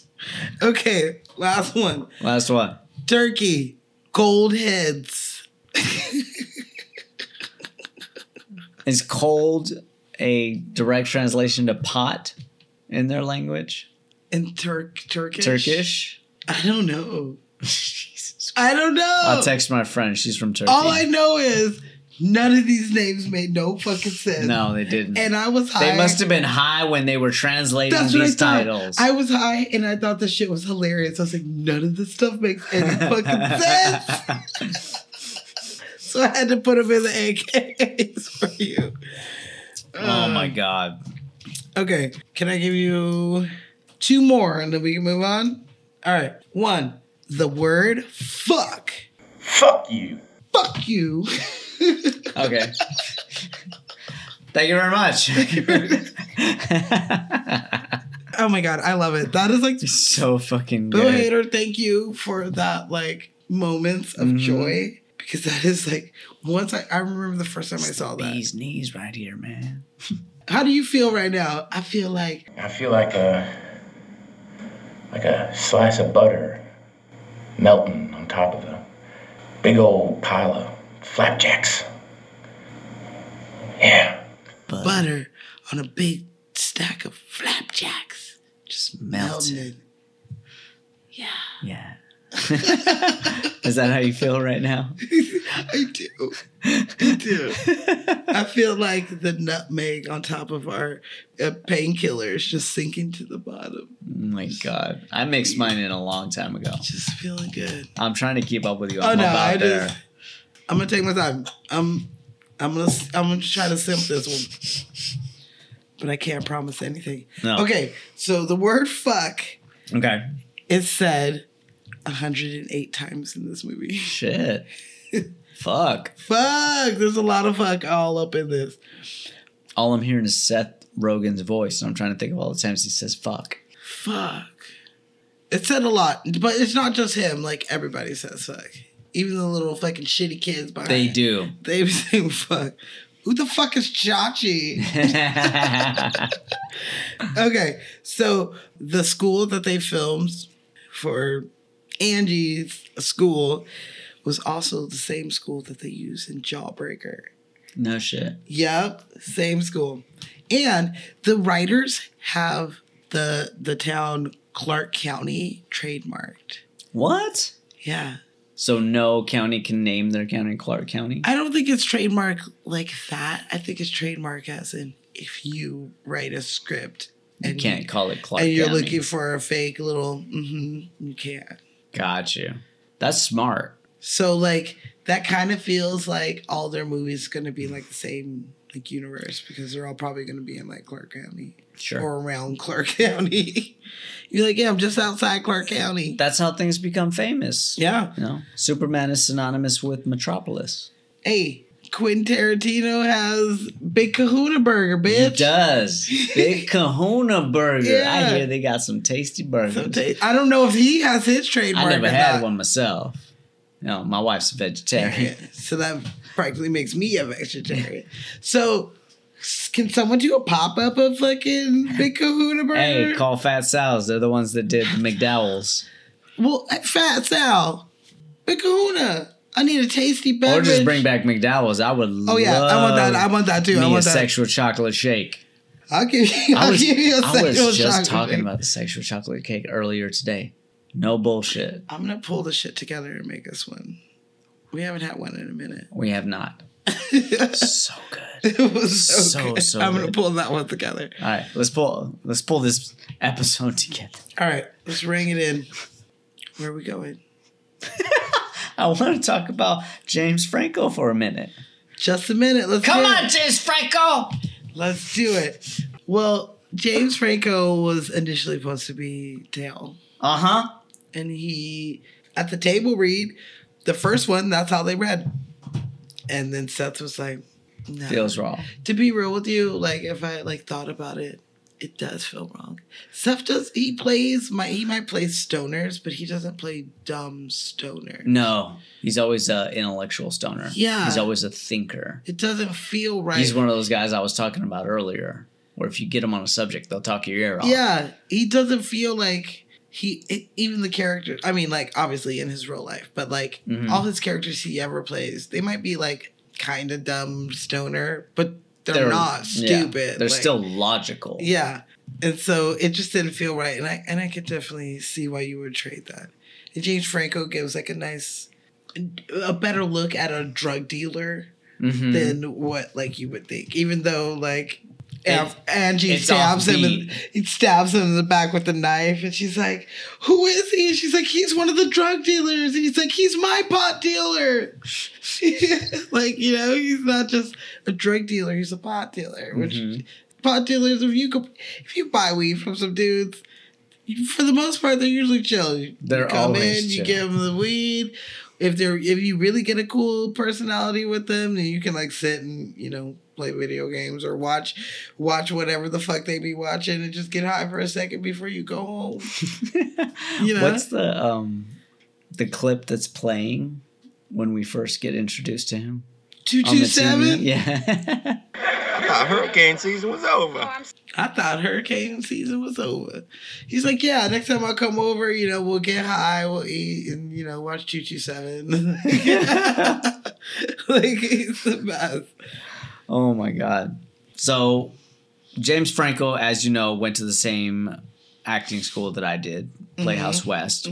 S1: okay, last one.
S2: Last one.
S1: Turkey, cold heads.
S2: Is cold a direct translation to pot in their language?
S1: And Turk, Turkish.
S2: Turkish?
S1: I don't know.
S2: Jesus.
S1: I don't know.
S2: I'll text my friend. She's from Turkey.
S1: All Oh. I know is none of these names made no fucking sense.
S2: no, they didn't.
S1: And I was high.
S2: They must have been high when they were translating
S1: That's what I
S2: these
S1: thought.
S2: titles.
S1: I was high and I thought this shit was hilarious. I was like, none of this stuff makes any fucking sense. So I had to put them in the AKs for you.
S2: oh my god.
S1: Okay, can I give you two more and then we can move on? All right, one, the word fuck.
S9: Fuck you.
S1: Fuck you.
S2: Okay. Thank you very much.
S1: Oh my god, I love it. That is like
S2: so fucking
S1: Bill
S2: good.
S1: Hader, thank you for that like moments of joy. Because that is like once I, I remember the first time I saw that.
S2: These knees right here, man.
S1: How do you feel right now? I feel like
S9: I feel like a like a slice of butter melting on top of a big old pile of flapjacks. Yeah.
S1: butter on a big stack of flapjacks.
S2: Just melted.
S1: Melted.
S2: Yeah. Is that how you feel right now?
S1: I do. I do. I feel like the nutmeg on top of our uh, painkiller is just sinking to the bottom.
S2: Oh my god. I mixed mine in a long time ago.
S1: Just feeling good.
S2: I'm trying to keep up with you.
S1: Oh,
S2: I'm
S1: no,
S2: about
S1: I
S2: there.
S1: just- I'm gonna take my time. I'm I'm gonna I'm gonna try to simp this one. But I can't promise anything.
S2: No.
S1: Okay, so the word fuck
S2: Okay.
S1: is said 108 times in this movie.
S2: Shit. Fuck.
S1: Fuck! There's a lot of fuck all up in this.
S2: All I'm hearing is Seth Rogen's voice, and I'm trying to think of all the times he says fuck.
S1: Fuck. It said a lot, but it's not just him. Like everybody says fuck. Even the little fucking shitty kids behind.
S2: They do.
S1: They be saying fuck. Who the fuck is Chachi? okay, so the school that they filmed for Angie's school was also the same school that they use in Jawbreaker.
S2: no shit.
S1: Yep, same school. And the writers have the the town Clark County trademarked.
S2: What?
S1: Yeah.
S2: So no county can name their county Clark County.
S1: I don't think it's trademark like that. I think it's trademark as in if you write a script
S2: You
S1: and
S2: can't call it Clark
S1: and you're
S2: County.
S1: looking for a fake little hmm you can't.
S2: Got you. That's smart.
S1: So like that kind of feels like all their movies gonna be like the same like universe because they're all probably gonna be in like Clark County.
S2: Sure.
S1: Or around Clark County. you're like, yeah, I'm just outside Clark County.
S2: That's how things become famous.
S1: yeah.
S2: You know, Superman is synonymous with Metropolis.
S1: Hey, Quentin Tarantino has Big Kahuna Burger,
S2: It
S1: bitch.
S2: does. Big Kahuna Burger. I
S1: Yeah.
S2: hear they got some tasty burgers.
S1: So ta- I don't know if he has his trademark.
S2: I never
S1: or
S2: had
S1: not.
S2: one myself. You know, my wife's a vegetarian.
S1: So that practically makes me a vegetarian. So s- can someone do a pop up of fucking Big Kahuna Burger?
S2: Hey, call Fat Sal's. They're the ones that did the McDowell's.
S1: well, Fat Sal, Big Kahuna. I need a tasty
S2: Or
S1: beverage.
S2: just bring back McDowell's. I would love
S1: Oh yeah, I want that. I want that too.
S2: me
S1: I want
S2: a
S1: that.
S2: sexual chocolate shake.
S1: I'll give you. I'll
S2: I was,
S1: give you a
S2: I
S1: sexual
S2: was just
S1: chocolate
S2: talking
S1: shake.
S2: about the sexual chocolate cake earlier today. No bullshit.
S1: I'm gonna pull the shit together and make us one. We haven't had one in a minute.
S2: We have not. so good.
S1: It was so,
S2: So,
S1: good.
S2: so
S1: I'm gonna
S2: good.
S1: pull that one together.
S2: All right, let's pull let's pull this episode together.
S1: All right, let's ring it in. Where are we going?
S2: I want to talk about James Franco for a minute.
S1: Just a minute. Let's
S2: Come
S1: do
S2: on,
S1: It.
S2: James Franco.
S1: Let's do it. Well, James Franco was initially supposed to be Dale,
S2: Uh huh.
S1: and he at the table read the first one. That's how they read, and then Seth was like, "No."
S2: Feels wrong.
S1: to be real with you, like if I like thought about it, it does feel wrong. Seth does he plays my he might play stoners, but he doesn't play dumb stoner.
S2: Mm. No, he's always a intellectual stoner.
S1: Yeah.
S2: he's always a thinker.
S1: It doesn't feel right.
S2: He's one of those guys I was talking about earlier, where if you get him on a subject, they'll talk your ear off.
S1: yeah, he doesn't feel like he it, even the character. I mean, like obviously in his real life, but like
S2: Mhm.
S1: all his characters he ever plays, they might be like kind of dumb stoner, but they're, not
S2: yeah,
S1: stupid.
S2: they're
S1: Like,
S2: still logical.
S1: Yeah. And so it just didn't feel right. And I and I could definitely see why you would trade that. And James Franco gives like a nice a better look at a drug dealer
S2: Mhm.
S1: than what like you would think. Even though like
S2: It-
S1: Am- Angie
S2: it's
S1: stabs him in,
S2: offbeat.
S1: he stabs him in the back with a knife and she's like, Who is he? And she's like, He's one of the drug dealers and he's like, He's my pot dealer. like, you know, he's not just a drug dealer, he's a pot dealer, which
S2: Mhm.
S1: pot dealers if you go, if you buy weed from some dudes you- for the most part they're usually chill You-
S2: They're
S1: you come
S2: always
S1: in you
S2: chill.
S1: give them the weed if they're if you really get a cool personality with them then you can like sit and you know play video games or watch watch whatever the fuck they be watching and just get high for a second before you go home you know
S2: What's the um the clip that's playing when we first get introduced to him? On the TV?
S1: 227
S2: Yeah.
S9: hurricane season was over.
S1: I thought hurricane season was over. He's like, yeah, next time I come over, you know, we'll get high, we'll eat, and you know, watch Choo Choo Seven. like he's the best.
S2: oh my god. So James Franco, as you know, went to the same acting school that I did, Playhouse West.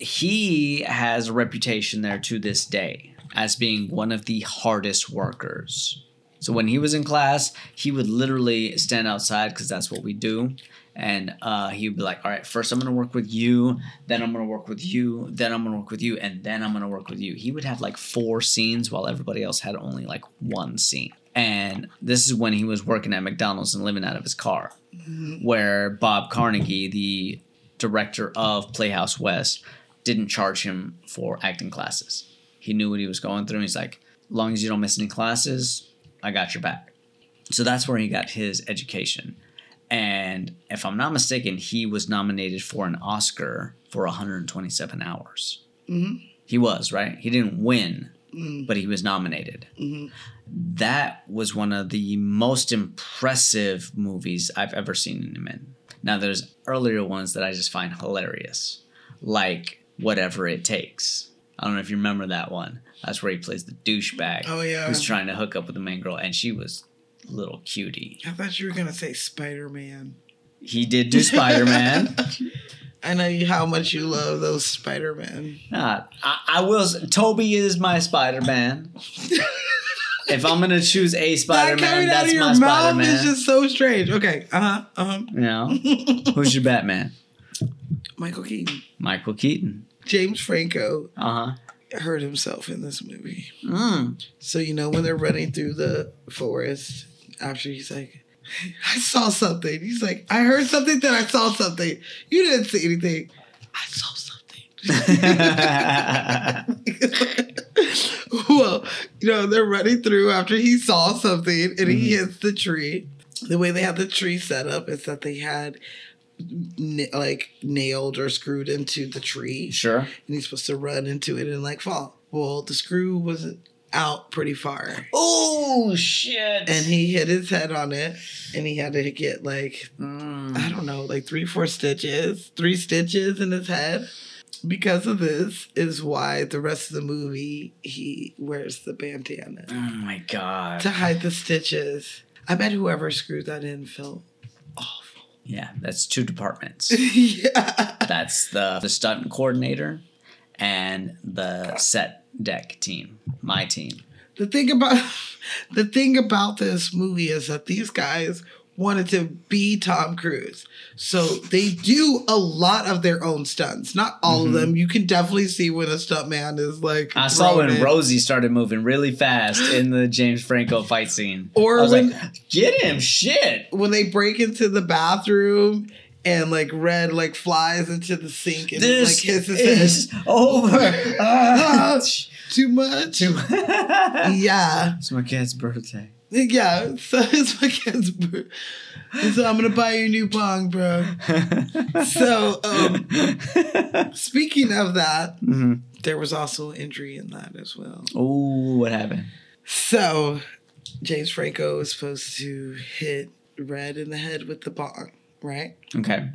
S2: He has a reputation there to this day as being one of the hardest workers. So when he was in class, he would literally stand outside because that's what we do. And uh, he would be like, all right, first I'm going to work with you, then I'm going to work with you, then I'm going to work with you, and then I'm going to work with you. He would have like four scenes while everybody else had only like one scene. And this is when he was working at McDonald's and living out of his car, where Bob Carnegie, the director of Playhouse West, didn't charge him for acting classes. He knew what he was going through. And he's like, as long as you don't miss any classes, I got your back. So that's where he got his education. And if I'm not mistaken, he was nominated for an
S1: Mm-hmm.
S2: Oscar for 127 hours. He was, right? He didn't win, but he was nominated.
S1: Mm-hmm.
S2: That was one of the most impressive movies I've ever seen him in. Now, there's earlier ones that I just find hilarious, like Whatever It Takes. I don't know if you remember that one. That's where he plays the douchebag
S1: Oh, yeah.
S2: who's trying to hook up with the main girl, and she was a little cutie.
S1: I thought you were gonna say Spider Man.
S2: He did do Spider Man.
S1: I know you, how much you love those Spider Man.
S2: Nah, I, I will. s- Toby is my Spider Man. if I'm gonna choose a Spider
S1: That
S2: Man,
S1: coming out
S2: that's
S1: of
S2: my
S1: your
S2: Spider
S1: mouth is
S2: Man.
S1: just so strange. Okay, uh huh, uh huh.
S2: You know, who's your Batman?
S1: Michael Keaton,
S2: Michael Keaton.
S1: James Franco
S2: Uh
S1: hurt himself in this movie.
S2: huh. Mm.
S1: So you know when they're running through the forest after he's like, I saw something. He's like, I heard something, then I saw something. You didn't see anything. I saw something. well, you know, they're running through after he saw something and he
S2: Mm-hmm.
S1: hits the tree. The way they had the tree set up is that they had na- like nailed or screwed into the tree
S2: sure.
S1: and he's supposed to run into it and like fall. Well, the screw was out pretty far,
S2: Oh shit.
S1: and he hit his head on it, and he had to get like I don't know, like three, four stitches, three stitches in his head. Because of this, is why the rest of the movie he wears the
S2: oh
S1: bandana
S2: my
S1: to
S2: god.
S1: hide the stitches. I bet whoever screwed that in felt awful.
S2: Yeah, that's two departments.
S1: yeah.
S2: That's the the stunt coordinator and the set deck team. My team.
S1: The thing about the thing about this movie is that these guys wanted to be Tom Cruise. So they do a lot of their own stunts. Not all of them. You can definitely see when a stuntman is like
S2: Mm-hmm. I saw
S1: thrown
S2: when
S1: in.
S2: Rosie started moving really fast in the James Franco fight scene.
S1: Or
S2: I was
S1: when-
S2: like, get him, shit.
S1: when they break into the bathroom and like red like flies into the sink and
S2: This
S1: like hits his head.
S2: is over. Ah, sh-
S1: Too much.
S2: too- it's
S1: yeah.
S2: my cat's birthday.
S1: Yeah. So it's my kid's bro. So I'm gonna buy you a new bong, bro. So um Speaking of that, there was also an injury in that as well.
S2: Oh, what happened?
S1: So, James Franco was supposed to hit Red in the head with the bong, right?
S2: Okay.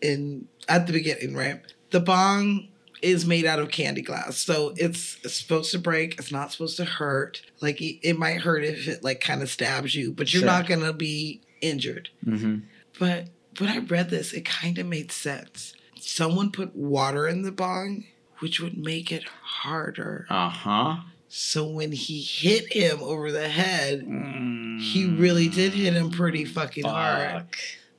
S1: In at the beginning, right? The bong is made out of candy glass, so it's, it's supposed to break. It's not supposed to hurt. Like it, it might hurt if it like kind of stabs you, but you're
S2: Sure.
S1: not gonna be injured.
S2: Mhm.
S1: But when I read this, it kind of made sense. Someone put water in the bong, which would make it harder.
S2: Uh huh.
S1: So when he hit him over the head,
S2: Mm,
S1: he really did hit him pretty fucking hard.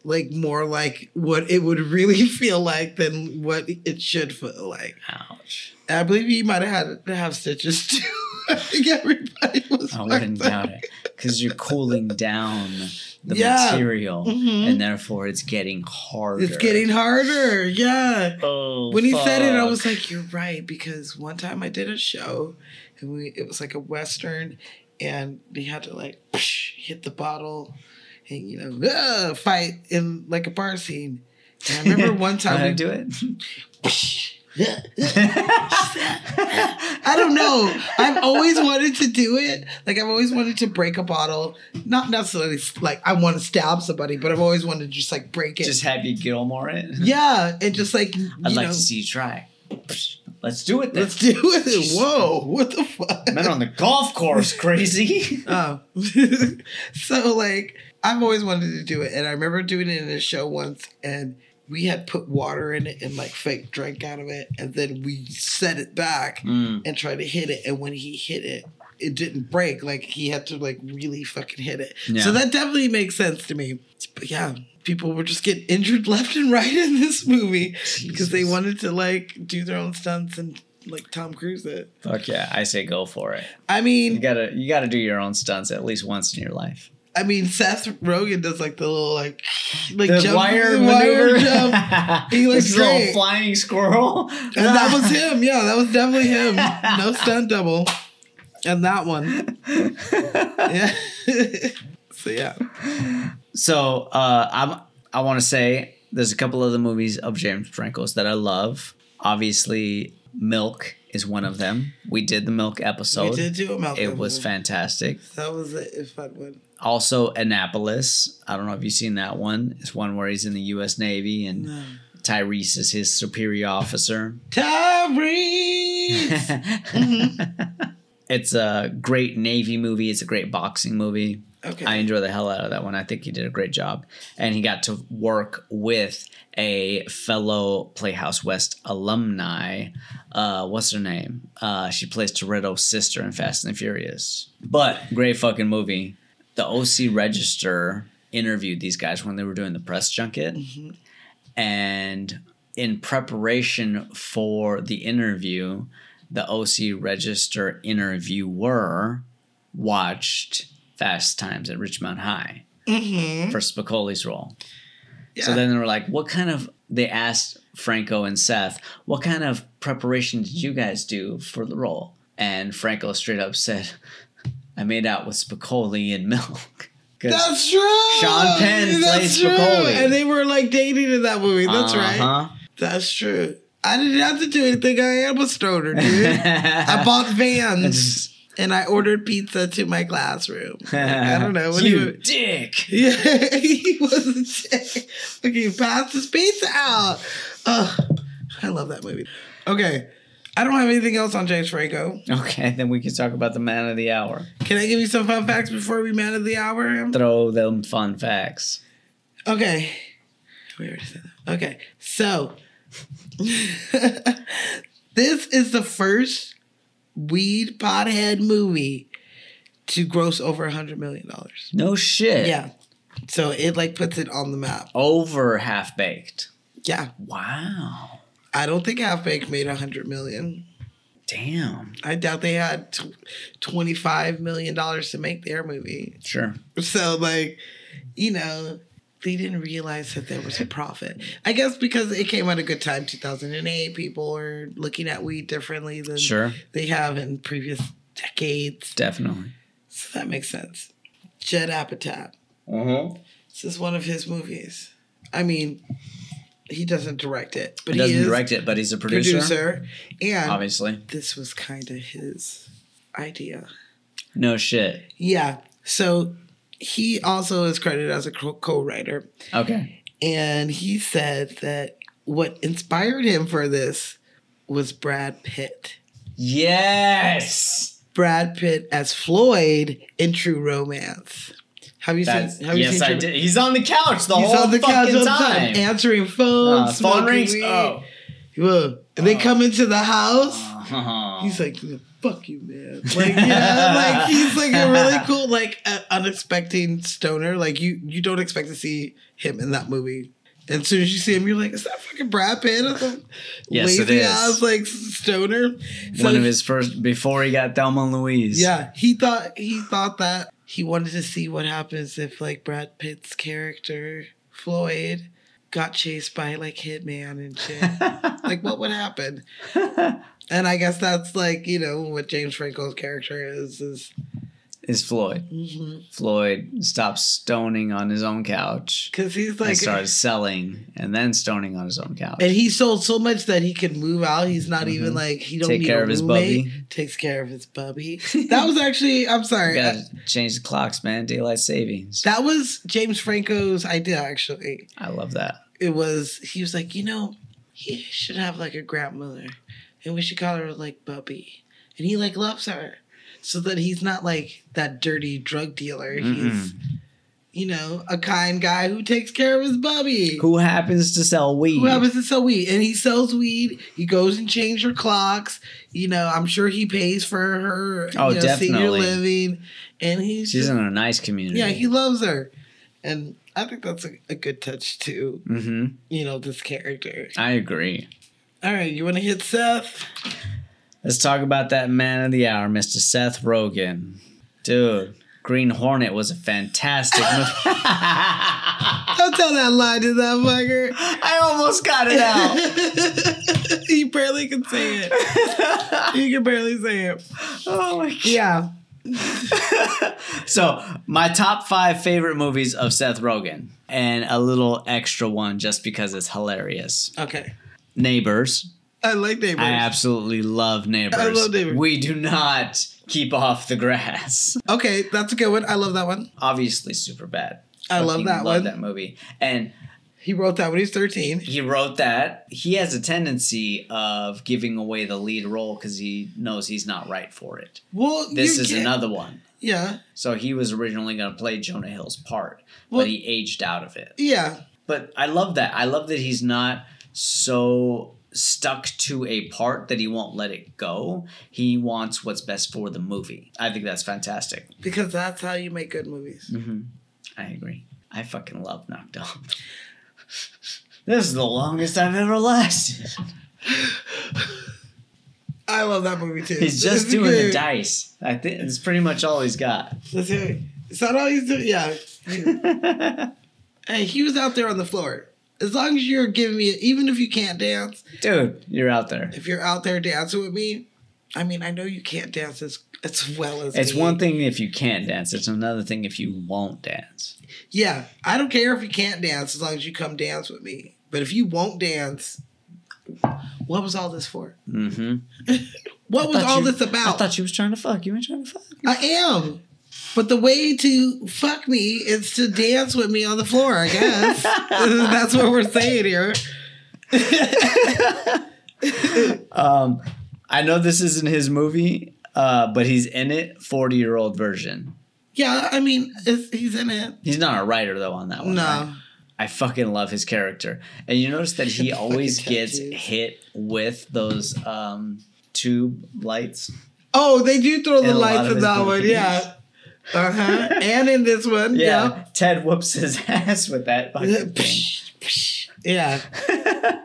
S1: Like more like what it would really feel like than what it should feel like.
S2: Ouch.
S1: I believe he might have had to have stitches too. I think everybody was.
S2: I wouldn't
S1: fucked up.
S2: doubt it because you're cooling down the
S1: Yeah. Mm-hmm.
S2: material and therefore it's getting harder.
S1: It's getting harder. Yeah.
S5: Oh,
S1: when he said it, I
S5: fuck.
S1: was like, "You're right," because one time I did a show, and we it was like a western, and they had to like hit the bottle, and you know, ah, fight in like a bar scene. And I remember one time
S2: How'd I
S1: we-
S2: do it?
S1: I don't know. I've always wanted to do it. Like I've always wanted to break a bottle. Not necessarily like I want to stab somebody, but I've always wanted to just like break it.
S2: Just happy Gilmore it.
S1: yeah, and just like you
S2: I'd like
S1: know,
S2: to see you try. Let's do it then.
S1: let's do it. Whoa, what the fuck?
S2: Men on the golf course, crazy.
S1: Oh. so like I've always wanted to do it and I remember doing it in a show once and we had put water in it and like fake drank out of it and then we set it back
S2: Hmm,
S1: and tried to hit it and when he hit it it didn't break like he had to like really fucking hit it.
S2: Yeah.
S1: So that definitely makes sense to me. But yeah, people were just getting injured left and right in this movie because they
S2: Jesus.
S1: wanted to like do their own stunts and like Tom Cruise it.
S2: Fuck yeah, I say go for it.
S1: I mean,
S2: You gotta you gotta do your own stunts at least once in your life.
S1: I mean, Seth Rogen does like the little like like
S2: The
S1: jump,
S2: wire
S1: the
S2: maneuver.
S1: jump, He looks
S2: this little
S1: great.
S2: flying squirrel.
S1: and that was him. Yeah, that was definitely him. No stunt double, and that one. Yeah. so yeah,
S2: So uh, I'm, I want to say there's a couple other movies of James Franco's that I love. Obviously, Milk is one of them. We did the milk episode.
S1: We did do a milk
S2: It was
S1: episode.
S2: fantastic.
S1: That was a, a fun one.
S2: Also, Annapolis. I don't know if you've seen that one. It's one where he's in the U.S. Navy and Tyrese is his superior officer.
S1: Tyrese!
S2: it's a great Navy movie. It's a great boxing movie.
S1: Okay.
S2: I enjoy the hell out of that one. I think he did a great job. And he got to work with a fellow Playhouse West alumni. Uh, what's her name? Uh, she plays Toretto's sister in Fast and the Furious. But great fucking movie. The OC Register interviewed these guys when they were doing the press junket. And in preparation for the interview, the OC Register interviewer watched Fast Times at Richmond High
S1: Mm-hmm.
S2: for Spicoli's role. So then they were like, what kind of, they asked Franco and Seth, what kind of preparation did you guys do for the role? And Franco straight up said, I made out with Spicoli and milk. 'Cause-
S1: That's true!
S2: Sean Penn plays
S1: true.
S2: Spicoli.
S1: And they were like dating in that movie. That's right.
S2: Uh-huh.
S1: That's true. I didn't have to do anything. I am a stoner, dude. I bought vans and I ordered pizza to my classroom. Like, I don't know. What do
S2: you
S1: you,
S2: dick.
S1: yeah, he was okay. Pass his pizza out. Ugh, I love that movie. Okay, I don't have anything else on James Franco.
S2: Okay, then we can talk about the man of the hour.
S1: Can I give you some fun facts before we man of the hour? him?
S2: Throw them fun facts.
S1: Okay. We already said that. Okay. So this is the first weed pothead movie to gross over a hundred million dollars.
S2: No shit.
S1: Yeah. So it like puts it on the map.
S2: Over half baked.
S1: Yeah.
S2: Wow.
S1: I don't think Half Baked made a hundred million.
S2: Damn.
S1: I doubt they had tw- twenty-five million dollars to make their movie.
S2: Sure.
S1: So like, you know, they didn't realize that there was a profit. I guess because it came at a good time, 2008. People are looking at weed differently than
S2: Sure.
S1: they have in previous decades.
S2: Definitely.
S1: So that makes sense. Judd Apatow.
S2: Uh-huh.
S1: This is one of his movies. I mean, he doesn't direct it, but
S2: He
S1: he,
S2: doesn't
S1: is
S2: direct it, but he's a producer.
S1: producer. And
S2: Obviously.
S1: this was kind of his idea.
S2: No shit.
S1: Yeah. So he also is credited as a co- co-writer.
S2: Okay.
S1: and he said that what inspired him for this was Brad Pitt.
S2: Yes.
S1: Brad Pitt as Floyd in True Romance. Have you
S2: That's,
S1: seen? Have you
S2: yes,
S1: seen
S2: I
S1: True-
S2: did. He's on the couch the
S1: He's
S2: whole
S1: on the couch
S2: fucking
S1: all the
S2: time.
S1: time, answering phones.
S2: Uh, phone
S1: smoking
S2: rings.
S1: weed.
S2: Oh.
S1: Whoa. And they come into the house.
S2: Uh-huh.
S1: He's like, "Fuck you, man!" Like, yeah, like he's like a really cool, like uh, unexpected stoner. Like you, you don't expect to see him in that movie. And as soon as you see him, you're like, "Is that fucking Brad Pitt?" Or some
S2: Yes, it
S1: lazy
S2: is.
S1: ass like stoner. So
S2: One of his first before he got Thelma and Louise.
S1: Yeah, he thought he thought that he wanted to see what happens if like Brad Pitt's character Floyd got chased by like hitman and shit. like what would happen? And I guess that's like you know what James Franco's character is is mm-hmm.
S2: Is Floyd. Floyd stops stoning on his own couch.
S1: because he's
S2: and
S1: like
S2: started selling and then stoning on his own couch.
S1: and he sold so much that he could move out. He's not even like he don't
S2: Mm-hmm. Take
S1: need
S2: care
S1: a
S2: of his
S1: roommate.
S2: bubby.
S1: Takes care of his bubby. that was actually I'm sorry. uh,
S2: You gotta change the clocks, man. Daylight savings.
S1: that was James Franco's idea actually.
S2: I love that.
S1: it was he was like, you know, he should have like a grandmother, and we should call her like Bubby, and he like loves her, so that he's not like that dirty drug dealer.
S2: Mm-hmm.
S1: He's, you know, a kind guy who takes care of his bubby.
S2: Mm-hmm. Who happens to sell weed?
S1: Who happens to sell weed? And he sells weed. He goes and changes her clocks. You know, I'm sure he pays for her
S2: Oh,
S1: you know, senior
S2: definitely.
S1: living. And he's
S2: She's
S1: just-
S2: in a nice community.
S1: yeah, he loves her. And I think that's a, a good touch too.
S2: hmm
S1: You know, this character.
S2: I agree.
S1: All right, you want to hit Seth?
S2: Let's talk about that man of the hour, Mr. Seth Rogen. Dude, Green Hornet was a fantastic movie.
S1: Don't tell that lie to that fucker.
S2: I almost got it out.
S1: he barely can say it. he can barely say it.
S2: oh my God.
S1: Yeah.
S2: So, my top five favorite movies of Seth Rogen, and a little extra one just because it's hilarious.
S1: Okay.
S2: Neighbors,
S1: I like neighbors.
S2: I absolutely love neighbors.
S1: I love neighbors.
S2: We do not keep off the grass.
S1: okay, that's a good one. I love that one.
S2: Obviously, super bad.
S1: I love that
S2: love
S1: one.
S2: that movie. And
S1: He wrote that when he was 13.
S2: he wrote that. He has a tendency of giving away the lead role because he knows he's not right for it.
S1: Well,
S2: This
S1: you
S2: is
S1: get-
S2: another one.
S1: Yeah.
S2: So he was originally going to play Jonah Hill's part,
S1: Well-
S2: but he aged out of it.
S1: Yeah.
S2: But I love that. I love that he's not so stuck to a part that he won't let it go. He wants what's best for the movie. I think that's fantastic.
S1: Because that's how you make good movies.
S2: I agree. I fucking love Knocked Up. this is the longest I've ever lasted.
S1: I love that movie too.
S2: He's
S1: This
S2: just
S1: is
S2: doing the
S1: good.
S2: dice. I think it's pretty much all he's got.
S1: Let's hear it. Is that all he's doing? Yeah. hey, he was out there on the floor. As long as you're giving me, even if you can't dance,
S2: Dude, you're out there.
S1: if you're out there dancing with me, I mean, I know you can't dance as as well as
S2: It's
S1: me.
S2: one thing if you can dance, it's another thing if you won't dance.
S1: Yeah, I don't care if you can't dance as long as you come dance with me. But if you won't dance, what was all this for?
S2: Mm-hmm.
S1: What was all this
S2: I
S1: about? I,
S2: thought you was trying to fuck. You ain't trying to fuck.
S1: am. But the way to fuck me is to dance with me on the floor, I guess. That's what we're saying here.
S2: I know this isn't his movie, uh, but he's in it. Forty year old version.
S1: Yeah, I mean, it's, he's in it.
S2: He's not a writer though on that one. right?
S1: No.
S2: I fucking love his character. And you notice that he always
S1: fucking
S2: gets
S1: tattoos.
S2: hit with those um, tube lights.
S1: Oh, they do throw the
S2: In a lot
S1: lights
S2: of
S1: in
S2: his
S1: that one,
S2: movies.
S1: yeah. Uh huh. and in this one,
S2: Yeah.
S1: yeah.
S2: Ted whoops his ass with that fucking thing.
S1: Yeah.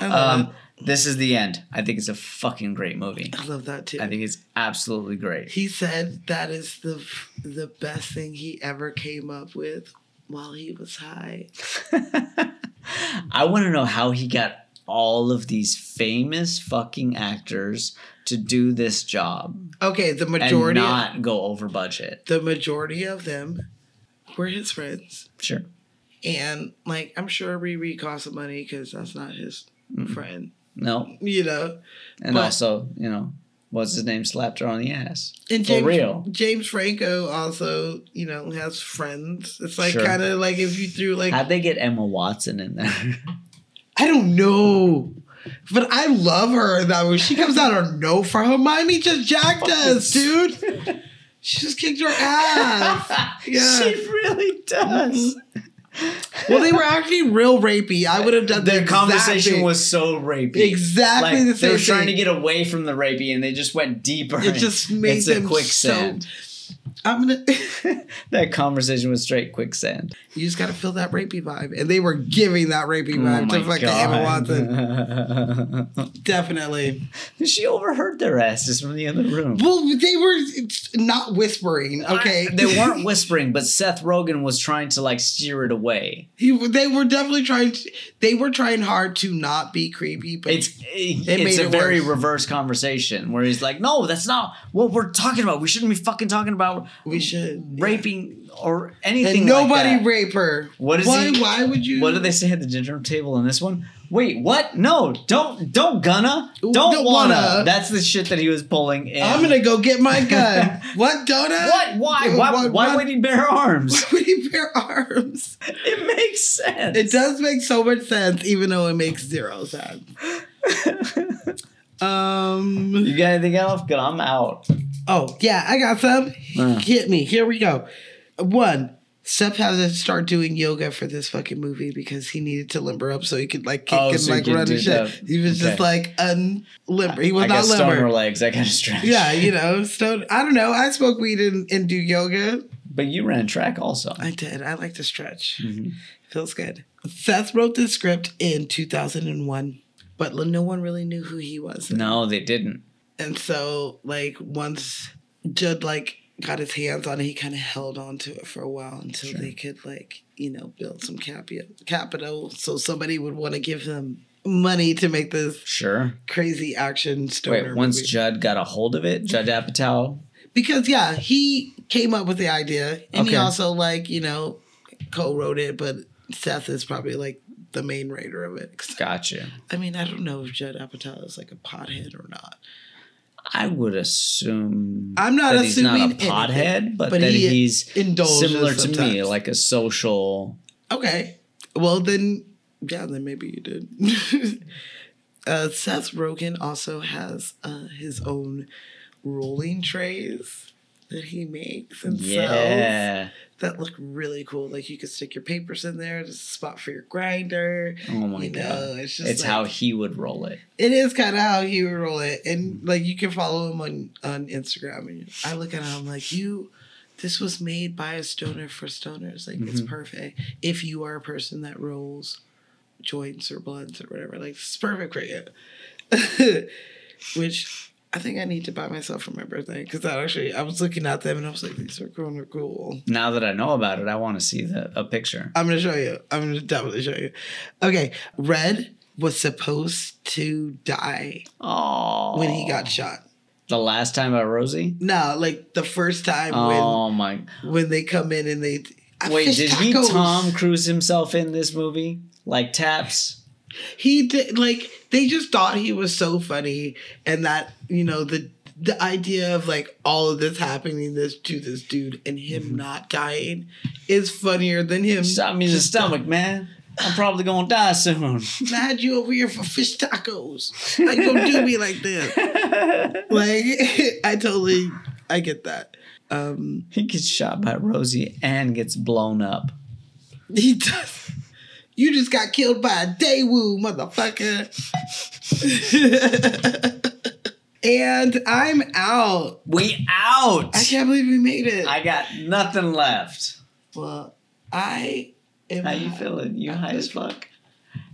S1: I love,
S2: Um, this is the end. I think it's a fucking great movie.
S1: I love that too.
S2: I think it's absolutely great.
S1: He said that is the the best thing he ever came up with while he was high.
S2: I want to know how he got all of these famous fucking actors to do this job
S1: Okay, the
S2: and
S1: majority
S2: not go over budget.
S1: the majority of them were his friends,
S2: Sure.
S1: and like I'm sure Riri cost some money because that's not his
S2: Mm.
S1: friend,
S2: No.
S1: you know.
S2: And
S1: But-
S2: also, you know, what's his name slapped her on the ass.
S1: And
S2: For
S1: James,
S2: real.
S1: James Franco also, you know, has friends. It's like
S2: Sure.
S1: kind of like if you threw like
S2: How'd they get Emma Watson in there?
S1: I don't know. But I love her in that movie. She comes out of no for Hermione just jacked us, dude. She just kicked your ass. Yeah.
S2: She really does.
S1: well, they were actually real rapey. I would have done
S2: Their
S1: the exact
S2: conversation
S1: thing.
S2: was so rapey.
S1: exactly
S2: Like,
S1: the same.
S2: they were trying to
S1: thing.
S2: get away from the rapey, and they just went deeper.
S1: It just made
S2: it's
S1: them
S2: a quicksand.
S1: I'm gonna.
S2: that conversation was straight quicksand.
S1: you just gotta feel that rapey vibe, and they were giving that
S2: Oh
S1: rapey vibe to fucking Emma Watson.
S2: Watson.
S1: Definitely.
S2: she overheard their asses from the other room.
S1: Well, they were it's not whispering. Okay,
S2: They weren't whispering, but Seth Rogen was trying to like steer it away.
S1: He, they were definitely trying. To, they were trying hard to not be creepy, but
S2: It's it,
S1: It
S2: it's
S1: made
S2: a
S1: it
S2: very
S1: worse.
S2: reverse conversation where he's like, "No, that's not what we're talking about. We shouldn't be fucking talking about
S1: we should
S2: raping or anything."
S1: And
S2: like
S1: nobody
S2: that.
S1: rape her.
S2: What is
S1: why?
S2: he-
S1: Why would you?
S2: What do they say at the dinner table in this one? Wait, what? No, don't, don't gonna,
S1: Ooh,
S2: don't,
S1: don't
S2: wanna.
S1: wanna.
S2: That's the shit that he was pulling in.
S1: I'm gonna go get my gun. what donut?
S2: What? Why? Why? Why, would he bear arms?
S1: We bare arms.
S2: it makes sense.
S1: It does make so much sense, even though it makes zero sense. um.
S2: You got anything else? Good, I'm out.
S1: Oh yeah, I got some.
S2: Uh.
S1: Hit me. Here we go. One. Steph had to start doing yoga for this fucking movie because he needed to limber up so he could like kick
S2: Oh,
S1: and
S2: so he
S1: like
S2: could
S1: run
S2: do
S1: and shit.
S2: the-
S1: He was just
S2: okay.
S1: like unlimber. He was
S2: I
S1: not
S2: got stoner
S1: limber.
S2: legs. I got to stretch.
S1: Yeah, you know, stone. I don't know. I smoke weed and, and do yoga.
S2: but you ran track also.
S1: I did. I like to stretch.
S2: Mm-hmm.
S1: Feels good. Seth wrote this script in 2001, but no one really knew who he was.
S2: No, they didn't.
S1: And so, like, once Judd, like, got his hands on it, he kind of held on to it for a while until they could, like, you know, build some capi- capital so somebody would want to give them money to make this
S2: Sure.
S1: crazy action story.
S2: Wait, once Judd got a hold of it, Judd Apatow.
S1: because, yeah, he came up with the idea and
S2: Okay.
S1: he also, like, you know, co wrote it, but Seth is probably, like, the main writer of it. 'Cause,
S2: Gotcha.
S1: I mean, I don't know if Judd Apatow is like a pothead or not.
S2: I would assume
S1: I'm not
S2: that he's not a
S1: assuming anything,
S2: pothead, but,
S1: but
S2: that
S1: he
S2: he's
S1: indulges
S2: similar to me,
S1: sometimes.
S2: like a social.
S1: Okay. Well, then, yeah, then maybe you did. uh, Seth Rogen also has uh, his own rolling trays that he makes himself
S2: Yeah.
S1: that look really cool. Like you could stick your papers in there, just a spot for your grinder.
S2: Oh my
S1: you
S2: god.
S1: know, it's
S2: it's
S1: just like-
S2: how he would roll it.
S1: It is kind of how he would roll it, and like you can follow him on on Instagram. And I look at him I'm like you. This was made by a stoner for stoners. Like it's perfect. If you are a person that rolls joints or blunts or whatever, like it's perfect for you. Which I think I need to buy myself for my birthday because I actually I was looking at them and I was like these are kind of cool.
S2: Now that I know about it, I want to see the, a picture.
S1: I'm gonna show you. I'm gonna definitely show you. Okay, Red was supposed to die
S2: Oh,
S1: when he got shot.
S2: the last time by Rosie.
S1: No, like the first time
S2: Oh my!
S1: when when they come in and they I
S2: Wait,
S1: fish
S2: did he
S1: tacos.
S2: Tom Cruise himself in this movie? Like taps?
S1: He did like they just thought he was so funny, and that you know the the idea of like all of this happening this to this dude and him
S2: Mm-hmm.
S1: not dying is funnier than him.
S2: Shot me in the stomach, man. I'm probably gonna die soon.
S1: I had you over here for fish tacos. Like, don't do me like this. like, I totally, I get that. Um,
S2: He gets shot by Rosie and gets blown up.
S1: he does. You just got killed by a Daewoo, motherfucker. and I'm out.
S2: We out.
S1: I can't believe we made it.
S2: I got nothing left.
S1: well, I am.
S2: How you
S1: out.
S2: feeling? You high as fuck?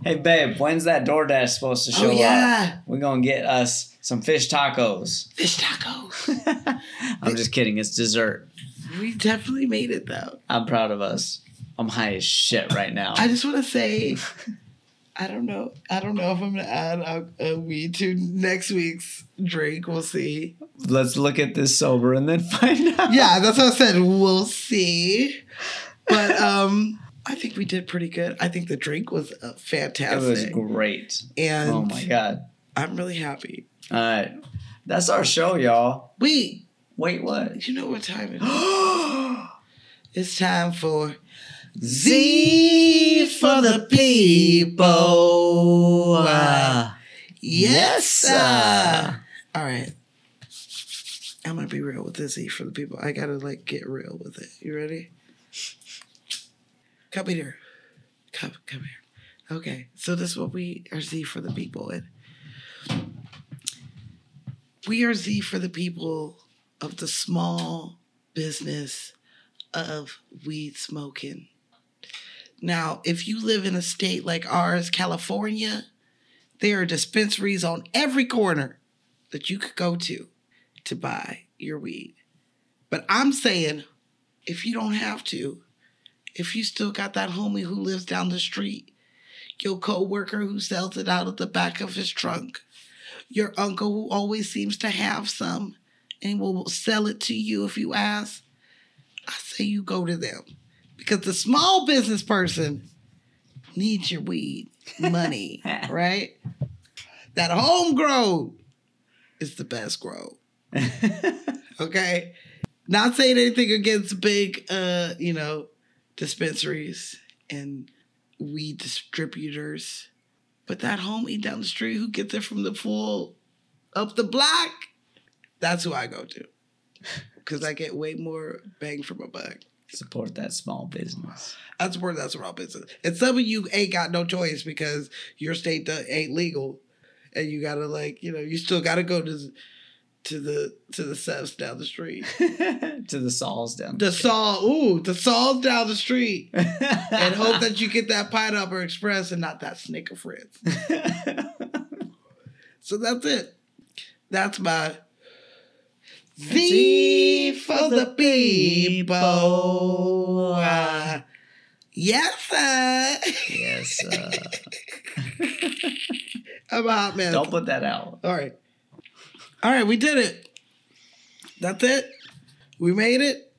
S2: Hey babe, when's that DoorDash supposed to show
S1: Oh yeah,
S2: up? We're gonna get us some fish tacos.
S1: fish tacos.
S2: I'm just kidding, it's dessert.
S1: we definitely made it though.
S2: I'm proud of us. I'm high as shit right now.
S1: I just want to say, I don't know. I don't know if I'm gonna add a, a weed to next week's drink. We'll see.
S2: Let's look at this sober and then find out.
S1: Yeah, that's what I said. We'll see. But um, I think we did pretty good. I think the drink was uh,
S2: It
S1: fantastic,
S2: was great.
S1: and
S2: Oh my god.
S1: I'm really happy.
S2: All right. That's our show, y'all.
S1: Wait,
S2: Wait, what?
S1: you know what time it is? it's time for
S2: Z for the people. Uh,
S1: yes.
S2: sir.
S1: All right. I'm gonna be real with this E for the people. I gotta like get real with it. You ready? Come here. Come come here. Okay. So this is what we are Z for the people and we are Z for the people of the small business of weed smoking. Now, if you live in a state like ours, California, there are dispensaries on every corner that you could go to to buy your weed. But I'm saying, if you don't have to, if you still got that homie who lives down the street, your coworker who sells it out of the back of his trunk, your uncle who always seems to have some and will sell it to you if you ask, I say you go to them because the small business person needs your weed money, right? That homegrown is the best grow. okay? Not saying anything against big uh, you know, dispensaries and weed distributors. But that homie down the street who gets it from the pool up the block, that's who I go to. Cause I get way more bang for my buck.
S2: Support that small business.
S1: That's where that's raw business. And some of you ain't got no choice because your state do- ain't legal, and you gotta like you know you still gotta go to to the to the subs down the street.
S2: to the Sauls down
S1: The saw, ooh, the saws down the street, and hope that you get that pineapple express and not that Snicker Fritz. so that's it. That's my Z for the people. Yes, sir.
S2: Yes. Uh,
S1: I'm a hot man.
S2: don't put that out.
S1: All right. All right, we did it. That's it. We made it.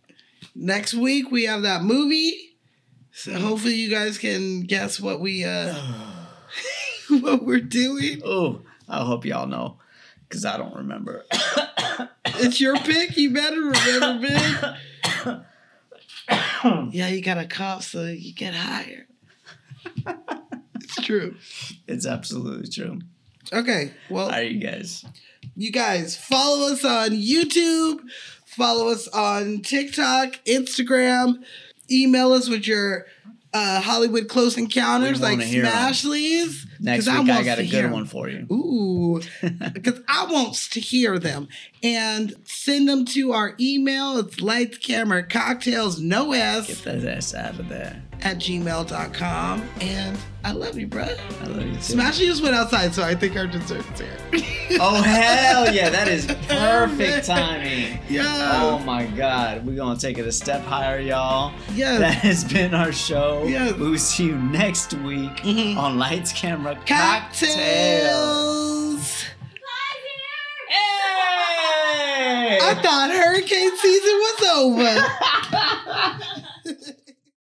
S1: Next week we have that movie. So hopefully you guys can guess what we uh what we're doing.
S2: Oh, I hope y'all know, because I don't remember.
S1: It's your pick. You better remember, big. yeah, you got a cough, so you get higher. it's true.
S2: it's absolutely true.
S1: Okay. Well,
S2: All right, you guys.
S1: you guys follow us on YouTube, follow us on TikTok, Instagram, email us with your uh, Hollywood close encounters
S2: We wanna
S1: like
S2: hear 'em.
S1: Smashleys.
S2: Next
S1: 'cause
S2: week, I
S1: wants
S2: got
S1: to
S2: a
S1: hear
S2: good
S1: 'em.
S2: one for you.
S1: Ooh, because I wants to hear them and send them to our email. It's lights, camera, cocktails, no
S2: Get
S1: S
S2: that ass out of there.
S1: at gmail.com. And I love you, bruh.
S2: I love you too.
S1: Smashy just went outside, so I think our dessert's here.
S2: Oh hell yeah, that is perfect timing. Oh
S1: Yeah.
S2: my god, we're gonna take it a step higher, y'all.
S1: Yes.
S2: That has been our show.
S1: Yes. Mm-hmm.
S2: We will see you next week on Lights Camera Cocktail.
S1: cocktails.
S2: Hey!
S1: I thought hurricane season was over.